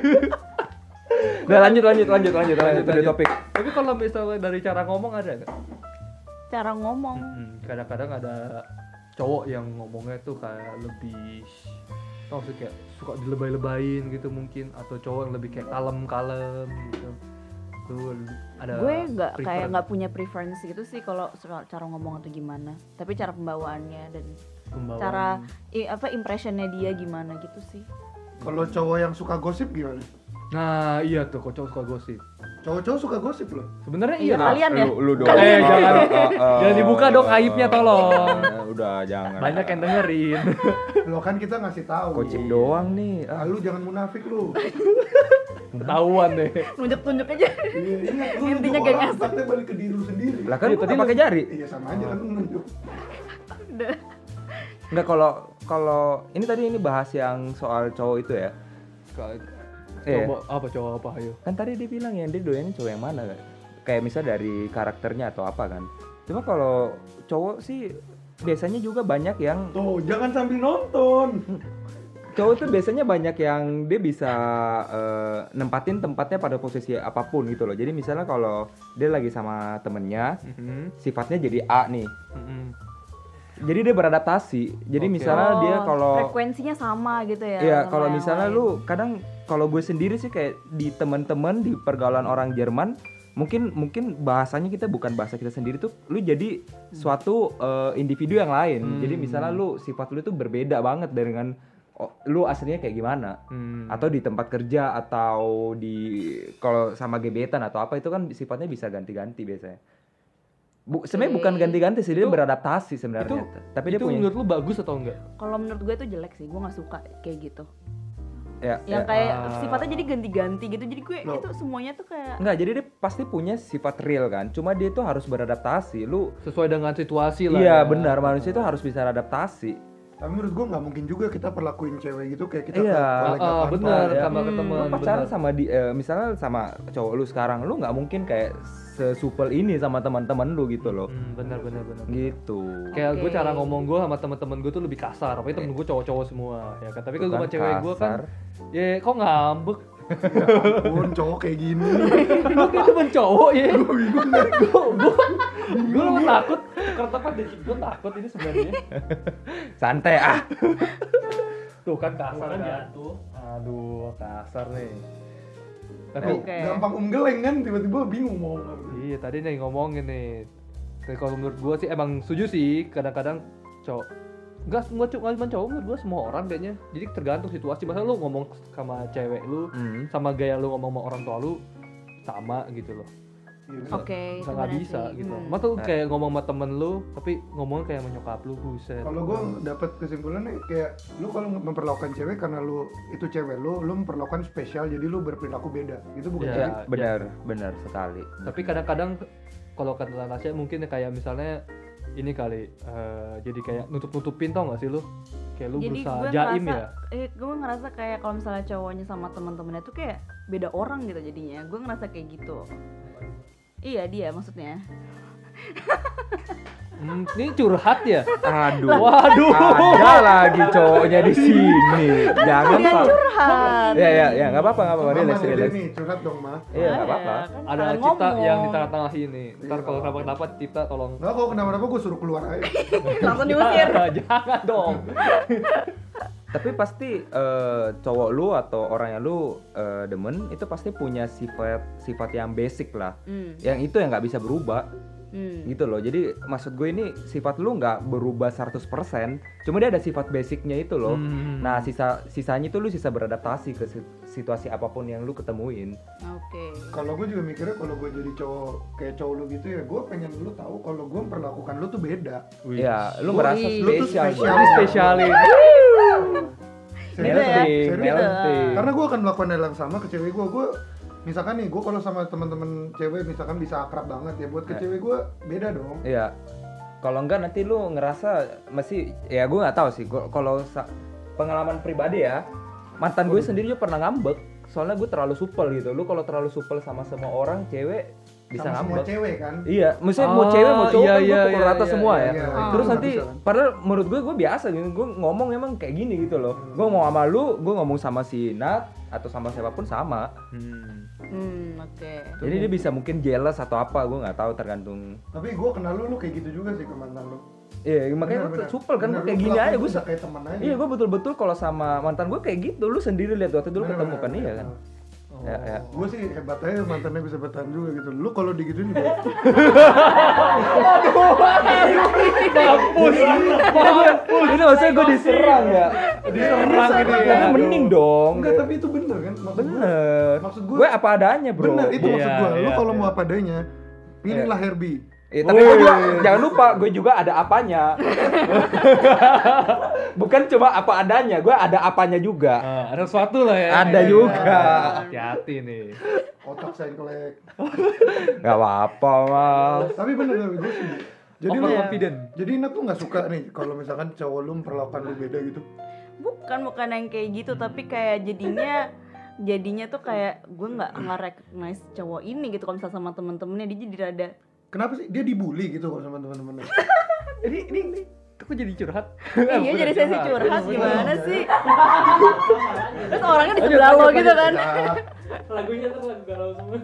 S4: Nah lanjut lanjut lanjut lanjut lanjut dari topik
S2: tapi kalau misalnya dari cara ngomong ada nggak
S1: cara ngomong
S2: Mm-mm. kadang-kadang ada cowok yang ngomongnya tuh kayak lebih tau sih kayak suka dilebay-lebayin gitu mungkin atau cowok yang lebih kayak kalem-kalem gitu tuh ada
S1: gue nggak kayak
S2: Iya, preference.
S1: nggak punya preference gitu sih kalau soal cara ngomong atau gimana tapi cara pembawaannya dan
S2: Pembawaan.
S1: cara i- apa impressionnya dia gimana gitu sih
S3: Kalau cowok yang suka gosip gimana?
S2: nah iya tuh kok cowok suka gosip
S3: Cowok-cowok suka gosip loh.
S2: sebenarnya iya
S1: Iya, kalian ya
S4: lu, lu dong
S2: Eh,
S1: kalian ya?
S2: jangan.
S4: Ah, ah, ah,
S2: Jangan dibuka dong
S4: ah, ah,
S2: aibnya,
S4: ah.
S2: tolong.
S4: udah jangan
S2: banyak yang dengerin
S3: Lo kan kita ngasih tahu.
S4: kocip doang nih ah.
S3: Ah, lu jangan munafik lu.
S2: ketahuan deh
S1: nunjuk-nunjuk aja
S3: Iya, iya, lu
S1: Intinya
S3: nunjuk
S1: geng
S3: orang,
S1: asem.
S3: tapi balik ke diri lu sendiri.
S4: lah kan
S2: Iya,
S4: gua
S2: tadi
S4: nggak pakai jari
S3: Iya sama aja kan lu nunjuk.
S1: Udah.
S4: nggak kalau kalau ini tadi ini bahas yang soal cowok itu ya Iya.
S2: coba apa coba apa ayo
S4: kan tadi dia bilang yang dia doyan cowok yang mana kan? kayak misal dari karakternya atau apa kan cuma kalau cowok sih biasanya juga banyak yang
S3: Tuh, jangan sambil nonton.
S4: cowok tuh biasanya banyak yang dia bisa eh, nempatin tempatnya pada posisi apapun gitu loh jadi misalnya kalau dia lagi sama temennya
S3: Mhm.
S4: sifatnya jadi A nih jadi dia beradaptasi jadi
S2: Oke.
S4: misalnya dia
S1: Oh,
S4: kalau
S1: frekuensinya sama gitu ya
S4: Iya,
S1: sama
S4: kalau
S1: yang
S4: misalnya
S1: lain.
S4: lu kadang kalau gue sendiri sih kayak di teman-teman di pergaulan orang Jerman, mungkin mungkin bahasanya kita bukan bahasa kita sendiri tuh lu jadi suatu eh, individu yang lain.
S2: Hmm.
S4: Jadi misalnya lu sifat lu tuh berbeda banget dengan oh, lu aslinya kayak gimana.
S2: Hmm.
S4: Atau di tempat kerja atau di kalau sama gebetan atau apa itu kan sifatnya bisa ganti-ganti biasanya. Bu, sebenarnya
S1: Oke.
S4: bukan ganti-ganti sih, dia
S2: Itu-
S4: beradaptasi sebenarnya.
S2: itu-
S4: Tapi dia
S2: itu
S4: punya
S2: menurut lu bagus atau enggak
S1: kalau menurut gue itu jelek sih gue nggak suka kayak gitu
S4: ya, ya.
S1: yang kayak
S2: Ah.
S1: sifatnya jadi ganti-ganti gitu jadi gue
S3: Loh.
S1: itu semuanya tuh kayak
S4: Enggak, jadi dia pasti punya sifat real kan. Cuma dia itu harus beradaptasi. Lu
S2: sesuai dengan situasi lah
S4: Iya,
S2: ya.
S4: benar. Manusia itu harus bisa adaptasi.
S3: Tapi menurut gua nggak mungkin juga kita perlakuin cewek gitu kayak kita
S4: Iya,
S2: ah,
S3: kolega kantor.
S2: benar
S4: ya.
S2: sama
S1: Hmm,
S2: keteman
S4: Lu pacaran
S2: benar.
S4: sama di eh, misalnya sama cowok lu sekarang, lu nggak mungkin kayak sesupel ini sama teman-teman lu gitu loh.
S2: Hmm, benar benar benar
S4: Gitu.
S2: kayak gue
S1: Oke.
S2: cara ngomong gue sama teman-teman gue tuh lebih kasar apalagi temen gue cowok-cowok semua ya kan tapi kalau gue sama
S4: Bukan
S2: cewek gue kan
S4: kasar.
S2: ya kok ngambek
S3: Ya Ampun, cowok kayak gini.
S2: lu kayak temen cowok ya gue bingung gue gue takut kertepat deh gue takut ini sebenarnya
S4: Santai ah.
S2: tuh kan kasar
S5: Orang
S2: kan
S5: jatuh.
S2: aduh kan. kasar nih tapi
S3: Tuh, Gampang umgeleng kan tiba-tiba bingung mau ngomong.
S2: Iya tadi nih ngomongin nih. Tapi kalau menurut gua sih emang setuju sih kadang-kadang cowok nggak semua cowok nggak cuma cowok menurut gua semua orang kayaknya. Jadi tergantung situasi. Masa lu ngomong sama cewek lu
S4: Hmm.
S2: sama gaya lu ngomong sama orang tua lu sama gitu loh. Bisa nggak
S1: oke sebenarnya
S2: bisa
S1: sih.
S2: gitu.
S1: Hmm.
S2: Masa lu kayak ngomong sama temen lu tapi ngomongnya kayak menyokap lu buset.
S3: Kalau gua dapat kesimpulannya kayak lu kalau memperlakukan cewek karena lu itu cewek lu, lu memperlakukan spesial jadi lu berperilaku beda. Itu bukan
S2: Iya.
S3: cewek.
S4: Ya, benar, benar sekali.
S2: tapi kadang-kadang kalau kata ya Tasya mungkin kayak misalnya ini kali eh, jadi kayak nutup-nutupin tau gak sih lu kayak lu
S1: Jadi
S2: berusaha
S1: gue
S2: jaim
S1: ngerasa,
S2: ya
S1: eh, gue ngerasa kayak kalau misalnya cowoknya sama teman-temannya tuh kayak beda orang gitu jadinya. Gue ngerasa kayak gitu. Iya dia maksudnya.
S2: Hmm, ini curhat ya
S4: Aduh.
S2: Waduh.
S4: Ada lagi cowoknya di sini. Jangan
S1: Dia
S4: Pak.
S1: curhat.
S4: Ya ya ya nggak apa-apa nggak apa-apa
S3: Mama
S4: relax
S3: gede
S4: relax.
S3: nih, curhat dong ma.
S4: Iya nggak apa-apa.
S1: kan
S2: ada
S1: salah
S2: cita
S1: ngomong.
S2: yang di tengah-tengah sini ntar
S3: Iya.
S2: kalau kenapa kenapa cita tolong
S3: Nggak kalau kenapa-napa gue suruh keluar aja.
S1: langsung
S2: Iya,
S1: diusir.
S2: jangan dong
S4: Tapi pasti eh, cowok lu atau orang yang lu eh, demen itu pasti punya sifat sifat yang basic lah.
S1: Hmm,
S4: Yang itu yang nggak bisa berubah
S1: hmm.
S4: gitu loh. Jadi maksud gue ini sifat lu nggak berubah 100%, cuma dia ada sifat basicnya itu loh.
S2: Hmm.
S4: Nah, sisa sisanya itu lu sisa beradaptasi ke si- situasi apapun yang lu ketemuin.
S1: Oke.
S3: Kalau gue juga mikirnya kalau gue jadi cowok kayak cowok lu gitu ya, gue pengen lu tahu kalau gue memperlakukan lu tuh beda.
S4: Ya, lu
S1: Wih.
S4: merasa
S1: Lu
S3: tuh
S4: spesial.
S3: spesial.
S4: Bang.
S2: ini spesialis
S1: Gitu ya?
S4: Melting,
S3: Serius.
S4: melting.
S3: Karena gue akan melakukan hal yang sama ke cewek gue. Gue misalkan nih, gue kalau sama teman-teman cewek misalkan bisa akrab banget ya. Buat ke
S4: Eh.
S3: cewek gue beda dong.
S4: Iya. Kalau enggak nanti lu ngerasa masih ya gue nggak tahu sih. Gua- Kalau sa- pengalaman pribadi ya, mantan gue sendiri juga pernah ngambek. Soalnya gue terlalu supel gitu. Lu kalau terlalu supel sama semua orang, cewek bisa
S3: sama semua
S4: ngambek.
S3: cewek kan.
S4: Iya, maksudnya mau
S2: Ah,
S4: cewek mau cowok
S2: iya,
S4: kan gue
S2: iya,
S4: pukul
S2: iya,
S4: rata
S2: iya,
S4: semua
S2: iya,
S4: ya.
S3: iya,
S1: iya.
S4: Terus
S3: Itu
S4: nanti
S3: nggak bisa kan?
S4: padahal menurut gue gue biasa gitu, gue ngomong emang kayak gini gitu loh.
S3: Hmm.
S4: Gue mau sama lu, gue ngomong sama si Nat atau sama siapapun sama.
S1: Hmm, oke.
S4: Jadi dia bisa mungkin jealous atau apa, gue nggak tahu tergantung.
S3: Tapi gue kenal lu, lu kayak gitu juga sih ke mantan lu.
S4: Iya, makanya gue
S3: Bener-bener.
S4: supel kan gue
S3: Bener,
S4: kayak
S3: lu
S4: gini
S3: kelakuan
S4: aja
S3: lu
S4: gue
S3: udah kayak ya? teman aja.
S4: Iya, gue betul-betul kalau sama mantan gue kayak gitu. Lu sendiri lihat waktu dulu ketemu kan iya kan. Ya, ya.
S3: Gue Oh, sih hebat aja mantannya bisa bertahan juga gitu. Lu kalau digituin juga.
S2: mampus mampus
S4: Ini maksudnya gue diserang ya.
S3: Iya,
S2: diserang gitu
S4: Tapi
S2: ya
S4: mending dong.
S3: Enggak, tapi itu bener kan? Maksud gua-
S4: Bener.
S3: Maksud gue-
S4: gue Eh, apa adanya, bro.
S3: Bener, itu maksud
S2: Iya,
S3: gue. Lu
S2: iya,
S3: kalau
S2: iya.
S3: mau apa adanya, pilihlah Herbie.
S4: Eh, tapi gue juga, jangan lupa, gue juga ada apanya. Bukan cuma apa adanya, gue ada apanya juga.
S2: Ah, ada sesuatu lah ya
S3: Iya,
S4: Ada juga.
S2: hati-hati nih
S3: Otak sengklek.
S4: Gak apa-apa, Mal.
S3: iya. tapi bener, bener gue sih. Jadi lu
S2: Overconfident.
S3: Jadi Nat tuh nggak suka nih kalau misalkan cowok lu memperlakukan lu beda gitu.
S1: Bukan bukan yang kayak gitu, tapi kayak jadinya jadinya tuh kayak gue nggak nggak recognize cowok ini gitu kalau misalnya sama temen-temennya dia jadi rada
S3: Kenapa sih dia dibully gitu kalau sama teman-temannya?
S2: ini ini ini aku jadi curhat
S1: iya jadi sesi curhat
S3: Iya,
S1: gimana
S3: iya.
S1: sih terus orangnya di sebelah lo gitu kan
S3: Nah,
S5: Lagunya tuh lagu galau semua.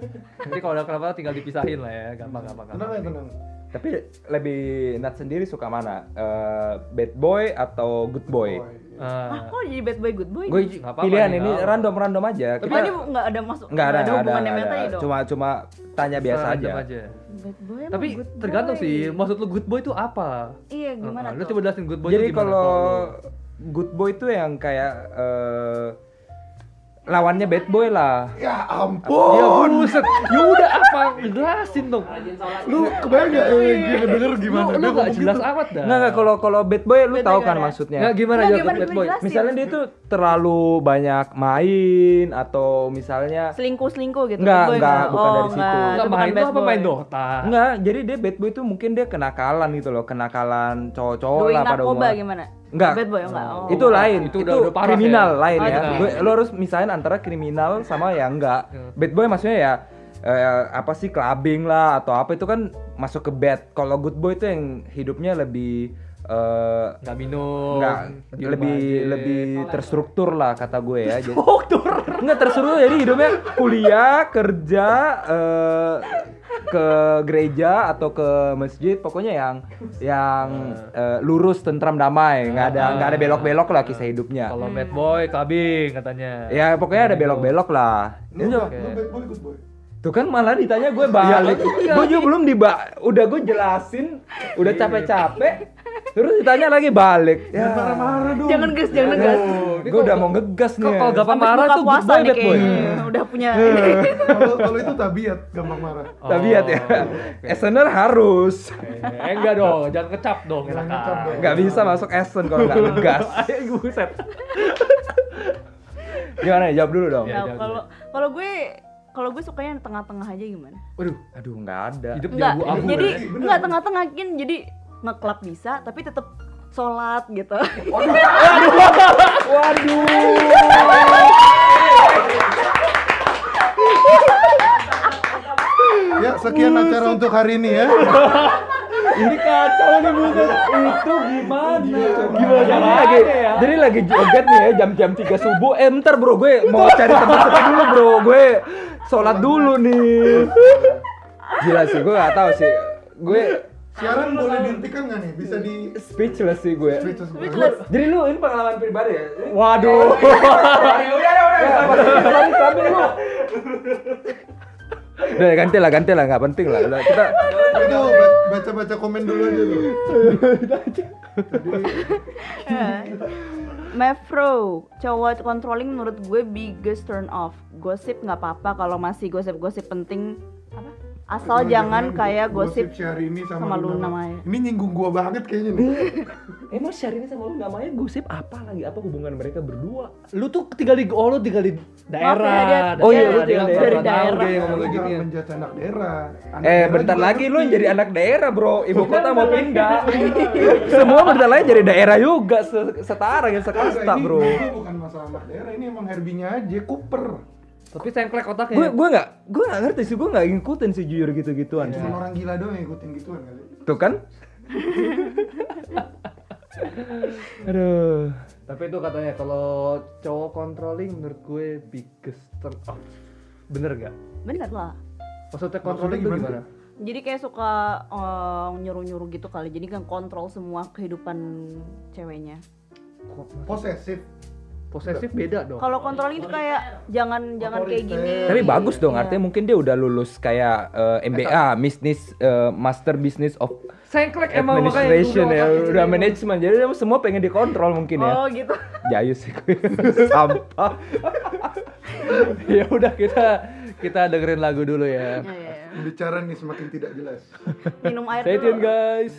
S2: nanti kalau udah kenapa tinggal dipisahin lah ya gampang gampang
S3: tenang
S2: gampang
S3: ya tenang.
S4: Tapi lebih Nat sendiri suka mana? Eh, bad boy atau good boy?
S3: Oh, iya.
S2: Ah,
S1: ah kok jadi bad boy good boy
S4: Gue
S2: Nggak apa-apa
S4: pilihan
S2: nih,
S4: ini
S2: nggak apa-apa.
S4: random-random aja.
S1: ya. tapi
S4: Kita-
S1: ini nggak ada masuk
S4: Nggak ada, nggak ada,
S1: hubungannya
S4: nggak
S1: sama
S4: ada.
S1: tadi dong
S4: Cuma cuma tanya biasa
S2: serendam
S4: aja.
S1: bad boy sama
S2: tapi
S1: good
S2: Ah, tergantung
S1: boy.
S2: sih maksud lu good boy itu apa
S1: iya gimana
S2: Ah, lu
S1: tuh
S2: coba jelasin good boy
S4: Jadi
S2: itu gimana
S4: kalau
S2: lu?
S4: good boy itu yang kayak eh, lawannya bad boy lah.
S3: Ya
S2: Ya
S3: ampun.
S2: buset, ya udah apa jelasin dong.
S3: Lu kebayang nggak eh, dia denger gimana?
S2: Lu, lu
S3: Dia
S2: gak
S3: ngomong
S2: jelas
S3: gitu.
S2: amat dah.
S4: Enggak enggak kalau kalau bad boy lu
S1: Bad boy
S4: tahu
S1: gimana?
S4: kan maksudnya.
S2: Nggak, gimana
S1: Nggak,
S2: aja
S1: gimana,
S2: bad
S1: gimana
S2: boy?
S1: jelasin?
S4: Misalnya dia tuh terlalu banyak main atau misalnya
S1: selingkuh selingkuh gitu
S4: ya. Nggak,
S1: Bad boy
S4: nggak, bukan
S1: Oh,
S4: dari situ.
S1: nggak, itu
S2: Enggak
S1: bukan
S2: main lu
S1: bad
S2: apa main
S1: boy.
S2: Dota?
S4: enggak, jadi dia bad boy itu mungkin dia kenakalan gitu loh, kenakalan cowok-cowok
S1: doing
S4: lah pada
S1: narkoba
S4: umumnya.
S1: gimana
S4: Nggak.
S1: bad boy oh, nggak oh.
S4: itu lain
S2: itu
S4: itu,
S2: udah- udah parah
S4: kriminal
S2: ya?
S4: lain
S1: Oh,
S4: ya
S1: itu
S4: Gue, lo harus misahin antara kriminal sama yang enggak
S2: Iya.
S4: bad boy maksudnya ya eh, apa sih clubbing lah atau apa itu kan masuk ke bad kalau good boy itu yang hidupnya lebih eh,
S2: Enggak minum.
S4: enggak
S2: di rumah
S4: lebih
S2: aja.
S4: lebih terstruktur lah kata gue ya struktur enggak terstruktur jadi hidupnya kuliah kerja eh, ke gereja atau ke masjid pokoknya yang yang eh, lurus tentram damai nggak ada nggak ada belok-belok lah kisah hidupnya
S2: Kalau bad boy clubbing katanya.
S4: ya pokoknya ada belok-belok lah
S3: Lu, lu bad boy good boy.
S4: Tuh kan malah ditanya gue balik. gue juga belum diba udah gue jelasin,
S3: Iya,
S4: udah capek-capek. Terus ditanya lagi balik. Ya.
S6: Iya.
S3: Marah-marah dong.
S1: jangan gas jangan gas
S4: gue udah mau ngegas nih.
S2: Kok kalau gampang
S1: Habis
S2: marah
S1: buka
S2: tuh good
S1: puasa
S2: boy
S1: nih
S2: bad boy.
S1: kayaknya Iya, udah punya
S4: Eh.
S3: Eh, Kalau kalau itu tabiat gampang marah.
S2: Oh,
S4: Tabiat ya.
S2: oke.
S4: Esener harus.
S2: Eh, enggak dong, jangan kecap dong.
S3: Jangan kecap dong.
S4: Gak bisa masuk esen kalau nggak ngegas.
S2: Ayo buset.
S4: Gimana? ya? Jawab dulu dong.
S3: Ya,
S2: Iya.
S1: Nah,
S2: jangan.
S1: kalau kalau gue kalau gue sukanya yang tengah-tengah aja gimana
S4: Waduh, aduh nggak ada.
S2: Hidup
S1: Enggak,
S2: abu-abu.
S1: jadi
S3: berarti, bener.
S1: enggak tengah-tengah kan jadi ngeklap bisa tapi tetap sholat gitu.
S3: Ya, sekian acara untuk hari ini ya.
S4: Ini kacau nih buset. Itu gimana?
S2: Gimana
S4: Jadi
S2: caranya
S4: lagi,
S2: ya?
S4: jadi lagi joget nih ya jam-jam 3 subuh. Eh bentar bro, gue mau cari tempat sepi dulu bro. Gue sholat dulu nih. Gila sih, gue gak tahu sih. Gue
S3: Siaran boleh dihentikan nggak nih? Bisa di
S4: speechless sih gue.
S3: Speechless.
S4: Jadi lu ini pengalaman pribadi ya?
S2: Waduh.
S4: Udah ganti lah, ganti lah, nggak penting lah. Udah, Nah, Kita
S3: Itu ba- baca-baca komen dulu aja dulu.
S1: Mevro, Eh, cowok controlling menurut gue biggest turn off. Gosip nggak apa-apa kalau masih gosip-gosip penting apa?
S3: Iya,
S1: Asal jangan kayak gosip
S3: si hari ini sama,
S1: sama Luna Maya.
S3: Ini nyinggung gua banget kayaknya nih.
S4: Emang Syahrini sama lu namanya gosip apa lagi? Apa hubungan mereka berdua?
S11: Lu tuh tinggal di oh, lu tinggal di daerah.
S1: ya, dia-
S11: Oh iya,
S1: dia-
S11: lu tinggal di
S1: dari
S11: daerah.
S1: daerah.
S2: Dia ngomong
S3: Lu
S2: kayak gini
S3: jangan
S2: ya.
S3: menjat anak daerah. Anak
S4: Eh,
S3: daerah
S4: bentar
S3: juga
S4: lagi lu
S3: ngerti.
S4: jadi anak daerah, Bro. Ibu kota mau pindah. Semua bentar lagi jadi daerah juga se- setara ya
S3: Kagak,
S4: sekasta,
S3: ini
S4: Bro.
S3: ini bukan masalah anak daerah, ini emang herbinya aja Cooper.
S2: Tapi sengklek otaknya.
S4: Gue gue enggak gue enggak ngerti sih, gue enggak ngikutin sih jujur gitu-gituan.
S3: Cuma orang gila doang yang ngikutin gituan kali.
S4: Tuh kan? Aduh.
S2: Tapi itu katanya kalau cowok controlling menurut gue biggest turn off. Bener gak?
S1: Bener lah.
S2: Maksudnya controlling itu
S3: gimana
S2: gimana?
S1: Jadi kayak suka eh, nyuruh-nyuruh gitu kali. Jadi kan kontrol semua kehidupan ceweknya.
S3: Posesif.
S2: Posesif beda dong.
S1: Kalau controlling itu kayak jangan jangan kayak gini.
S4: Tapi bagus dong,
S1: Iya.
S4: artinya mungkin dia udah lulus kayak eh, MBA, bisnis eh, Master Business of
S2: Sengklek emang makanya itu
S4: Administration
S2: udah
S4: ya,
S2: otaknya
S4: udah
S2: jadi-
S4: manajemen. Jadi dia semua pengen dikontrol mungkin ya.
S1: Oh gitu.
S4: Jayus sih gue. Sampah.
S2: ya udah kita kita dengerin lagu dulu ya.
S1: Iya, iya, iya.
S3: Bicara nih semakin tidak jelas.
S1: Minum air
S2: Stay tune
S1: dulu.
S2: guys.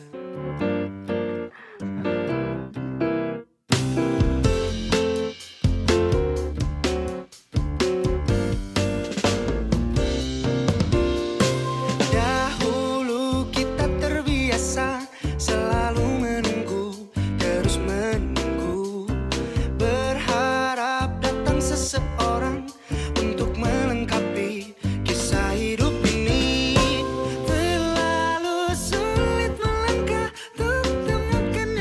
S12: Dahulu kita terbiasa selalu menunggu, terus menunggu, berharap datang seseorang untuk melengkapi kisah hidup ini. Terlalu sulit melangkah.
S6: Ah,
S12: kan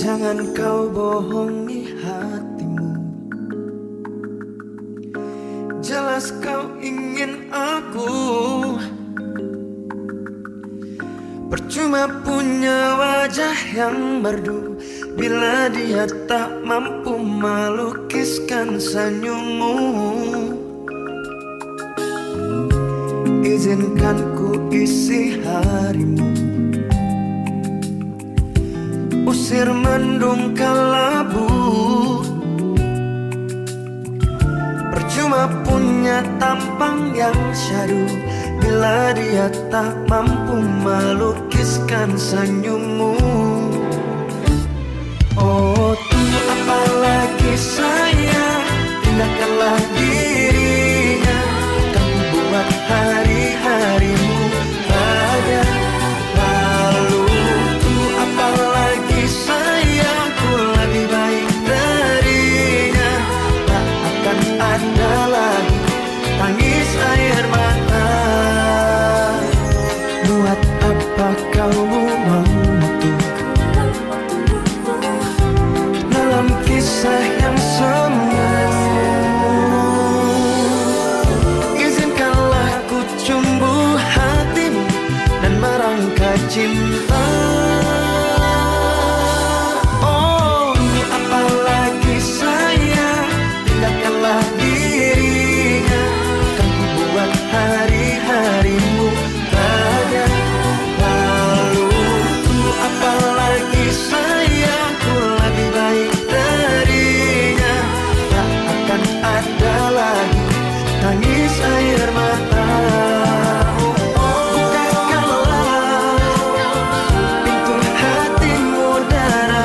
S6: Jangan kau bohongi hatimu Jelas kau ingin aku Percuma punya wajah yang merdu Bila dia tak mampu melukiskan senyummu Izinkan ku isi harimu Usir mendung kelabu Percuma punya tampang yang syadu Bila dia tak mampu melukiskan senyummu Oh tunggu apa lagi sayang Pindahkanlah dirinya Akan buat hari-harimu pada lalu Tunggu apa lagi sayang Ku lebih baik darinya Tak akan ada lagi Tangis air mata Buat apa kau mengutuk dalam kisah yang semu Izinkanlah ku cumbu hatimu dan merangkai cinta Oh, untuk apa lagi sayang, tinggalkanlah dirinya Kan ku buat hari-harimu pada lalu Untuk apa lagi sayang, ku lebih baik darinya Tak akan ada lagi tangis air mata Bukakanlah pintu hatimu dara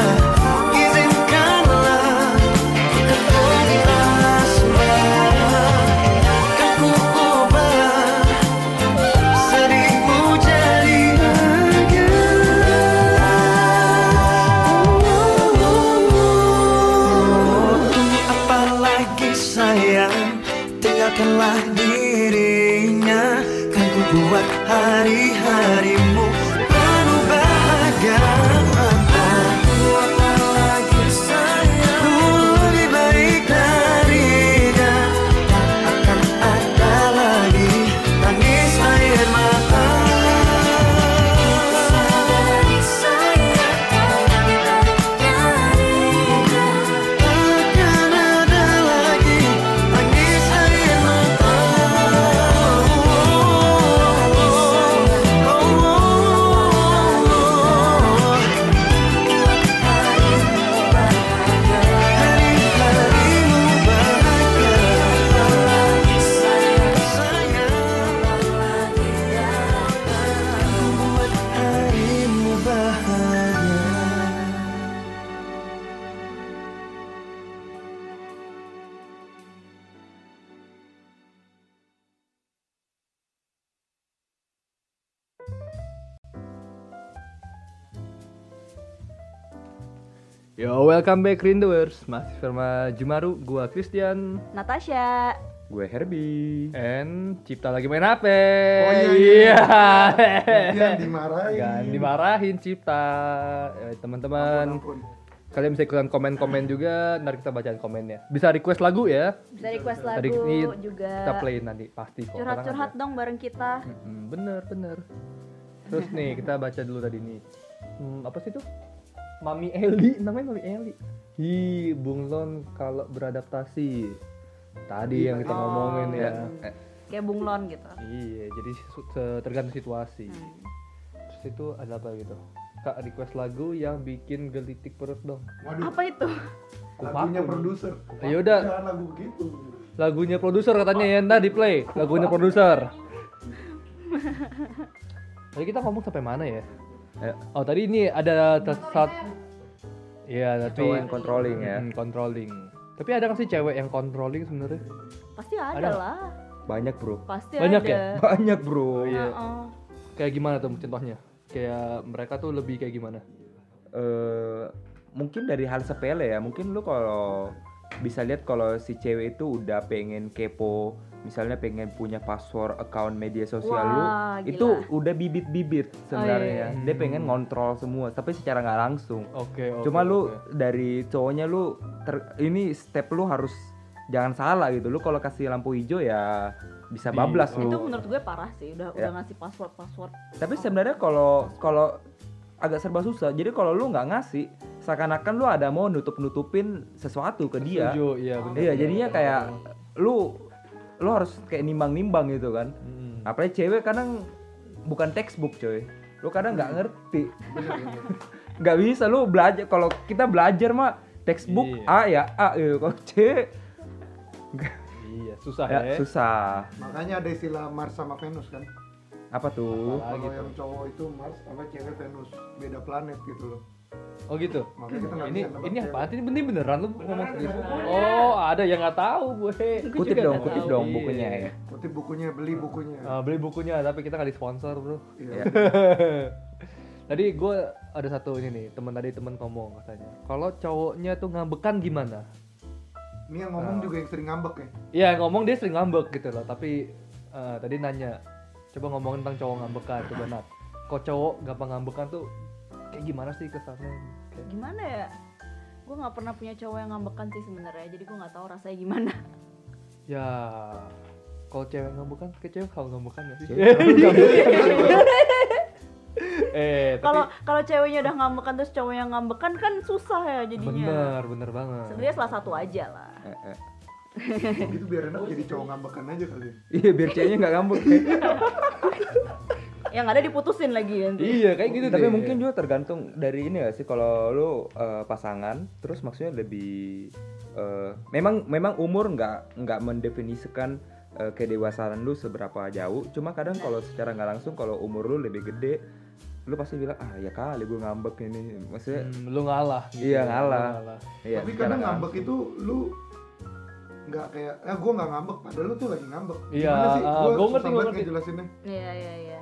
S6: Izinkanlah ketemu kita asmara Kan ku ubah sedihmu jadi bahagia apalagi sayang tinggalkanlah dirinya kan ku buat hari-harimu penuh bahagia apalagi sayang ku lebih baik darinya tak akan ada lagi tangis air mata Takkan ada lagi tangis air mata. Hari-harimu bahagia, sayang. Buat harimu bahagia.
S2: Yo, welcome back Rinduers. Masih sama Jumaru, gua Christian,
S1: Natasha
S2: Oh,
S4: Gue Herbie.
S2: and Cipta lagi main HP.
S3: Oh, iya, iya. Gantian dimarahin.
S2: Jangan dimarahin Cipta. Eh, teman-teman,
S3: Ampun, ampun.
S2: kalian bisa ikutan komen-komen juga, ntar kita bacaan komennya. Bisa request lagu ya.
S1: bisa request
S2: Tadi
S1: lagu
S2: ini Kita
S1: juga
S2: playin nanti pasti kok. tenang
S1: curhat-curhat
S2: aja.
S1: dong bareng kita
S2: Mm-mm, bener, bener. Terus nih, kita baca dulu tadi nih. Hmm, apa sih itu? Mami Eli, namanya Mami Eli. Hi, Bung Lon kalau beradaptasi. Tadi yang kita
S1: Oh.
S2: ngomongin ya.
S4: Eh,
S1: kayak bunglon gitu
S2: Iya, jadi su- se- tergantung situasi.
S1: Hmm.
S2: Terus itu ada apa gitu? Kak request lagu yang bikin gelitik perut dong.
S3: Waduh,
S1: apa itu
S3: lagunya
S2: Kupaku.
S3: produser.
S2: Ya udah.
S3: Jangan lagu begitu.
S2: Lagunya produser katanya ya, ntar di play. Lagunya produser. Tadi kita ngomong sampai mana ya?
S4: Eh,
S2: Oh tadi ini ada saat Iya, tapi
S4: cowok yang controlling ya.
S2: Hmm, controlling. Tapi ada nggak sih cewek yang controlling sebenarnya?
S1: pasti ada,
S2: Ada.
S1: lah
S4: Banyak, Bro.
S1: pasti
S2: Banyak
S1: ada Oh,
S2: ya?
S4: Banyak, Bro.
S2: Iya.
S1: Heeh.
S2: Kayak gimana tuh contohnya? Kayak mereka tuh lebih kayak gimana?
S4: eh mungkin dari hal sepele ya mungkin lu kalau bisa lihat kalau si cewek itu udah pengen kepo misalnya pengen punya password account media sosial lu
S1: Wah, gila. Oh,
S4: itu udah bibit-bibit sebenarnya
S2: iya.
S4: dia pengen ngontrol semua tapi secara nggak langsung
S2: Oke, oke.
S4: cuma lu
S2: oke.
S4: dari cowoknya lu ter- ini step lu harus jangan salah gitu lu kalau kasih lampu hijau ya bisa
S2: Di-
S4: bablas lu
S1: itu menurut gue parah sih
S2: Iya.
S1: udah
S4: Ya.
S1: udah ngasih password password
S4: tapi sebenarnya kalau kalau agak serba susah jadi kalau lu nggak ngasih seakan-akan lu ada mau nutup nutupin sesuatu ke dia
S2: Setuju, iya benar.
S4: iya jadinya kayak lu lu harus kayak nimbang-nimbang gitu kan apalagi cewek kadang bukan textbook coy lu kadang
S2: Mm.
S4: nggak ngerti nggak bisa lu belajar kalau kita belajar mah textbook
S2: Iya.
S4: A ya A gitu kalau cewek
S2: Iya, susah
S4: ya,
S2: ya.
S4: susah
S3: Makanya ada istilah Mars sama Venus kan.
S4: apa tuh
S2: Ah,
S3: Kalau
S2: gitu.
S3: yang cowok itu Mars, apa cewek Venus, beda planet gitu loh.
S2: Oh gitu.
S3: Makanya kita nggak
S2: ini
S3: bisa nebak
S2: ini
S3: cewek.
S2: apa? Ini bener beneran lu ngomong serius. Oh, ada yang nggak tahu gue. Gue
S4: kutip
S2: juga
S4: dong
S2: nggak
S4: kutip
S2: tahu.
S4: dong
S2: Iya.
S4: bukunya ya
S3: Kutip bukunya, beli bukunya.
S2: Ah, beli bukunya tapi kita nggak disponsor bro.
S3: Iya.
S2: tadi gue ada satu ini nih teman tadi teman ngomong katanya. Kalau cowoknya tuh ngambekan gimana?
S3: Ini yang
S2: Ah.
S3: ngomong juga yang sering ngambek ya.
S2: Iya ngomong dia sering ngambek gitu loh, tapi eh, tadi nanya, coba ngomongin tentang cowok ngambekan, coba Nat. Kok cowok gampang ngambekan tuh kayak gimana sih kesannya? Kayak-
S1: gimana ya gue nggak pernah punya cowok yang ngambekan sih sebenarnya jadi gue nggak tahu rasanya gimana
S2: Ya, kalau cewek ngambekan, kayak cewek kalau ngambekan gak sih? Iya. eh, tapi
S1: kalau kalau ceweknya udah ngambekan terus cowok yang ngambekan kan susah ya jadinya
S2: bener, bener banget.
S1: sebenarnya salah satu aja lah
S4: Eh, eh.
S3: Kalau gitu biar enak jadi cowok ngambekan aja kali. ya.
S4: iya biar ceweknya nggak ngambek
S1: yang ada diputusin lagi nanti
S2: Iya, kayak gitu
S4: tapi
S2: deh.
S4: mungkin juga tergantung dari ini gak sih kalau lu eh, pasangan terus maksudnya lebih eh, memang memang umur nggak nggak mendefinisikan eh, kedewasaan lu seberapa jauh cuma kadang kalau secara nggak langsung kalau umur lu lebih gede lu pasti bilang ah ya kali gue ngambek ini maksudnya
S2: Hmm, lu ngalah.
S4: Iya,
S2: Lu
S4: ngalah. iya,
S3: Tapi
S4: secara
S3: kadang
S4: nggak
S3: ngambek
S4: langsung.
S3: itu lu nggak kayak, eh gue nggak ngambek, padahal lu tuh lagi ngambek.
S2: Iya,
S3: Gimana sih?
S2: ah,
S3: Gua
S2: gua
S3: susah
S2: ngerti, gua
S3: banget
S2: ngerti.
S3: ngejelasinnya.
S1: iya iya iya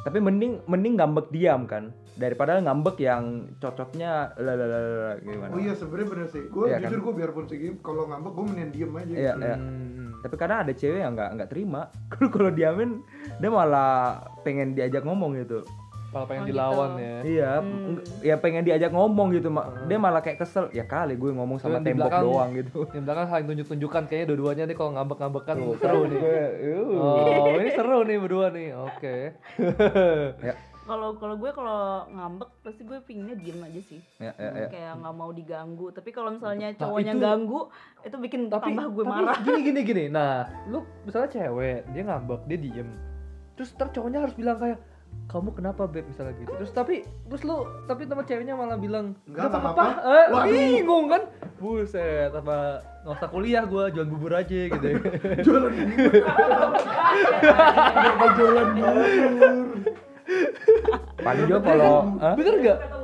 S4: tapi mending mending ngambek diam kan daripada ngambek yang cocoknya lalalala gimana
S3: Oh iya sebenarnya bener sih. Gue
S4: Iya kan?
S3: jujur gue biarpun segini, kalau ngambek gue mending diem aja.
S4: Iya, iya.
S2: Hmm.
S4: tapi kadang ada cewek yang nggak nggak terima kalau kalau diamin dia malah pengen diajak ngomong gitu
S2: Kalau pengen
S1: Oh, gitu.
S2: dilawan ya. Hmm.
S4: iya nggak- ya pengen diajak ngomong gitu Ma- dia malah kayak kesel ya kali gue ngomong sama
S2: Cuman di
S4: tembok
S2: belakang-
S4: doang gitu Oh,
S2: Di belakang saling tunjuk-tunjukkan kayaknya dua-duanya nih kalau ngambek-ngambekan
S4: Iya.
S2: seru nih.
S4: Gue, uh.
S2: Oh, ini seru nih berdua nih. Oke.
S4: Ya,
S1: kalau kalau gue kalau ngambek pasti gue pinginnya diem aja sih
S4: ya, ya, ya.
S1: kayak nggak mau diganggu tapi kalau misalnya
S2: Nah,
S1: cowoknya
S2: itu-
S1: ganggu itu bikin
S2: Tapi
S1: tambah gue
S2: tapi
S1: marah
S2: Gini gini gini. Nah, lu misalnya cewek, dia ngambek, dia diem. Terus ntar cowoknya harus bilang kayak kamu kenapa beb misalnya gitu terus tapi terus lu tapi teman ceweknya malah bilang
S3: Enggak,
S2: "Nggak
S3: nggak
S2: apa-apa." eh, bingung kan buset apa nggak usah kuliah gua jual bubur aja gitu ya.
S3: Jualan bubur. Kenapa jualan bubur?
S2: Iya,
S4: paling juga kalau Hah?
S2: bener nggak
S3: kan?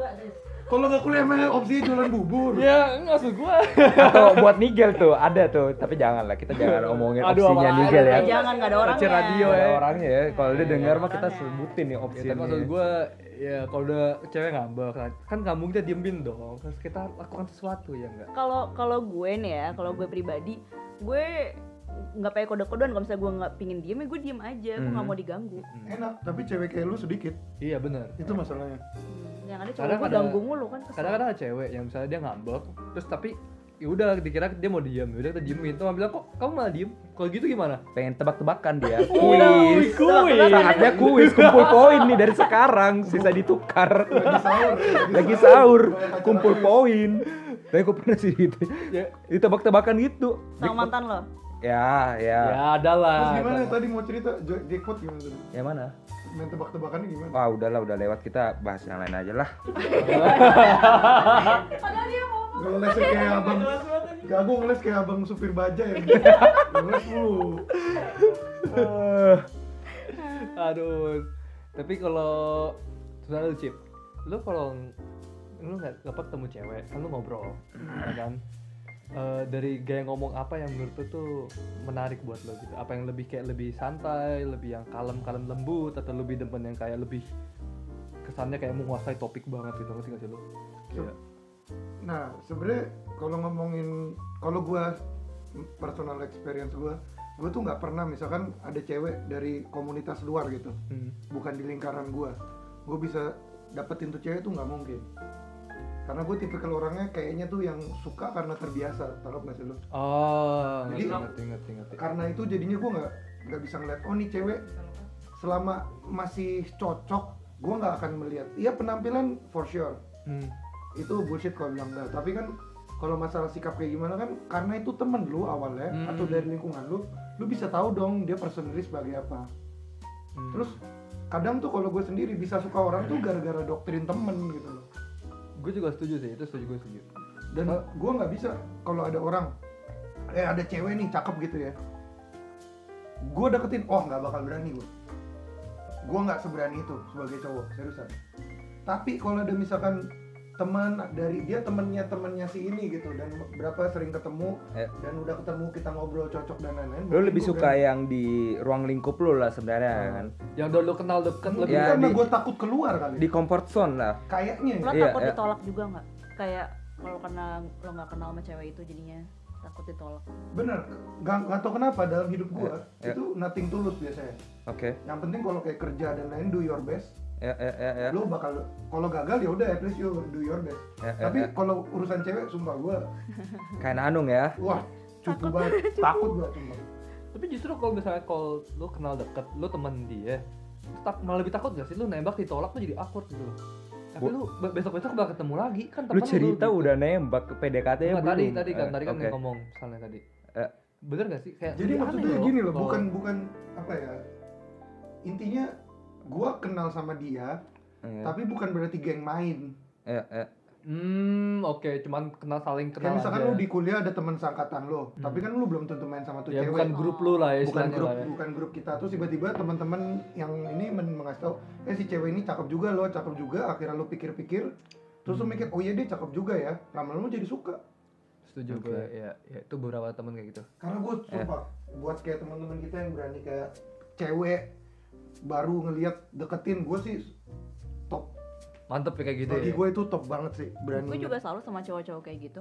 S3: Kalau nggak kuliah emang opsinya jualan bubur.
S2: ya maksud gua
S4: atau buat nigel tuh ada tuh tapi jangan lah kita jangan omongin
S2: Aduh,
S4: opsinya
S2: apalagi
S4: nigel ya
S1: Eh, jangan nggak ada orangnya
S2: Kecil radio
S4: Ada
S2: ya
S4: orangnya ya kalau dia dengar mah kita
S1: orangnya.
S4: sebutin nih
S2: Ya, tapi
S4: opsinya
S2: maksud gue ya kalau udah cewek ngambek kan kan nggak mungkin kita diemin dong terus kita lakukan sesuatu ya enggak
S1: kalau kalau gue nih ya kalau gue pribadi gue nggak pakai kode-kodean kalau misalnya gue nggak pingin diem ya gue diem aja gue
S4: Hmm.
S1: nggak mau diganggu
S3: Enak, tapi cewek kayak lu sedikit.
S2: iya bener
S3: Itu masalahnya.
S1: yang ada cowok
S2: Kadang
S1: gue
S2: ada-
S1: ganggu mulu kan kesel.
S2: kadang-kadang ada cewek yang misalnya dia ngambek terus tapi ya udah dikira dia mau diem ya udah kita diemin tuh bilang kok kamu malah diem kalau gitu gimana
S4: pengen tebak-tebakan dia
S1: Iya,
S2: Wih,
S4: kuis saatnya kuis kumpul poin nih dari sekarang sisa ditukar
S3: Lagi sahur.
S4: lagi sahur kumpul poin tapi gue pernah sih gitu
S2: Ya.
S4: ditebak-tebakan gitu
S1: sama mantan lo
S4: ya ya
S2: ya ada lah
S3: Terus gimana tadi mau cerita Jo- jackpot gimana tadi?
S4: yang Ya, mana
S3: Main tebak-tebakannya gimana?
S4: wah udahlah udah lewat kita bahas yang lain aja lah
S3: Ngeles kayak abang Jago ngeles kayak abang supir baja ya Ngeles lu
S2: aduh tapi kalau sebenarnya lu cip lu kalau lu nggak dapat ketemu cewek kan lu ngobrol ya kan Eh, dari gaya ngomong apa yang menurut lu tuh menarik buat lo gitu apa yang lebih kayak lebih santai lebih yang kalem kalem lembut atau lebih
S3: Iya.
S2: demen yang kayak lebih kesannya kayak menguasai topik banget gitu ngerti gak sih lu Kayak,
S3: Nah, sebenarnya kalau ngomongin kalau gua personal experience gua, gua tuh nggak pernah misalkan ada cewek dari komunitas luar gitu. Bukan di lingkaran gua. Gua bisa dapetin tuh cewek tuh nggak mungkin. Karena gue tipikal orangnya kayaknya tuh yang suka karena terbiasa, tarap nggak sih lu?
S2: Oh,
S3: Jadi-
S2: ngerti, ngerti, ngerti, ngerti.
S3: Karena itu jadinya gua nggak nggak bisa ngeliat, oh nih cewek selama masih cocok, gua nggak akan melihat. Iya penampilan for sure,
S2: Hmm.
S3: itu bullshit kalau bilang enggak tapi kan kalau masalah sikap kayak gimana kan karena itu temen lu awalnya
S2: Hmm.
S3: atau dari lingkungan lu lu bisa tahu dong dia personally sebagai apa
S2: Hmm.
S3: terus kadang tuh kalau gue sendiri bisa suka orang tuh gara-gara doktrin temen gitu loh
S2: gue juga setuju sih, itu setuju gue setuju.
S3: dan
S2: Oh.
S3: gue nggak bisa kalau ada orang eh ada cewek nih cakep gitu ya gue deketin oh nggak bakal berani gue gue nggak seberani itu sebagai cowok seriusan tapi kalau ada misalkan teman dari dia temennya temennya si ini gitu dan berapa sering ketemu
S4: Ya.
S3: dan udah ketemu kita ngobrol cocok dan lain-lain
S4: Lu
S3: mungkin
S4: lebih
S3: gua
S4: suka ya?
S3: berani.
S4: yang di ruang lingkup lu lah sebenarnya kan.
S2: Yang dulu kenal deket
S3: Mungkin
S4: Ya,
S2: lebih
S3: Ah. Iya, karena
S4: di-
S3: gue takut keluar kali
S4: Di comfort zone lah.
S3: kayaknya ya.
S1: Lo
S4: Iya,
S1: takut
S4: iya.
S1: ditolak juga nggak? Kayak kalau kena lo nggak kenal sama cewek itu jadinya takut ditolak.
S3: bener nggak nggak tau kenapa dalam hidup gue
S4: Ya, ya.
S3: itu nothing tulus biasanya
S4: Oke.
S3: yang penting kalau kayak kerja dan lain do your best
S4: Ya ya ya ya.
S3: lo bakal kalau gagal ya udah at least you do your best
S2: Eh,
S4: Ya, ya,
S3: tapi
S4: ya.
S3: kalau urusan cewek sumpah gua
S4: Kayak Anung ya.
S3: wah cupu banget takut gua sumpah
S2: Tapi justru kalau misalnya kalau lu kenal deket, lu temen dia, terus tak, malah lebih takut gak sih lu nembak ditolak tuh jadi awkward gitu. loh.
S4: Gua-
S2: Tapi lu be- besok-besok bakal ketemu lagi kan temen
S4: Lu cerita
S2: gitu.
S4: udah nembak ke PDKT ya
S2: Nggak,
S4: belum?
S2: tadi tadi kan
S4: Eh,
S2: tadi kan
S4: oke.
S2: yang ngomong misalnya tadi.
S4: Eh.
S2: Bener gak sih? Kayak
S3: jadi
S2: lebih
S3: maksudnya
S2: aneh
S3: gini loh
S2: kalau-
S3: bukan bukan apa ya intinya gua kenal sama dia
S4: Iya.
S3: tapi bukan berarti geng main
S4: Ya ya.
S2: Iya, Hmm, oke, cuman kenal saling kenal.
S3: kayak misalkan
S2: aja.
S3: lu di kuliah ada teman seangkatan lo
S2: Hmm.
S3: tapi kan lu belum tentu main sama tuh
S2: ya
S3: cewek
S2: bukan grup lu lah ya
S3: bukan
S2: istilahnya
S3: grup
S2: lah ya.
S3: bukan grup kita terus tiba-tiba teman-teman yang ini men- mengasih tahu eh si cewek ini cakep juga loh cakep juga akhirnya lo pikir-pikir terus
S2: Hmm.
S3: lo mikir oh iya dia cakep juga ya lama-lama jadi suka
S2: Setuju
S4: Oke.
S2: gue, ya, ya itu beberapa temen kayak gitu.
S3: karena gue sumpah buat kayak teman-teman kita yang berani kayak cewek baru ngelihat deketin gue sih top
S2: Mantep ya kayak gitu.
S3: bagi
S2: ya.
S3: gue itu top banget sih berani
S1: Gue juga selalu sama cowok-cowok kayak gitu.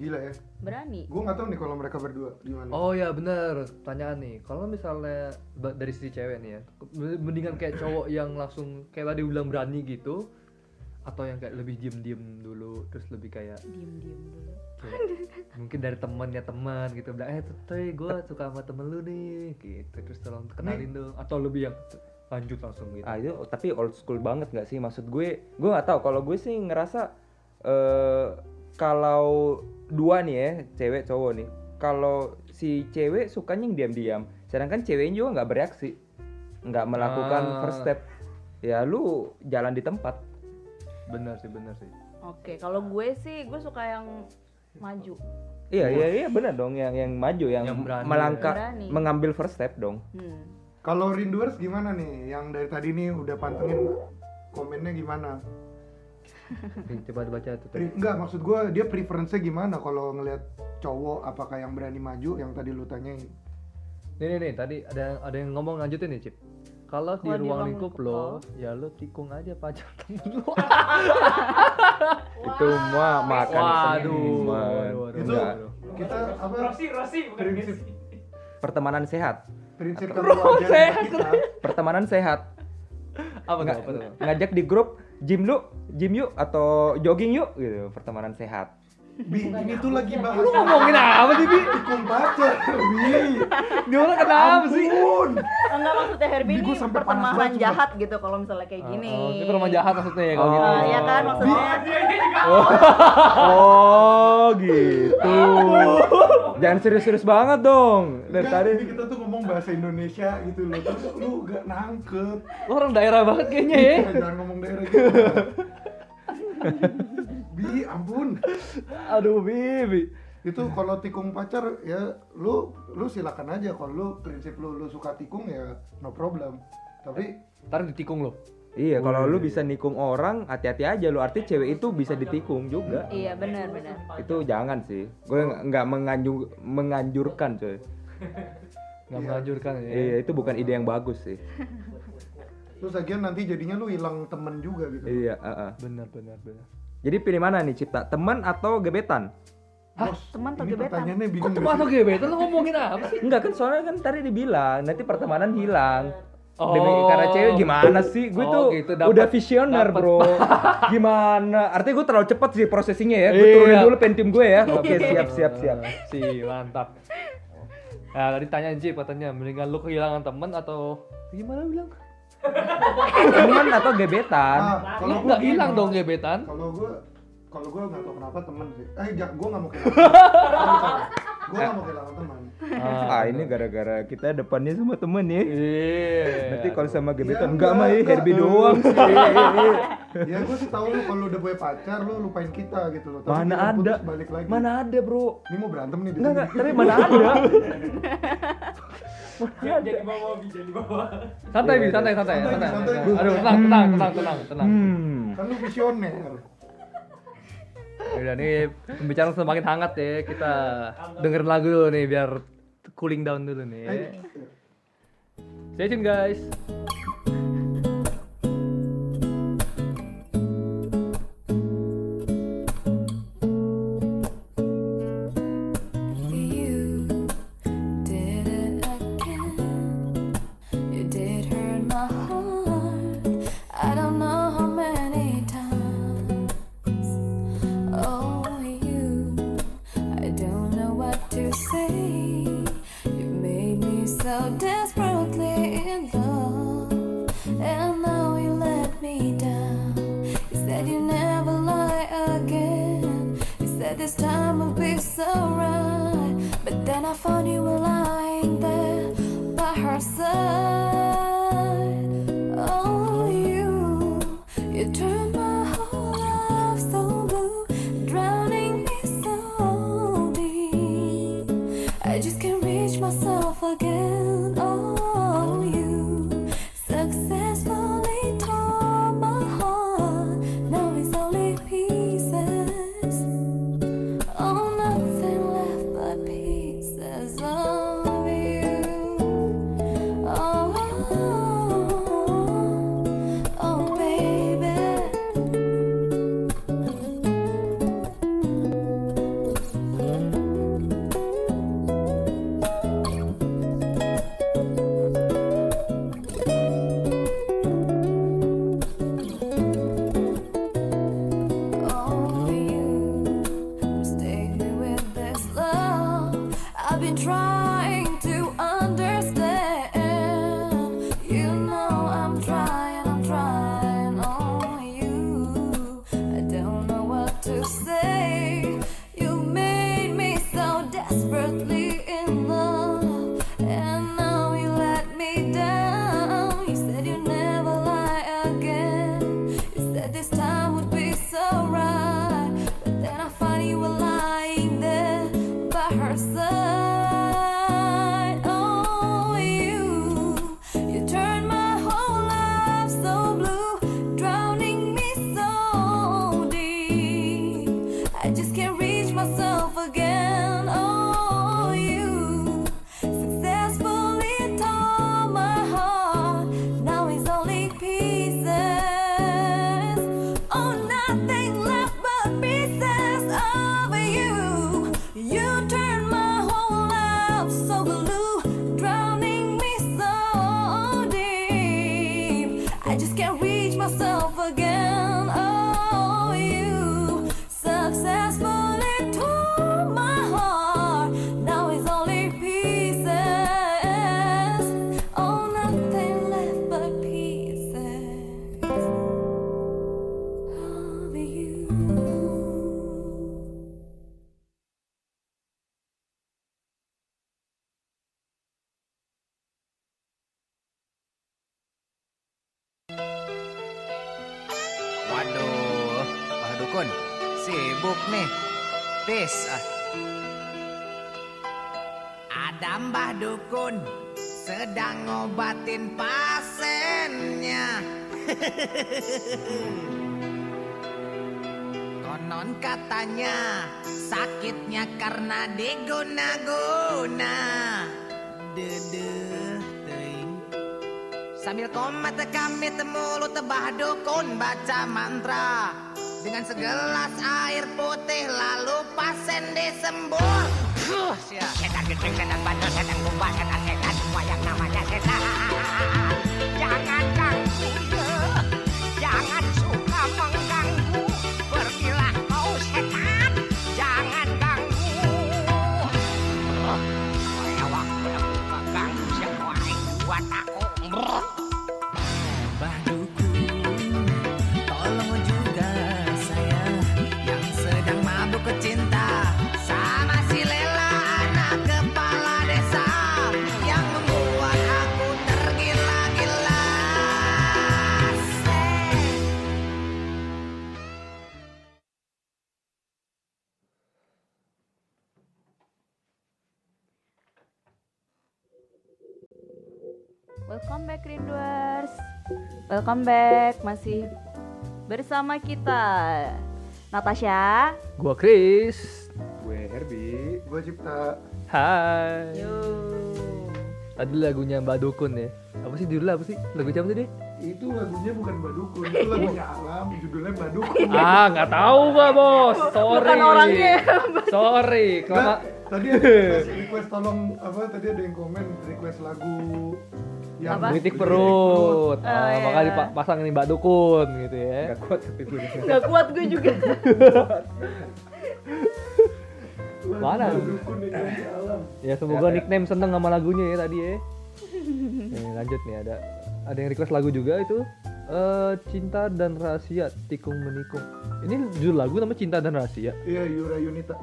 S3: gila ya
S1: Berani.
S3: gue nggak tahu nih kalau mereka berdua gimana
S2: Oh ya bener, pertanyaan nih. Kalau misalnya ba- dari sisi cewek nih ya, ke- mendingan kayak cowok yang langsung kayak tadi bilang berani gitu, atau yang kayak lebih diem-diem dulu, terus lebih kayak,
S1: Diem-diem dulu.
S2: kayak mungkin dari temennya teman gitu, bilang eh tuh gue suka sama temen lu nih, gitu terus tolong kenalin dong, atau lebih yang lanjut langsung gitu.
S4: Ah itu tapi old school banget gak sih maksud gue? Gue nggak tahu kalau gue sih ngerasa eh kalau dua nih ya cewek cowok nih kalau si cewek sukanya yang diam-diam, sedangkan ceweknya juga nggak bereaksi, nggak melakukan
S2: Ah.
S4: first step. Ya lu jalan di tempat.
S2: Bener sih bener sih.
S1: Oke, kalau gue sih gue suka yang maju.
S4: Iya iya iya benar dong yang yang maju yang,
S2: Yang berani
S4: melangkah
S1: ya. Berani.
S4: mengambil first step dong.
S1: Hmm.
S3: kalau rinduers gimana nih yang dari tadi nih udah pantengin komennya gimana
S2: Rin, Coba dibaca itu.
S3: Pri- Enggak, maksud gue dia preference-nya gimana kalau ngelihat cowok apakah yang berani maju yang tadi lu tanyain.
S2: Nih nih nih tadi ada ada yang ngomong lanjutin nih Cip. Kalau di
S1: Kalau
S2: ruang
S1: di ruang
S2: lingkup
S1: lingkup
S2: lo, ya lo tikung aja pacar temen lo.
S4: Itu mah makan
S2: Waduh,
S4: teman.
S2: waduh, waduh,
S3: Itu
S4: Nggak.
S3: kita apa
S5: Rosi, Rosi bukan
S3: Prinsip.
S5: Messi.
S4: pertemanan sehat.
S3: prinsip keluarga kita
S4: Pertemanan sehat.
S2: Apa
S4: Nga-
S2: tuh, apa tuh?
S4: ngajak di grup gym lu gym yuk atau jogging yuk gitu pertemanan sehat
S3: Bi, ini tuh lagi bahas
S2: Lu ngomongin apa sih, Bi?
S3: tikung pacar, Bi.
S2: Dia orang kenapa sih?
S3: Ampun.
S1: Ya Enggak maksudnya Herbie
S3: Ini
S1: ini
S3: gua sampai panas
S1: pertemahan
S3: banget,
S1: jahat gitu kalau misalnya kayak gini.
S2: Oh, Ini perempuan jahat maksudnya ya kalau
S4: Oh.
S2: gitu.
S1: Ah, ya kan maksudnya.
S4: oh gitu jangan serius-serius banget dong dari
S3: Enggak,
S4: tadi
S3: ini kita tuh ngomong bahasa Indonesia gitu loh. Terus lu gak nangkep. Iya,
S2: Lu orang daerah banget kayaknya ya.
S3: Jangan ngomong daerah gitu. Bi, ampun.
S2: Aduh, Bibi.
S3: itu kalau tikung pacar ya lu lu silakan aja kalau lu prinsip lu lu suka tikung ya no problem tapi
S2: Ntar ditikung lo.
S4: iya kalau lu bisa nikung orang hati-hati aja lu arti cewek itu bisa ditikung juga
S1: Iya benar benar.
S4: itu jangan sih gue nggak- nggak menganju- menganjurkan coy
S2: Enggak melanjurkan ya.
S4: iya itu bukan ide yang bagus sih
S3: terus lagian nanti jadinya lu hilang temen juga gitu
S4: iya uh-uh.
S2: Bener, bener, bener.
S4: Jadi pilih mana nih cipta? Teman atau gebetan?
S13: Hah?
S1: Teman atau
S3: Ini
S1: gebetan?
S3: pertanyaannya
S13: Kok
S3: bingung. gitu.
S13: teman atau
S3: deh.
S13: gebetan lo ngomongin apa sih?
S4: Enggak kan soalnya kan tadi dibilang nanti pertemanan hilang.
S13: Oh.
S4: Demi karena cewek gimana sih? Gue
S13: Oh,
S4: tuh
S13: gitu, dapet-
S4: udah visioner,
S13: dapet.
S4: Bro. gimana? Artinya gue terlalu cepat sih prosesinya ya. Gue
S13: Iya.
S4: turunin dulu pentium gue ya. Oke, siap siap siap.
S2: si mantap nah tadi tanya Ji katanya mendingan lu kehilangan temen atau gimana lu bilang
S4: Teman atau gebetan?
S3: Ah, kalau
S2: nggak
S3: gua
S2: hilang
S3: gini,
S2: dong gebetan
S3: Kalau gue kalau gue nggak tahu kenapa teman sih. Eh, jak, gue nggak mau kehilangan. gue nggak mau kehilangan teman.
S4: Ah, ini gara-gara kita depannya sama temen ya.
S2: iya
S4: Nanti kalau sama
S3: Iya,
S4: gebetan enggak mah ya
S3: enggak,
S4: Herbie
S3: enggak.
S4: doang sih.
S13: Iya,
S3: Ya gue sih tahu lu kalau udah punya pacar lu lupain kita gitu loh. Tapi
S4: Mana
S3: kita putus
S4: ada?
S3: Balik lagi.
S4: Mana ada, Bro?
S3: Ini mau berantem nih di
S4: Enggak,
S3: sini.
S4: enggak, tapi mana ada?
S5: Jadi bawa Bi, jadi bawa.
S2: santai bi santai santai santai
S3: Iya, Santai, santai. Hmm.
S2: aduh tenang tenang tenang tenang tenang
S4: Hmm.
S3: Kan lu visioner.
S2: udah nih pembicaraan semakin hangat ya kita dengerin lagu dulu nih biar cooling down dulu
S3: Eh.
S2: nih stay tune guys
S7: You did it again. You did hurt my heart. I don't know how many times. Oh, you. I don't know what to say. You made me so desperately in love, and now you let me down. You said you never lie again. You said this time will be so right, but then I found you were lying there by her side. Oh, you, you turned my whole life so blue, drowning me so deep. I just can't reach myself again. Oh, you successfully tore my heart. Now it's only pieces. Oh, nothing left but pieces of you. Oh, oh, oh baby. Oh, you mistake me with this love. I've been trying to understand. You know I'm trying, I'm trying. Oh, you, I don't know what to say. You made me so desperately in love, and now you let me down. You said you never lie again. You said this time would be so right, but then I find you were lying there by her side. Oh, you, you turned my whole life so blue, drowning me so deep. I just can't reach myself again. Oh, you successfully tore my heart. Now it's only pieces. Oh, nothing left but pieces of you. You turned my whole life so blue, drowning me so deep. I just can't reach myself again. Oh, you successfully tore my heart. Now it's only pieces. Oh, nothing left but pieces of you.
S14: Waduh, Pak Dukun, sibuk nih. Peace. ah. Ada Mbah Dukun sedang ngobatin pasiennya. Konon katanya sakitnya karena diguna-guna. Dedeh, teuing. Sambil komat kami temulu tebah dukun baca mantra dengan segelas air putih lalu pasen disembur. Huh, sia. Setan gede, setan bandel, setan kumbang, setan setan semua yang namanya setan. Jangan ganggu ya, jangan suka mengganggu. Pergilah kau setan, jangan ganggu. Brr, Lewat bener-bener ganggu siapa yang buat aku. Brr. Tolong juga saya yang sedang mabuk cinta sama si Lela anak kepala desa yang membuat aku tergila-gila.
S1: Welcome back Rinduers. Welcome back masih bersama kita Natasha.
S2: Gua Chris.
S4: Gue Herbie.
S3: Gue Cipta.
S2: Hai.
S1: Yo.
S2: Tadi lagunya Mbak Dukun ya. Apa sih judulnya apa sih? Lagu siapa tadi?
S3: Itu lagunya bukan Badukun, itu lagunya Alam, judulnya Badukun.
S2: Ah, nggak tahu gua, Bos. Sorry.
S3: Bukan orangnya.
S2: Sorry. Kelama...
S3: Nah, tadi ada request, request tolong apa tadi ada yang komen request lagu yang
S1: Apa?
S2: Kritik perut.
S1: Oh,
S2: Ah,
S1: iya.
S2: Makanya dipasang nih Mbak Dukun gitu ya.
S4: Gak kuat tapi gue.
S1: Nggak kuat gue juga.
S3: Lagu
S2: Mana?
S3: Badukun itu yang di Alam.
S2: Ya semoga nickname seneng sama lagunya ya tadi ya. Nih, lanjut nih ada ada yang request lagu juga itu eh Cinta dan Rahasia Tikung Menikung. Ini judul lagu namanya Cinta dan Rahasia.
S3: Iya, Yura Yunita.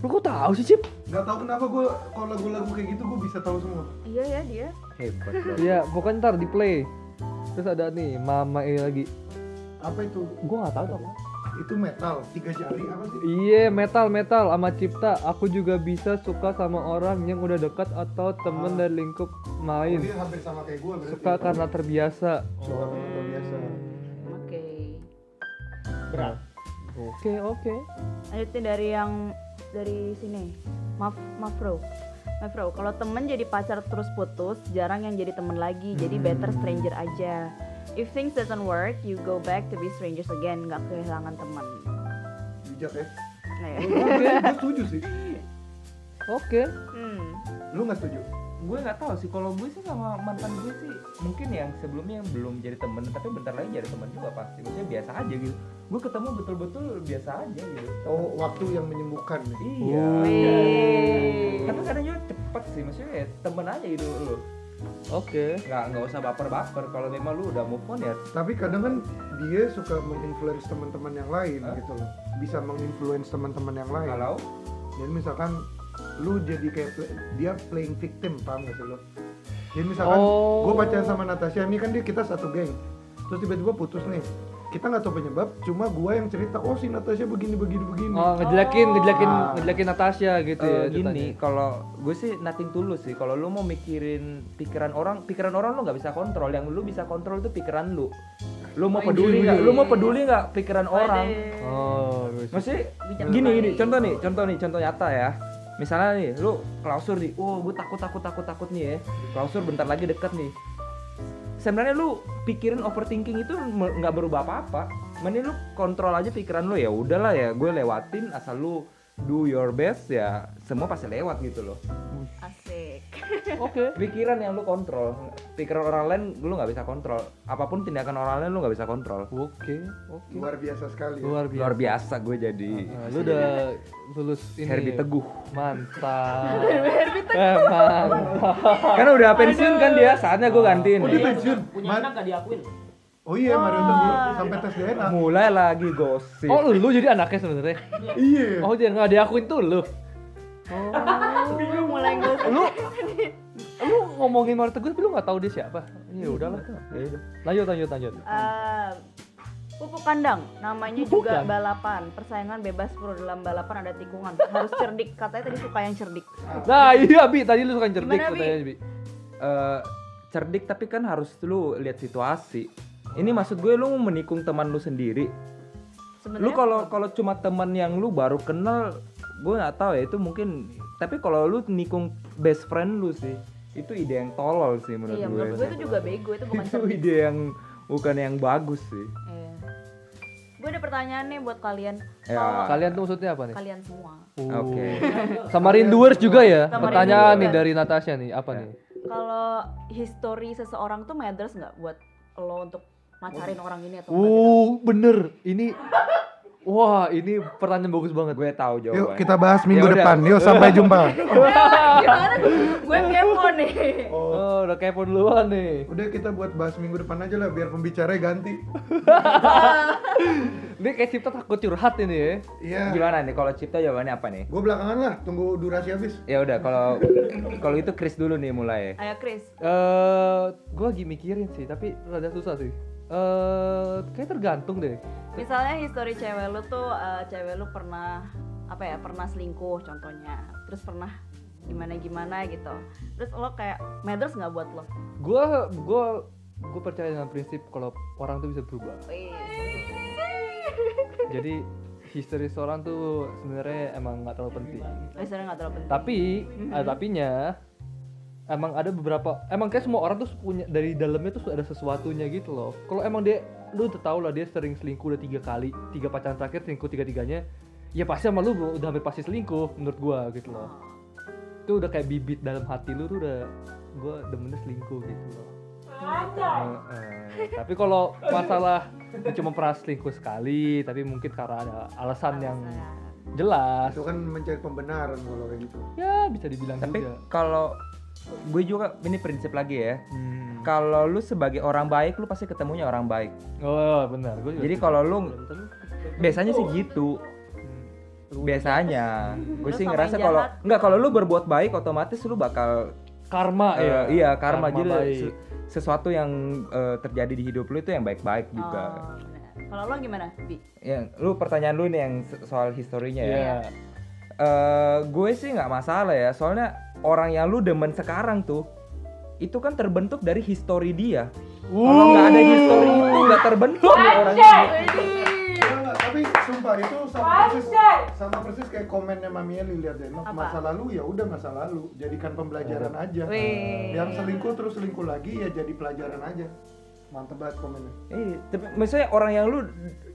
S2: Lu kok tahu sih, Cip?
S3: Gak tau kenapa gue kalau lagu-lagu kayak gitu gue bisa tahu semua.
S1: Iya ya dia.
S4: Hebat
S2: Iya, pokoknya ntar di play. Terus ada nih Mama ini lagi.
S3: Apa itu?
S2: Gua nggak tahu tuh. apa.
S3: Itu metal, tiga jari apa sih?
S2: Iya, metal metal sama cipta. Aku juga bisa suka sama orang yang udah dekat atau temen dari lingkup
S3: Ah. Oh,
S2: main.
S3: dia hampir sama kayak gue berarti.
S2: Suka karena terbiasa. Nah.
S3: Suka karena terbiasa.
S1: Oke.
S2: Berat. Oke, oke.
S1: Lanjutin dari yang dari sini. Maaf, maaf bro. Maaf bro, kalau temen jadi pacar terus putus, jarang yang jadi temen lagi. Jadi better stranger aja. If things doesn't work, you go back to be strangers again. Nggak kehilangan teman.
S3: Bijak ya.
S1: Nah, ya.
S3: Gue setuju sih.
S2: Oke.
S1: Hmm.
S3: Lu gak setuju?
S4: Gue nggak tahu sih kalau gue sih sama mantan gue sih mungkin yang sebelumnya yang belum jadi temen tapi bentar lagi jadi temen juga pasti. Maksudnya biasa aja gitu. Gue ketemu betul-betul biasa aja gitu.
S3: Oh, waktu yang menyembuhkan nih.
S4: Iya.
S1: Wih.
S4: Tapi kadang juga cepet sih maksudnya ya temen aja gitu lu.
S2: Oke.
S4: Nggak nggak usah baper-baper kalau memang lu udah move on ya
S3: Tapi kadang kan dia suka menginfluence teman-teman yang lain gitu loh. Bisa menginfluence teman-teman yang lain.
S4: kalau
S3: Dan misalkan lu jadi kayak play- dia playing victim paham gak sih lo? Jadi misalkan
S2: Oh.
S3: gue pacaran sama Natasha, ini kan dia kita satu geng. Terus tiba-tiba putus nih. Kita nggak tahu penyebab, cuma gue yang cerita, oh si Natasha begini begini begini.
S2: Oh, ngejelekin, ngejelekin,
S3: Ah.
S2: ngejelekin Natasha gitu ya.
S4: Eh, gini
S2: ceritanya.
S4: kalau gue sih nothing tulus sih kalau lu mau mikirin pikiran orang pikiran orang lu nggak bisa kontrol yang lu bisa kontrol itu pikiran lu lu mau peduli nggak lu mau peduli nggak pikiran orang
S2: Oh, bagus.
S4: maksudnya
S1: Bijak
S4: gini
S1: sekali.
S4: gini contoh nih contoh nih contoh nyata ya misalnya nih lu klausur nih oh gue takut takut takut takut nih ya klausur bentar lagi deket nih sebenarnya lu pikirin overthinking itu me- nggak berubah apa-apa mending lu kontrol aja pikiran lu ya udahlah ya gue lewatin asal lu do your best ya semua pasti lewat gitu loh
S1: Asik.
S2: Oke.
S4: pikiran yang lu kontrol pikiran orang lain lu nggak bisa kontrol apapun tindakan orang lain lu nggak bisa kontrol
S2: Oke, oke.
S3: Luar biasa sekali. ya.
S2: Luar biasa.
S4: luar biasa gue jadi
S2: Nah, lu udah lulus ini.
S4: Herbie Teguh
S2: Mantap. Herbie Teguh. Eh, mantap.
S4: karena udah pensiun kan dia saatnya gue gantiin
S3: Oh, dia pensiun.
S5: Punya
S3: Ma-
S5: anak gak diakuin.
S3: Oh iya, Mario Teguh sampai tes DNA.
S4: mulai lagi gosip
S2: Oh, lu jadi anaknya sebenarnya.
S3: Iya.
S2: Oh, dia nggak diakuin tuh lu.
S1: Bingung mulai ngomong.
S2: Lu lu ngomongin Mario Teguh tapi lu nggak tahu dia siapa. Ya udahlah.
S4: Ya udah.
S2: Lanjut, lanjut, lanjut.
S1: Eh, pupuk kandang namanya
S2: Pupuk
S1: juga
S2: kandang.
S1: balapan persaingan bebas pro dalam balapan ada tikungan harus cerdik katanya tadi suka yang cerdik
S2: Nah, iya Bi, tadi lu suka cerdik
S1: Gimana, Bi?
S2: katanya, Bi.
S4: Eh, cerdik tapi kan harus lu lihat situasi ini maksud gue lu menikung teman lu sendiri lu
S1: sebenarnya
S4: kalau kalau cuma teman yang lu baru kenal gue nggak tahu ya itu mungkin tapi kalau lu nikung best friend lu sih itu ide yang tolol sih menurut
S1: iya
S4: gue
S1: menurut gue itu juga bego itu bukan
S4: itu
S1: cerdik
S4: ide yang bukan yang bagus sih
S1: Iya. Gue ada pertanyaan nih buat kalian.
S2: Ya.
S1: Kalau-
S2: Kalian tuh maksudnya apa nih?
S1: Kalian semua.
S2: Oke.
S1: Sama
S2: Sama rinduers juga ya.
S1: Sama
S2: Pertanyaan nih
S1: rinduers.
S2: dari Natasha nih, apa
S4: Ya.
S2: nih?
S1: Kalau history seseorang tuh matters nggak buat lo untuk macarin orang ini atau enggak?
S2: Uh, bener. Ini Wah, ini pertanyaan bagus banget.
S4: Gue tahu jawabannya.
S3: Yuk kita bahas minggu
S2: Ya
S3: depan. Yuk sampai jumpa.
S1: Gimana tuh? Gue kepo nih.
S2: Oh, udah kepo duluan nih.
S3: Udah kita buat bahas minggu depan aja lah biar pembicaranya ganti.
S2: Ini kayak Cipta takut curhat ini ya.
S3: Iya.
S4: Gimana nih kalau Cipta jawabannya apa nih?
S3: Gue belakangan lah, tunggu durasi habis.
S4: Ya udah kalau kalau itu Chris dulu nih mulai.
S1: Ayo Chris.
S2: Eh, gue lagi mikirin sih, tapi rada susah sih. Eh, kayak tergantung deh.
S1: Misalnya history cewek lu tuh eh, cewek lu pernah apa ya pernah selingkuh contohnya terus pernah gimana gimana gitu terus lo kayak matters nggak buat lo
S2: Gue gue gue percaya dengan prinsip kalau orang tuh bisa berubah.
S1: Wih.
S2: Jadi history seorang tuh sebenarnya emang nggak terlalu penting.
S1: Oh, sebenarnya nggak terlalu penting
S2: Tapi ada tapinya emang ada beberapa emang kayak semua orang tuh punya dari dalamnya tuh ada sesuatunya gitu loh. Kalau emang dia lu udah tau lah dia sering selingkuh udah tiga kali, tiga pacaran terakhir selingkuh tiga tiganya, ya pasti sama lu udah hampir pasti selingkuh menurut gua gitu loh. Itu udah kayak bibit dalam hati lu tuh udah gua demennya selingkuh gitu loh.
S4: Eh,
S2: Heeh. tapi kalau masalah dia cuma pernah selingkuh sekali, tapi mungkin karena ada alasan yang jelas,
S3: Itu kan mencari pembenaran kalau kayak gitu.
S2: ya bisa dibilang
S4: Tapi
S2: juga.
S4: kalau gue juga ini prinsip lagi ya.
S2: Hmm.
S4: Kalau lu sebagai orang baik, lu pasti ketemunya orang baik.
S2: Oh benar, gue juga.
S4: Jadi
S2: setuju.
S4: kalau lu
S2: Tapi
S4: biasanya sih gitu. Biasanya, gue
S1: Terus
S4: sih
S1: sama
S4: ngerasa
S1: yang
S4: kalau
S1: jahat.
S4: nggak kalau lu berbuat baik, otomatis lu bakal
S2: karma
S4: eh,
S2: ya.
S4: iya karma, jadi
S2: baik.
S4: se- sesuatu yang eh, terjadi di hidup lu itu yang baik-baik juga.
S1: Oh, benar. kalau lo gimana bi
S4: Yang lu pertanyaan lu nih yang se- soal historinya ya.
S2: Iya.
S4: Eh, gue sih nggak masalah ya soalnya orang yang lu demen sekarang tuh itu kan terbentuk dari histori dia kalau nggak
S3: Oh.
S4: ada histori itu nggak terbentuk nih orang
S3: Iya, Enggak, tapi sumpah itu sama persis sama persis kayak komennya Mami Eli lihat deh.
S1: Apa?
S3: Masa lalu ya udah masa lalu, jadikan pembelajaran
S4: Iya.
S3: aja.
S1: Wih.
S3: Yang selingkuh terus selingkuh lagi ya jadi pelajaran aja. Mantep banget komennya.
S4: Iya, tapi maksudnya orang yang lu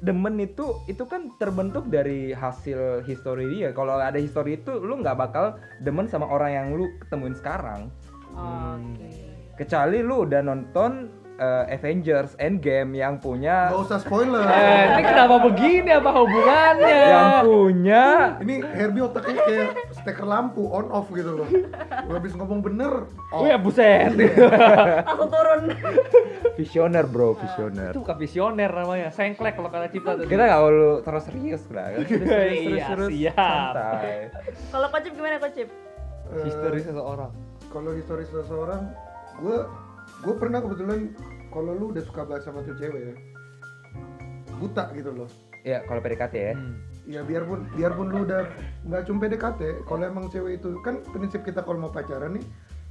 S4: demen itu itu kan terbentuk dari hasil histori dia kalau ada histori itu lu nggak bakal demen sama orang yang lu ketemuin sekarang Hmm.
S1: oke
S4: kecuali lu udah nonton eh, Avengers Endgame yang punya
S3: Gak usah spoiler.
S2: Eh, ini kenapa begini apa hubungannya?
S4: yang punya
S3: Ini Herbie otaknya kayak steker lampu on off gitu loh. Gua habis ngomong bener. Iya.
S2: Oh ya buset.
S1: langsung turun
S4: visioner bro visioner
S2: Itu bukan visioner namanya, sengklek kalau kata Cipta tadi.
S4: kita nggak perlu terus serius lah terus serius terus
S2: Iya,
S4: serius
S2: siap.
S4: santai
S1: kalau kocip gimana kocip
S3: Eh,
S2: history seseorang.
S3: kalau historis seseorang gue gue pernah kebetulan kalau lu udah suka banget sama tuh cewek ya buta gitu loh
S4: ya kalau PDKT ya
S3: ya biarpun biarpun lu udah nggak cuma PDKT kalau emang cewek itu kan prinsip kita kalau mau pacaran nih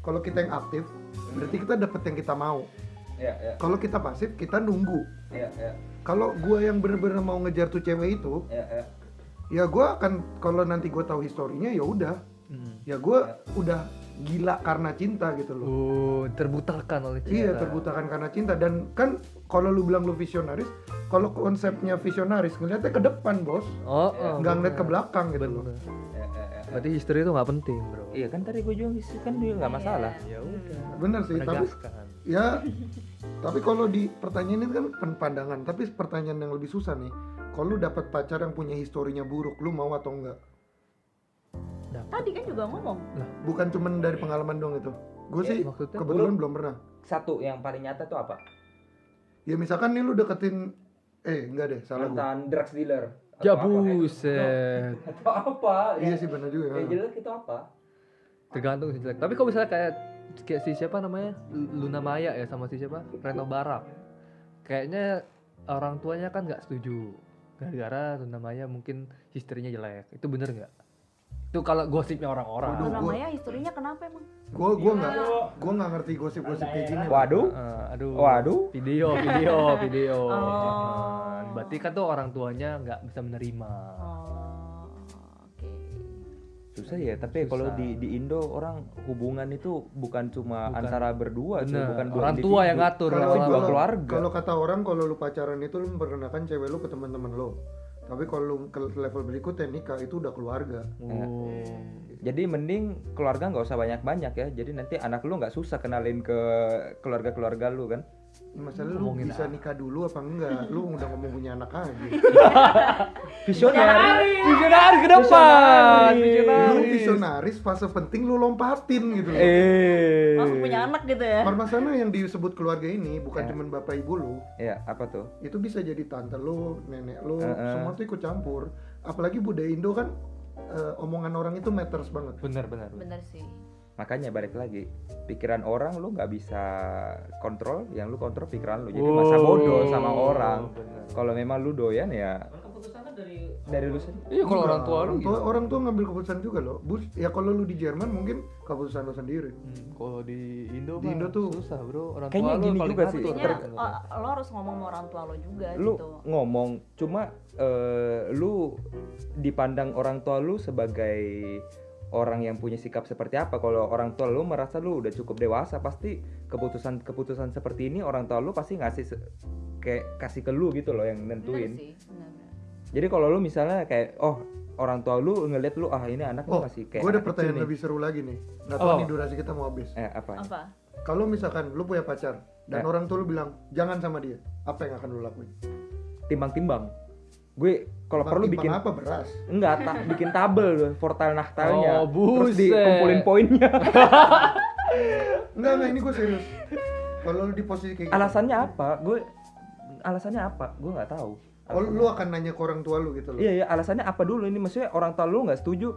S3: kalau kita yang aktif berarti kita dapet yang kita mau
S4: ya ya
S3: kalau kita pasif kita nunggu
S4: ya ya
S3: kalau gue yang bener-bener mau ngejar tuh cewek itu
S4: ya, ya.
S3: ya gue akan kalau nanti gue tahu historinya ya udah
S2: Hmm.
S3: ya gue udah gila karena cinta gitu loh
S2: Uh, terbutakan oleh cinta.
S3: Iya terbutakan karena cinta dan kan kalau lu bilang lu visionaris, kalau konsepnya visionaris ngeliatnya ke depan bos,
S2: Oh, oh,
S3: Iya. nggak ngeliat ke
S2: bener.
S3: belakang gitu loh.
S2: Bener.
S4: Ya.
S2: eh. Berarti history itu nggak penting, bro.
S4: Iya kan tadi gue juga ngisi kan dia nggak masalah.
S2: Ya udah.
S3: Bener sih, tapi
S2: Menegaskan.
S3: ya tapi kalau di pertanyaan ini kan pen- pandangan, tapi pertanyaan yang lebih susah nih, kalau lu dapat pacar yang punya historinya buruk, lu mau atau enggak?
S1: tadi kan juga ngomong
S3: Bukan cuman dari pengalaman doang itu. Gue sih
S2: maksudnya
S3: kebetulan belum pernah.
S4: Ya, Satu yang paling nyata tuh apa?
S3: Ya misalkan nih lu deketin eh enggak deh, salah gue.
S4: Mantan drugs dealer. Atau
S2: Ya
S4: apa,
S2: buset.
S4: ya? Atau apa?
S3: Iya sih bener juga.
S4: Yang jelek itu apa?
S2: Tergantung sih jelek. Tapi kalau misalnya kayak kayak si siapa namanya? Luna Maya ya sama si siapa? Reno Barak. Kayaknya orang tuanya kan nggak setuju. Gara-gara Luna Maya mungkin historinya jelek. Itu bener nggak? Itu kalau gosipnya
S3: Waduh,
S2: orang-orang.
S3: gua-
S1: namanya historinya kenapa emang
S3: Gue gue nggak gue nggak ngerti gosip-gosip kayak gini.
S4: Waduh.
S2: Eh, aduh.
S4: Waduh.
S2: Video, video, video.
S1: Oh.
S2: Berarti kan tuh orang tuanya nggak bisa menerima.
S1: oh oke
S4: susah ya tapi kalau di di Indo orang hubungan itu bukan cuma antara berdua cuy.
S2: Bener.
S4: bukan dua
S2: Orang tua
S4: individu.
S2: yang ngatur,
S4: Tapi
S2: orang
S4: dua
S2: tua.
S4: keluarga
S3: Kalau kata orang kalau lu pacaran itu lu memperkenalkan cewek lu ke teman-teman lu. Tapi kalau lu ke level berikutnya nikah itu udah keluarga.
S4: Ya.
S2: Hmm.
S4: jadi mending keluarga nggak usah banyak banyak ya jadi nanti anak lu nggak susah kenalin ke keluarga keluarga lu kan
S3: Masalah lu
S4: Ngomongin
S3: bisa nikah dulu apa enggak? Lu udah ngomong punya anak aja.
S4: Visionari.
S2: Visionari ke depan.
S3: Lu
S2: Visionari.
S3: visionaris fase penting lu lompatin gitu.
S4: Eh.
S6: Langsung punya anak gitu ya.
S3: Permasalahan yang disebut keluarga ini bukan cuman bapak ibu lu,
S4: ya apa tuh
S3: itu bisa jadi tante lu, nenek lu,
S4: Heeh.
S3: semua tuh ikut campur. Apalagi budaya Indo kan eh, omongan orang itu matters banget.
S2: Bener bener.
S1: Bener sih.
S4: makanya balik lagi pikiran orang lu nggak bisa kontrol yang lu kontrol pikiran lu jadi
S2: Oh,
S4: masa bodoh sama
S2: bener.
S4: orang kalau memang lu doyan ya dari lu sendiri
S2: Iya kalau orang tua lu
S3: orang tua,
S2: gitu.
S3: orang tua ngambil keputusan juga loh. Bus, ya kalau lu di Jerman mungkin keputusan lu sendiri.
S2: Hmm, Kalau di Indo
S3: Di
S2: mah
S3: Indo tuh
S2: susah bro. Orang
S4: Kayaknya
S2: tua lu
S4: gini
S2: paling
S4: juga sih.
S2: ngatur.
S4: Ter-
S1: Artinya o- lo harus ngomong sama orang tua lo juga
S4: lu
S1: gitu.
S4: ngomong cuma eh, lu dipandang orang tua lu sebagai orang yang punya sikap seperti apa kalau orang tua lu merasa lu udah cukup dewasa pasti keputusan keputusan seperti ini orang tua lu pasti ngasih se- kayak kasih ke lu gitu loh yang
S1: Bener
S4: nentuin
S1: sih. Bener, bener.
S4: jadi kalau lu misalnya kayak oh orang tua lu ngeliat lu ah ini anak
S3: Oh,
S4: lu masih kayak
S3: gue
S4: anak
S3: ada
S4: kecil
S3: pertanyaan
S4: nih."
S3: lebih seru lagi nih. Nggak tahu
S4: Oh.
S3: nih durasi kita mau habis.
S4: eh apa
S1: Apa?
S3: Kalau misalkan lu punya pacar dan
S2: Eh.
S4: Ya.
S3: orang tua lu bilang jangan sama dia, apa yang akan lu lakuin?
S4: timbang-timbang gue kalau perlu
S3: Timbang
S4: bikin
S3: apa beras?
S4: enggak ta- bikin tabel gue portal nahtalnya
S2: Oh,
S4: terus
S2: buset.
S4: dikumpulin poinnya
S3: Enggak, enggak ini gue serius. Kalau lu di posisi kayak gitu,
S4: alasannya apa gue alasannya apa gue nggak tahu
S3: oh, lu akan nanya ke orang tua lu gitu loh.
S4: iya iya alasannya apa dulu ini maksudnya orang tua lu nggak setuju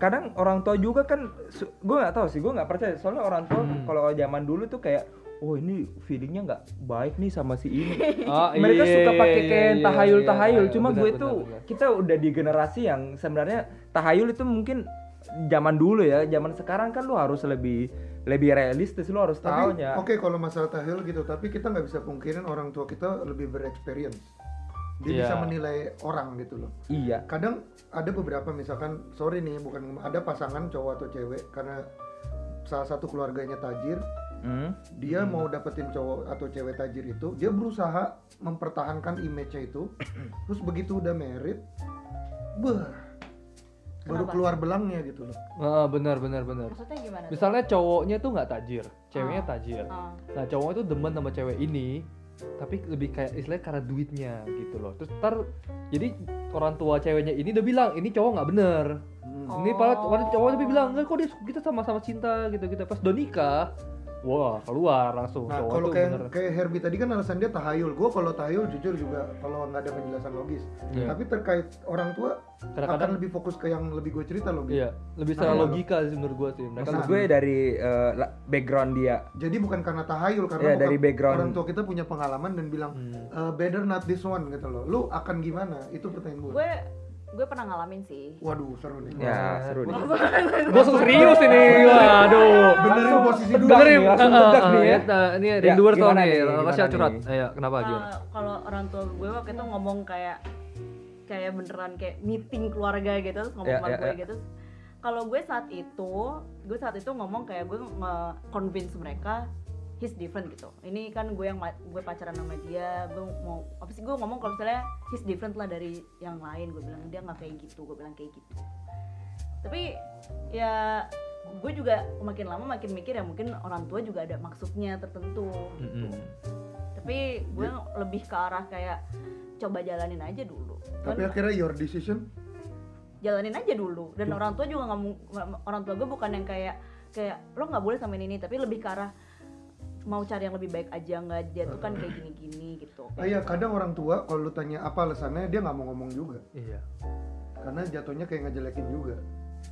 S4: kadang orang tua juga kan su- gue nggak tahu sih gue nggak percaya soalnya orang tua
S2: Hmm.
S4: kalau zaman dulu tuh kayak oh ini feelingnya nggak baik nih sama si ini
S2: Ah,
S4: mereka
S2: iya,
S4: suka pakai
S2: iya,
S4: kayak tahayul
S2: iya, iya,
S4: tahayul
S2: tahayul.
S4: cuma
S2: Benar,
S4: gue
S2: benar,
S4: tuh
S2: benar.
S4: kita udah di generasi yang sebenarnya tahayul itu mungkin zaman dulu ya zaman sekarang kan lu harus lebih lebih realistis lu harus
S3: Tapi
S4: tahunya
S3: oke kalau masalah tahil gitu, tapi kita nggak bisa pungkirin orang tua kita lebih bereksperience. Dia
S2: Iya.
S3: bisa menilai orang gitu loh.
S4: iya
S3: kadang ada beberapa misalkan sorry nih bukan ada pasangan cowok atau cewek karena salah satu keluarganya tajir
S4: Hmm.
S3: dia mau dapetin cowok atau cewek tajir itu dia berusaha mempertahankan image-nya itu terus begitu udah married beuh, baru
S1: Kenapa?
S3: keluar belangnya gitu loh
S2: Ah, benar benar benar.
S1: Maksudnya gimana? tuh?
S2: Misalnya cowoknya tuh nggak tajir, ceweknya tajir.
S1: Ah.
S2: Nah cowok itu demen sama cewek ini, tapi lebih kayak istilahnya karena duitnya gitu loh. Terus ntar jadi orang tua ceweknya ini udah bilang ini cowok nggak bener.
S1: Oh.
S2: Ini padahal padahal cowok tapi bilang enggak kok dia kita sama-sama cinta gitu gitu. Pas udah nikah, wah keluar langsung
S3: nah
S2: cowok
S3: kalau
S2: tuh
S3: kayak
S2: bener.
S3: kayak Herbie tadi kan alasan dia tahayul gue kalau tahayul jujur juga kalau nggak ada penjelasan logis
S2: Iya.
S3: tapi terkait orang tua akan
S2: Kadang-kadang-
S3: lebih fokus ke yang lebih gue cerita logis
S2: Iya, lebih secara
S3: Nah,
S2: logika sih menurut gua sih. Mereka
S4: maksud gue dari eh, la- background dia
S3: ya, jadi bukan karena tahayul karena
S4: Iya, dari
S3: bukan-
S4: background.
S3: orang tua kita punya pengalaman dan bilang
S2: Hmm.
S3: "E, better not this one gitu loh lu akan gimana itu pertanyaan gue
S1: Gue gue pernah ngalamin sih.
S3: waduh seru nih
S4: Ya, seru nih.
S2: Gua langsung serius ini. Waduh.
S3: benerin posisi dulu
S2: Benerin.
S4: nih, langsung tegak nih ya.
S2: Nah, ini
S4: Ya,
S2: rinduer tau
S4: gimana nih,
S2: nih.
S4: gimana
S2: Rasanya
S4: nih?
S2: curhat. Ayo, kenapa
S4: Ah,
S2: gimana?
S1: Kalau- Eh, Kalau orang tua gue waktu itu ngomong kayak kayak beneran kayak meeting keluarga gitu terus ngomong
S4: Ya,
S1: sama
S4: ya,
S1: gue
S4: ya.
S1: gitu. Kalau gue saat itu, gue saat itu ngomong kayak gue nge-convince mereka he's different gitu. Ini kan gue yang ma- gue pacaran sama dia, gue mau apa sih gue ngomong kalau misalnya he's different lah dari yang lain. Gue bilang dia nggak kayak gitu, gue bilang kayak gitu. Tapi ya gue juga makin lama makin mikir ya mungkin orang tua juga ada maksudnya tertentu gitu tapi gue
S3: Iya.
S1: lebih ke arah kayak coba jalanin aja dulu
S3: tapi
S1: Kan
S3: akhirnya Iya. your decision
S1: jalanin aja dulu dan orang tua juga nggak mu- orang tua gue bukan yang kayak kayak lo nggak boleh sama ini tapi lebih ke arah mau cari yang lebih baik aja nggak dia tuh kan kayak gini-gini gitu
S3: ah ya kadang orang tua kalau lu tanya apa alasannya dia nggak mau ngomong juga
S2: Iya.
S3: karena jatuhnya kayak ngejelekin juga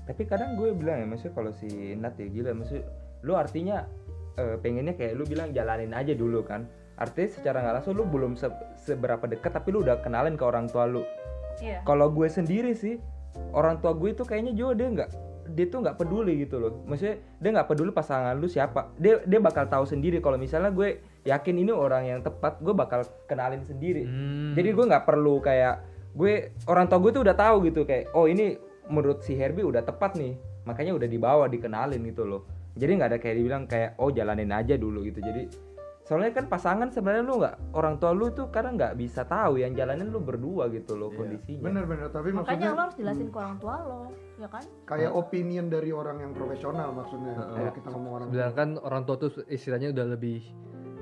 S4: tapi kadang gue bilang ya maksudnya kalau si Nat ya gila maksudnya lu artinya eh, pengennya kayak lu bilang jalanin aja dulu kan artinya secara nggak langsung lu belum se- seberapa dekat tapi lu udah kenalin ke orang tua lu
S1: iya
S4: kalau gue sendiri sih orang tua gue itu kayaknya juga dia nggak dia tuh nggak peduli gitu loh maksudnya dia nggak peduli pasangan lu siapa dia dia bakal tahu sendiri kalau misalnya gue yakin ini orang yang tepat gue bakal kenalin sendiri
S2: Hmm.
S4: jadi gue nggak perlu kayak gue orang tua gue tuh udah tahu gitu kayak oh ini menurut si Herbie udah tepat nih makanya udah dibawa dikenalin gitu loh jadi nggak ada kayak dibilang kayak oh jalanin aja dulu gitu jadi soalnya kan pasangan sebenarnya lu nggak orang tua lu tuh kadang nggak bisa tahu yang jalanin lu berdua gitu loh kondisinya
S3: bener-bener Iya, tapi
S1: Makanya
S3: maksudnya
S1: lo harus jelasin ke orang tua lo, ya kan?
S3: kayak opinion dari orang yang profesional maksudnya kalau
S2: Iya.
S3: kita ngomong orang
S2: Sedangkan orang tua tuh istilahnya udah lebih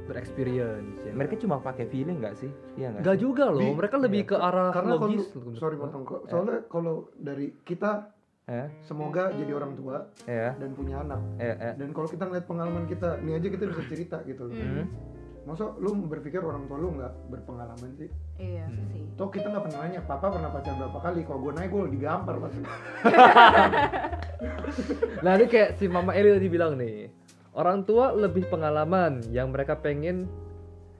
S2: berexperience. Ya.
S4: mereka cuma pakai feeling nggak sih iya nggak
S2: Gak
S4: sih? Iya.
S2: juga loh,
S3: Di-
S2: mereka lebih ke arah
S3: karena kalau
S2: logis.
S3: sorry potong kok soalnya kalau dari kita
S4: Eh,
S3: semoga jadi orang tua
S2: Iya.
S4: eh,
S3: dan punya anak
S4: eh, eh.
S3: dan kalau kita ngeliat pengalaman kita ini aja kita bisa cerita gitu loh
S12: Mm.
S4: Hmm.
S3: masa lu berpikir orang tua lu nggak berpengalaman sih
S12: Iya
S2: Hmm.
S12: sih.
S3: toh kita nggak pernah nanya papa pernah pacaran berapa kali kalau gue naik gue digampar pasti
S2: Nah ini kayak si Mama Eli tadi bilang nih, orang tua lebih pengalaman yang mereka pengen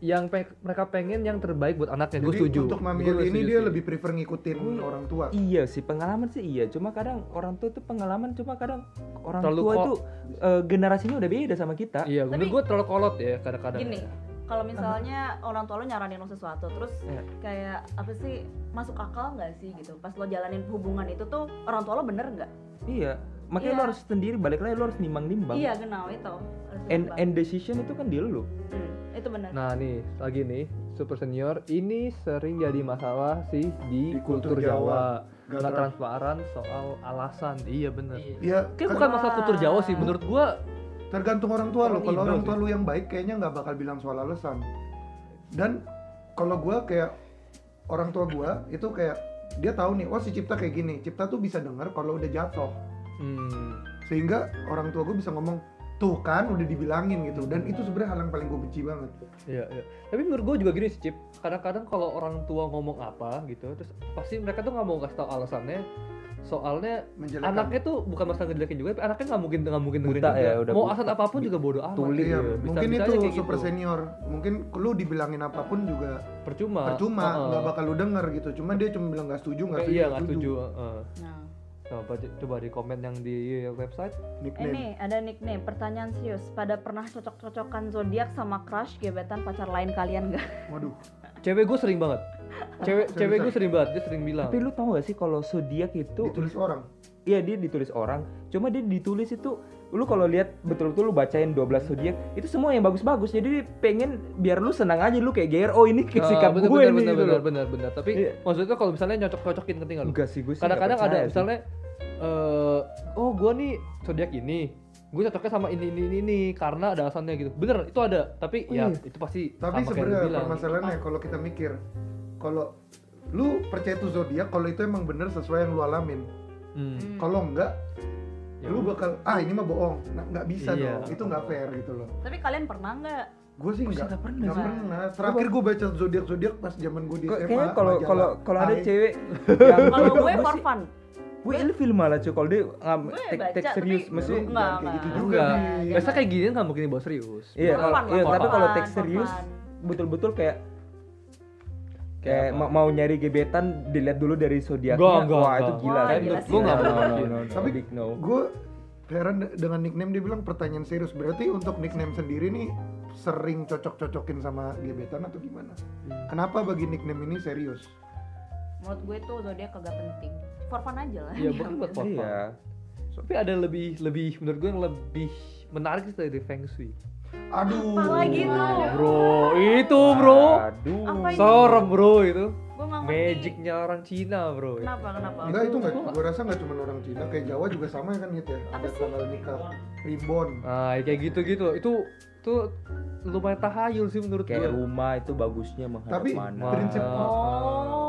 S2: yang pe- mereka pengen yang terbaik buat anaknya. Gue
S3: Jadi
S2: setuju.
S3: untuk mami
S2: Gua
S3: Eli ini
S2: setuju
S3: dia
S2: sih.
S3: lebih prefer ngikutin orang tua
S4: Iya sih pengalaman sih iya, cuma kadang orang tua tuh pengalaman cuma kadang orang
S2: Terlalu
S4: tua
S2: kok-
S4: itu eh, generasinya udah beda sama kita.
S2: Iya, menurut
S12: Tapi-
S2: gue terlalu kolot ya kadang-kadang.
S12: Gini, kalau misalnya orang tua lo nyaranin lo sesuatu, terus
S4: Iya.
S12: kayak apa sih masuk akal nggak sih gitu? Pas lo jalanin hubungan itu tuh orang tua lo bener nggak?
S4: Iya, makanya lo
S12: Iya.
S4: harus sendiri balik lagi lo harus nimbang-nimbang.
S12: Iya, genau itu. Harus
S4: And,
S12: ditebak.
S4: and decision itu kan di lo.
S12: Hmm, itu bener.
S2: Nah nih lagi nih super senior ini sering jadi masalah sih di,
S3: Di
S2: kultur,
S3: kultur
S2: Jawa.
S3: Nggak
S2: Nggak
S3: trans-
S2: transparan soal alasan. Iya bener.
S3: ya
S2: Kayak
S3: kan
S2: bukan masalah kultur Jawa sih menurut gue.
S3: tergantung orang tua lo
S4: Orang
S3: kalau
S4: Indo
S3: orang
S4: sih.
S3: tua lu yang baik kayaknya nggak bakal bilang soal alasan dan kalau gue kayak orang tua gue itu kayak dia tahu nih oh si Cipta kayak gini Cipta tuh bisa denger kalau udah jatuh
S2: Hmm,
S3: sehingga orang tua gue bisa ngomong tuh kan udah dibilangin gitu dan itu sebenarnya hal yang paling gue benci banget
S2: Iya, iya. Tapi menurut gue juga gini sih, Cip. Kadang-kadang kalau orang tua ngomong apa gitu, terus pasti mereka tuh nggak mau kasih tau alasannya. Soalnya
S3: menjelekkan
S2: anaknya tuh bukan masalah ngejelekin juga, tapi anaknya nggak mungkin nggak mungkin dengerin
S4: Buta
S2: juga.
S4: ya, udah
S2: mau
S4: buta.
S2: alasan apapun juga bodoh amat.
S4: Tuli
S3: Iya,
S2: Bisa-
S3: mungkin
S2: bisa
S3: itu
S2: aja kayak
S3: super
S2: gitu.
S3: senior mungkin lu dibilangin apapun juga
S2: Percuma.
S3: percuma
S2: Heeh.
S3: nggak bakal lu denger gitu cuma dia cuma bilang nggak setuju nggak
S2: Kayak
S3: setuju
S2: Iya, nggak setuju. heeh.
S12: Nah.
S2: Coba, coba di komen yang di website.
S12: Eh,
S3: nickname
S12: Ini ada nickname, pertanyaan serius. Pada pernah cocok-cocokan zodiak sama crush gebetan pacar lain kalian nggak?
S3: waduh
S2: Cewek gue sering banget. Cewek,
S3: Seriusan?
S2: cewek gue sering banget. Dia sering bilang.
S4: Tapi lu tau gak sih kalau zodiak itu
S3: ditulis orang
S4: iya dia ditulis orang, cuma dia ditulis itu lu kalau lihat betul-betul lu bacain 12 zodiak itu semua yang bagus-bagus. Jadi dia pengen biar lu senang aja lu kayak GR oh ini kayak
S2: Ah,
S4: sikap
S2: bener,
S4: gue
S2: bener,
S4: nih
S2: bener,
S4: gitu
S2: bener,
S4: loh.
S2: bener, bener. Tapi
S4: Iya.
S2: maksudnya kalau misalnya nyocok-cocokin ngerti nggak lu?
S4: Enggak sih gue sih. nggak
S2: kadang-kadang ada
S4: percaya sih.
S2: misalnya eh oh gue nih zodiak ini gue cocoknya sama ini ini ini ini karena ada alasannya gitu bener itu ada tapi
S4: Oh,
S2: ya
S4: iya.
S2: itu pasti
S3: tapi
S2: sama kayak lu
S3: sebenarnya
S2: bilang.
S3: permasalahannya kalau kita mikir kalau lu percaya itu zodiak kalau itu emang bener sesuai yang lu alamin
S2: Hmm.
S3: kalau enggak
S2: Ya
S3: lu bakal ah ini mah bohong Nah, nggak bisa
S2: Iya.
S3: dong itu nggak fair gitu loh
S12: Tapi kalian pernah nggak?
S3: gue sih nggak
S4: nggak pernah
S3: nggak
S4: sih.
S3: pernah terakhir gue baca zodiak zodiak pas zaman gue di
S4: Kok-
S3: SMA
S4: Kayaknya kalau
S3: majalah
S4: kalau kalau ada
S3: Ai.
S4: cewek yang
S12: Kalau gue for
S4: sih-
S12: fun.
S4: gue ilfil malah cuy kalau dia ngam
S12: Gue
S4: tek
S12: baca,
S4: tek
S12: tapi-
S4: serius
S3: Ya, lu
S4: maksudnya
S12: Enggak,
S3: jangan kayak gitu
S12: enggak.
S3: juga
S2: Enggak.
S3: Bi.
S12: iya.
S2: biasa kayak gini kan nggak mungkin dibawa serius
S4: Iya,
S12: For
S4: kalau-
S12: fun lah,
S4: iya,
S12: for
S4: tapi
S12: fun,
S4: kalau teks
S12: for
S4: serius
S12: fun.
S4: betul-betul kayak kayak
S2: Kayak
S4: ma- mau nyari gebetan dilihat dulu dari zodiaknya.
S2: Enggak, enggak,
S4: Wah, itu
S2: enggak.
S4: gila.
S12: Wah,
S4: Saya
S12: gila
S4: menurut
S12: sih.
S4: gua enggak
S2: No, no,
S4: mungkin.
S2: no, no, no.
S4: Tapi
S3: Tapi-
S4: big no.
S3: gue heran de- dengan nickname dia bilang pertanyaan serius berarti untuk nickname sendiri nih sering cocok-cocokin sama gebetan atau gimana? Kenapa bagi nickname ini serius?
S12: Menurut gue tuh zodiak kagak penting. For fun aja lah.
S2: Iya, bukan buat for fun.
S4: Iya.
S2: tapi ada lebih lebih menurut gue yang lebih menarik sih dari feng shui
S3: Aduh.
S12: Apalagi tuh.
S2: bro itu bro
S4: Aduh.
S12: Apa ini?
S2: serem bro itu
S12: Gue nggak ngerti.
S2: magicnya orang Cina bro
S12: Kenapa? Kenapa?
S3: Enggak itu enggak, gue rasa nggak cuma orang Cina, kayak Jawa juga sama kan gitu ya. Ada tanggal nikah, ribbon.
S2: nah kayak gitu gitu itu tuh lumayan tahayul sih menurut
S4: Kayak
S2: gue
S4: rumah itu bagusnya menghadap
S3: Tapi
S4: mana. Nah,
S3: prinsip
S12: Oh.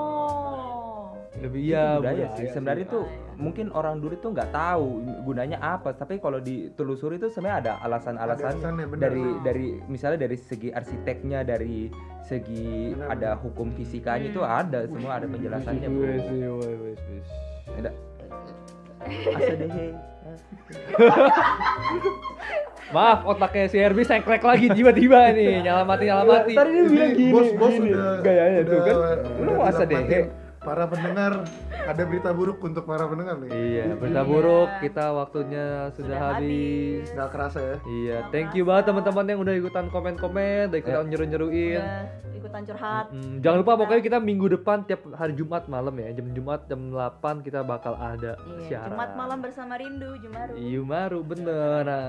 S2: lebih
S6: iya,
S4: Itu
S2: ya
S4: budaya sih. Sebenarnya itu
S12: Budaya.
S4: mungkin orang dulu tuh nggak tahu gunanya apa, tapi kalau ditelusuri itu sebenarnya ada alasan-alasannya.
S3: alasannya, bener.
S4: dari dari misalnya dari segi arsiteknya dari segi
S3: Benar,
S4: ada hukum fisikanya
S2: Hmm.
S4: itu ada semua ada penjelasannya bro
S2: Wes, wes, wes, wes.
S4: ada asa deh
S2: Maaf otaknya si Herbie sengklek lagi tiba-tiba nih nyalamati nyalamati.
S4: Iya, tadi dia bilang gini
S3: bos bos
S4: gini.
S3: udah
S4: gayanya tuh kan
S3: udah-
S4: lu
S3: udah
S4: masa deh
S3: dilapatin. para pendengar ada berita buruk untuk para pendengar nih
S2: Iya, berita buruk kita waktunya sudah, habis.
S3: Gak kerasa ya.
S2: Iya, thank you banget teman-teman yang udah ikutan komen-komen, udah ikutan
S3: Ya.
S2: nyeru-nyeruin.
S12: Udah Iya, ikutan curhat.
S2: Hmm, jangan
S12: Iya.
S2: lupa pokoknya kita minggu depan tiap hari Jumat malam ya, jam Jumat jam 8 kita bakal ada
S12: Iya,
S2: siaran.
S12: Jumat malam bersama Rindu, Jumaru.
S2: Iya. Yumaru bener. Nah,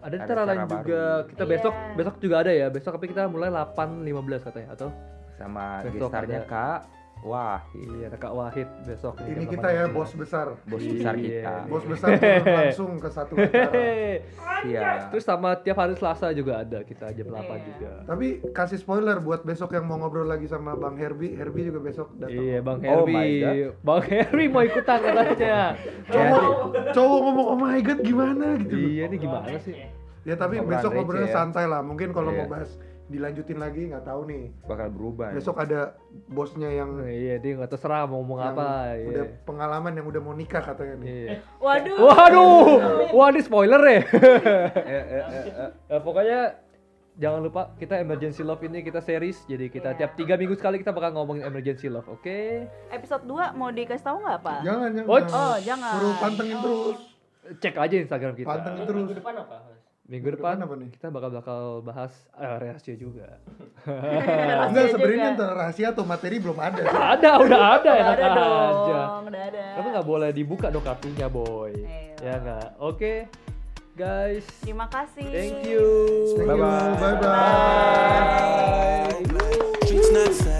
S2: ada
S4: Ada
S2: cara lain
S4: cara baru.
S2: juga. Kita besok
S12: Iya.
S2: besok juga ada ya. Besok tapi kita mulai 8.15 katanya atau
S4: sama
S2: Besok
S4: gestarnya
S2: ada.
S4: Kak Wah
S2: iya ada Kak Wahid besok. nih, Iya.
S3: Ini
S2: jam
S3: kita ya
S2: 8.15.
S3: bos besar.
S4: bos besar kita.
S3: Bos besar turun langsung ke satu acara.
S4: Iya.
S2: Terus sama tiap hari Selasa juga ada kita jam 8
S12: Iya.
S2: juga.
S3: Tapi kasih spoiler buat besok yang mau ngobrol lagi sama Bang Herbi. Herbi juga besok datang.
S2: Iya, Bang
S4: Oh my
S2: Harry. Bang Harry mau ikutan katanya.
S3: Cowok, cowok ngomong oh my god gimana gitu. loh.
S2: iya, ini gimana sih?
S3: Ya tapi
S4: Obrolan
S3: besok
S4: receh
S3: ngobrolnya
S4: ya.
S3: santai lah. Mungkin kalau
S4: Iya.
S3: mau bahas dilanjutin lagi nggak tahu nih.
S4: Bakal berubah. ya.
S3: Besok ada bosnya yang,
S2: Iya, dia nggak terserah mau ngomong
S3: yang
S2: apa.
S3: udah
S2: Iya.
S3: pengalaman yang udah mau nikah katanya nih.
S2: Iya.
S12: Waduh.
S2: Waduh, wah ini spoiler ya.
S4: Eh, eh, eh, eh.
S2: Eh, pokoknya jangan lupa kita emergency love ini kita series, jadi
S12: Iya.
S2: kita tiap tiga minggu sekali kita bakal ngomongin emergency love, oke?
S12: Episode 2 mau dikasih tahu nggak, Pak?
S3: Jangan jangan.
S2: Oh,
S12: Oh, jangan.
S3: Suruh pantengin terus.
S2: Cek aja Instagram kita.
S3: Pantengin terus.
S5: depan apa?
S2: Minggu
S3: Minggu
S2: depan
S3: depan apa nih?
S2: kita bakal bakal bahas eh, rahasia juga.
S3: Enggak sebenarnya antara rahasia atau materi belum ada. sih.
S2: ada, udah ada,
S12: Udah
S2: enak
S12: ada dong,
S2: aja.
S12: udah ada.
S2: Tapi nggak boleh dibuka dong kartunya, boy. Ya
S12: Iya.
S2: nggak? Oke, guys.
S12: Terima kasih.
S2: Thank you.
S3: Thank you.
S4: Bye-bye.
S3: Bye bye.
S2: Bye.
S6: Drinks not